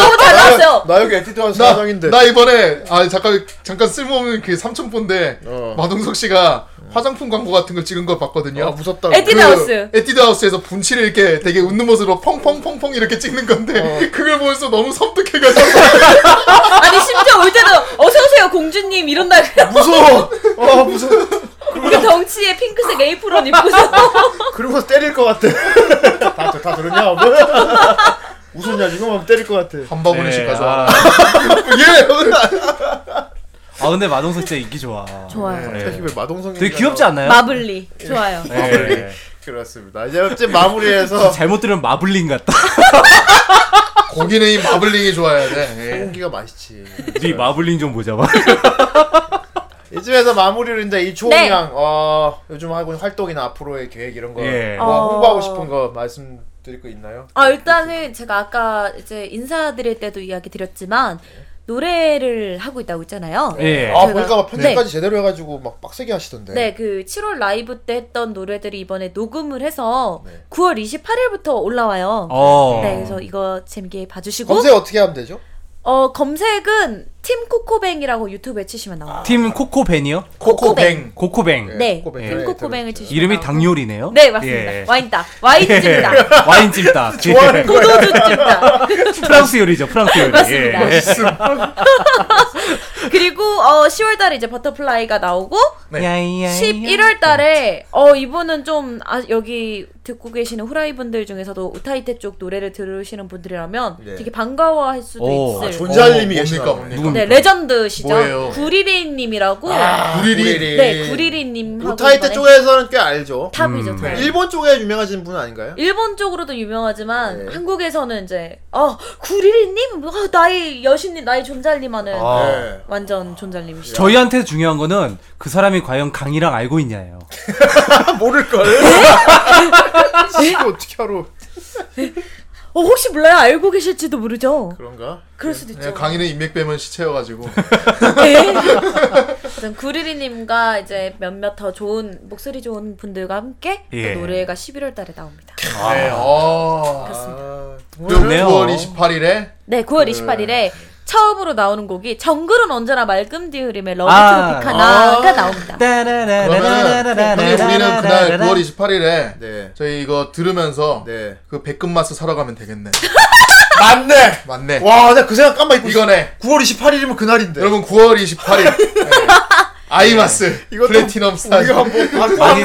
너무 잘 나왔어요. 나 여기 에티드 한 나, 사장인데 나 이번에 아 잠깐 잠깐 쓸모없는 그 삼천포인데 어. 마동석 씨가 화장품 광고 같은 걸 찍은 걸 봤거든요. 아 무섭다 에뛰드 그 하우스. 에뛰드 하우스에서 분칠을 이렇게 되게 웃는 모습으로 펑펑펑펑 이렇게 찍는 건데 어. 그걸 보면서 너무 섬뜩해가지고 아니 심지어 올 때도 어서 오세요 공주님 이런다. 무서워 아 무서워 우리 덩치에 핑크색 에이프런 입고서 그러고서 때릴 것 같아 다, 들- 다 들었냐 웃었냐 지금 하면 때릴 것 같아 한 바구니씩 예, 아, 가져와. 예 아 근데 마동석 진짜 인기 좋아. 좋아요. 예. 왜 마동석 되게 귀엽지 않나요? 마블리 좋아요. 예. 그렇습니다 이제 이제 마무리해서 잘못 들으면 마블링 같다. 고기는 이 마블링이 좋아야 돼. 예. 공기가 맛있지 네 마블링 좀 보자 봐. 이쯤에서 마무리를 이제 이 초홍 네. 양 어, 요즘 하고 있는 활동이나 앞으로의 계획 이런 거 예. 뭐 어. 홍보하고 싶은 거 말씀드릴 거 있나요? 아 일단은 제가 아까 이제 인사드릴 때도 이야기 드렸지만 노래를 하고 있다고 했잖아요. 예. 아 제가- 보니까 막 편집까지 네. 제대로 해가지고 막 빡세게 하시던데 네, 그 7월 라이브 때 했던 노래들이 이번에 녹음을 해서 네. 9월 28일부터 올라와요. 어. 네, 그래서 이거 재밌게 봐주시고 검색 어떻게 하면 되죠? 어 검색은 팀 코코뱅이라고 유튜브에 치시면 나와요. 팀 코코뱅이요? 코코뱅. 코코뱅. 네, 아, 코코뱅. 팀 네, 코코뱅을 치시면 이름이 나와요. 당뇨리네요. 네 맞습니다. 예. 와인딱 와인집니다. 예. 와인찜닭. 좋아하는 예. 고도주집니다. 프랑스 요리죠. 프랑스 요리. 맞습니다. 예. 그리고 어 10월달에 이제 버터플라이가 나오고 네. 야이야이야. 11월 달에 어 이분은 좀 아, 여기 듣고 계시는 후라이 분들 중에서도 우타이테 쪽 노래를 들으시는 분들이라면 네. 되게 반가워할 수도 오, 있을 아, 어, 존잘님이 계시나 뭡니까 보네. 뭡니까. 누구- 네, 레전드시죠. 뭐예요? 아, 예. 구리리 님이라고 구리리. 네, 구리리 님 하고 우타이테 이번에 쪽에서는 네. 꽤 알죠. 탑이죠. 음, 탑. 일... 일본 쪽에 유명하신 분 아닌가요? 본 쪽으로도 유명하지만 네. 한국에서는 이제 어, 구리리 님, 어, 나의 여신님, 나의 존잘님하는 아. 네. 완전 존잘님이시죠. 저희한테 중요한 거는 그 사람이 과연 강이랑 알고 있냐예요. 모를 걸. 이거 어떻게 알아? 어, 혹시 몰라요. 알고 계실지도 모르죠. 그런가? 그럴 수도 있죠. 네. 예, 강의는 인맥 빼면 시체여가지고 아무튼 구리리님과 이제 몇몇 더 좋은 목소리 좋은 분들과 함께 또 예. 노래가 11월 달에 나옵니다. 네, 어. 아, 그리고 그러네요. 9월 28일에 네, 9월 28일에 처음으로 나오는 곡이 정글은 언제나 맑음 디흐림의 러브 아. 트로피카나가 아. 나옵니다. 그러면 형님 우리는 그날 9월 28일에 네. 저희 이거 들으면서 네. 그 백금마스 사러 가면 되겠네 맞네. 맞네 와, 내가 그 생각 깜빡 잊고 있어. 이거네 9월 28일이면 그날인데. 여러분 9월 28일 네. 아이마스 이것도 플래티넘 스타 우리가 뭐 많이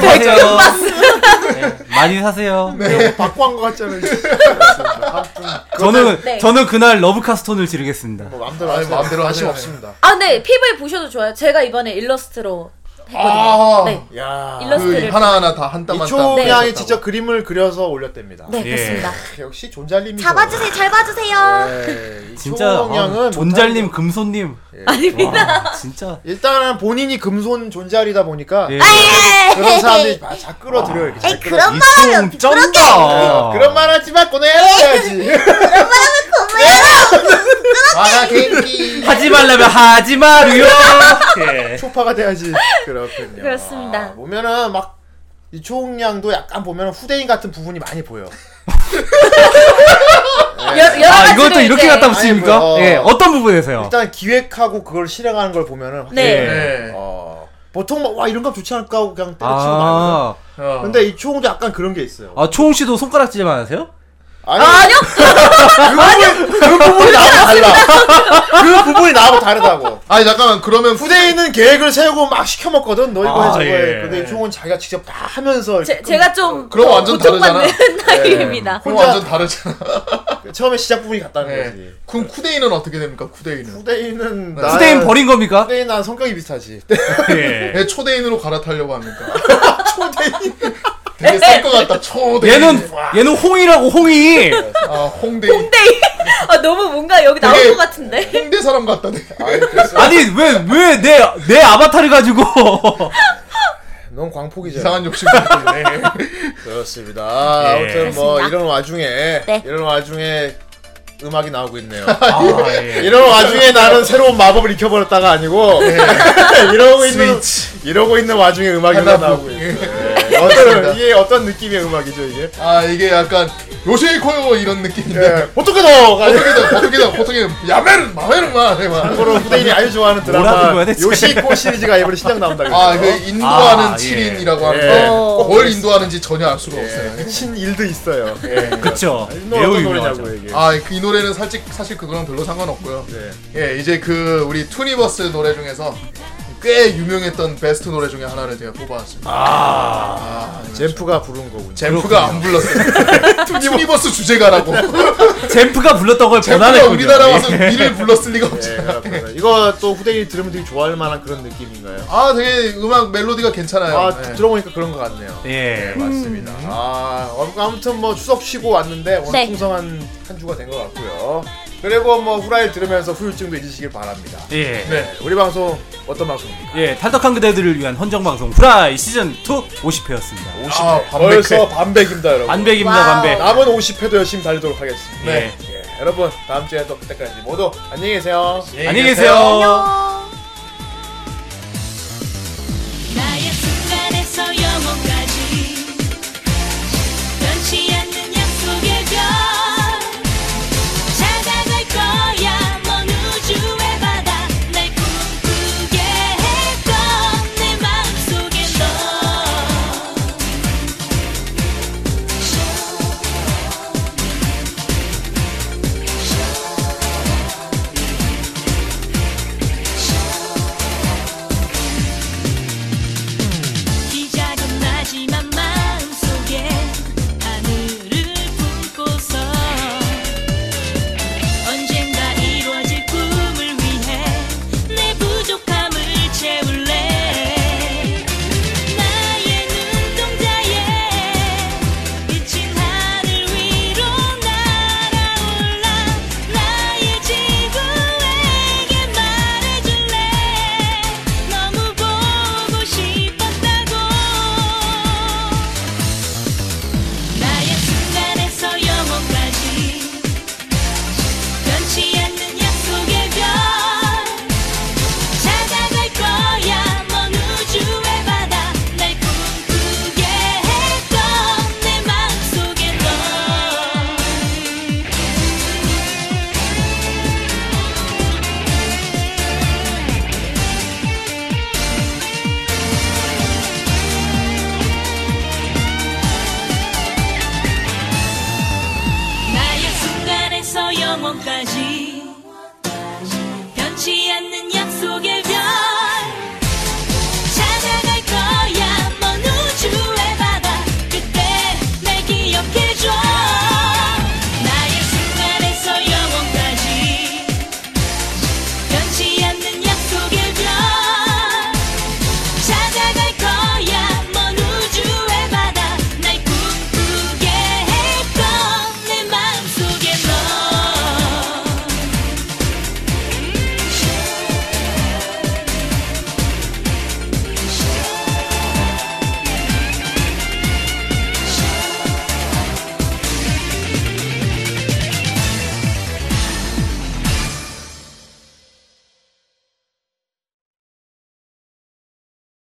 박광 사세요. 네, 많이 사세요. 네. 박광 거 같잖아요. 저는 네. 저는 그날 러브 카스톤을 지르겠습니다. 뭐 마음대로 아니, 하세요. 마음대로 관심 하세요. 없습니다. 아, 네. PV 보셔도 좋아요. 제가 이번에 일러스트로 했거든요. 아. 네. 야. 그 일러스트를 하나하나 다 한 땀 한땀 이초양이 네. 직접 그림을 그려서 올렸답니다. 네, 예. 그렇습니다. 역시 존잘님이 잡아주세요, 잘 봐주세요. 진짜 이초양은 어, 존잘님 금손님 예. 아닙니다. 와, 진짜 일단은 본인이 금손 존잘이다 보니까 예. 네. 아, 네. 그런 사람들이 막 잘 끌어들여 이렇게 잘 네. 에이, 끌어. 그런 말은, 이총 쩐다. 그런 말 하지 마, 꺼내 해야지. 와가 개인기 하지 말라면 하지 마루요. 예. 초파가 돼야지. 그렇군요. 그렇습니다. 아, 보면은 막 이초홍양도 약간 보면 후대인 같은 부분이 많이 보여. 여, 여러 아 가지로 이것도 이렇게 이제- 갖다 붙입니까? 아니, 뭐, 어. 예. 어떤 부분에서요? 일단 기획하고 그걸 실행하는 걸 보면은 네. 예. 네. 어, 보통 막 와 이런 거 좋지 않을까 하고 그냥 때려치고 말거든 아, 어. 근데 이초홍도 약간 그런 게 있어요. 아 초홍 씨도 손가락질만 하세요? 아니, 아니요. 그 부분이 나하고 달라. 그 부분이 나하고 다르다고. 아니 잠깐만 그러면 후대 후대인은 계획을 세우고 막 시켜 먹거든. 너 이거 아, 해 저거 해. 예. 근데 이초홍은 자기가 직접 다 하면서 제, 제가 좀 그럼 완전 고통받는 다르잖아. 예. 타입입니다. 그건 혼자- 완전 다르잖아. 처음에 시작 부분이 같다는 예. 네. 거지. 그럼 쿠데이는 어떻게 됩니까? 쿠데이는 후대인은 나 후대인 아, 버린 겁니까? 후대인 난 성격이 비슷하지. 네. 예. 왜 초대인으로 갈아타려고 합니까? 초대인 예. 되게 쌀것 같다. 초대인 예. 얘는 얘는 홍이라고 홍이. 아 홍대인 아, 너무 뭔가 여기 나올 되게- 것 같은데. 홍대 사람 같다. 되게. 아니 왜 왜 내 내 아바타를 가지고 넌 광폭이잖아. 이상한 욕심 갖고 있네. 그렇습니다. 아, 예. 아무튼 뭐 그렇습니다. 이런 와중에 네. 이런 와중에 음악이 나오고 있네요. 아, 예. 이런 와중에 나는 새로운 마법을 익혀버렸다가 아니고 네. 이러고 있는 스위치. 이러고 있는 와중에 음악이 하나 나오고 보고. 있어요. 네. 예. 어떤 이게 어떤 느낌의 음악이죠 이게? 아 이게 약간 요시코요 이런 네. 느낌인데. 예. 어떻게 더 가지? 어떻게든 어떻게든 어떻게 야메르 마메르 마. 앞으로 후대인이 아주 좋아하는 뭐라는 드라마 거야, 대체? 요시코 시리즈가 이번에 신작 나온다 그래요. 아그 인도하는 아, 7인이라고 예. 하는데 어. 뭘 인도하는지 전혀 알 수가 없어요. 예. 신일도 있어요. 예. 네. 그쵸. 이 노래 아, 매우 어떤 유명하죠. 노래냐고 이게. 아 이 노래는 사실 사실 그거랑 별로 상관없고요. 네. 예, 이제 그 우리 투니버스 노래 중에서 꽤 유명했던 베스트 노래 중에 하나를 제가 뽑아왔습니다. 아, 젠프가 부른 거군요. 젠프가 안 불렀어요. 투니버스 주제가라고. 젠프가 불렀던 걸 젠프가 번안했군요. 우리나라 와서 예. 미를 불렀을 리가 없지. 예, 그렇구나. 이거 또 후대인이 들으면 되게 좋아할 만한 그런 느낌인가요? 아, 되게 음악 멜로디가 네. 괜찮아요. 아, 예. 들어보니까 그런 것 같네요. 예. 맞습니다. 아, 어, 아무튼 뭐 추석 쉬고 왔는데 오늘 네. 풍성한 한 주가 된 것 같고요. 그리고 뭐 후라이 들으면서 후유증도 잊으시길 바랍니다. 예. 네, 우리 방송 어떤 방송입니까? 예, 탈덕한 그대들을 위한 헌정방송 후라이 시즌 2 50회였습니다. 아, 반백회. 벌써 반백입니다, 여러분. 반백입니다, 와우. 반백. 남은 50회도 열심히 달리도록 네. 하겠습니다. 예. 예, 여러분 다음 주에 또 그때까지 모두 안녕히 계세요. 안녕히 계세요. 안녕.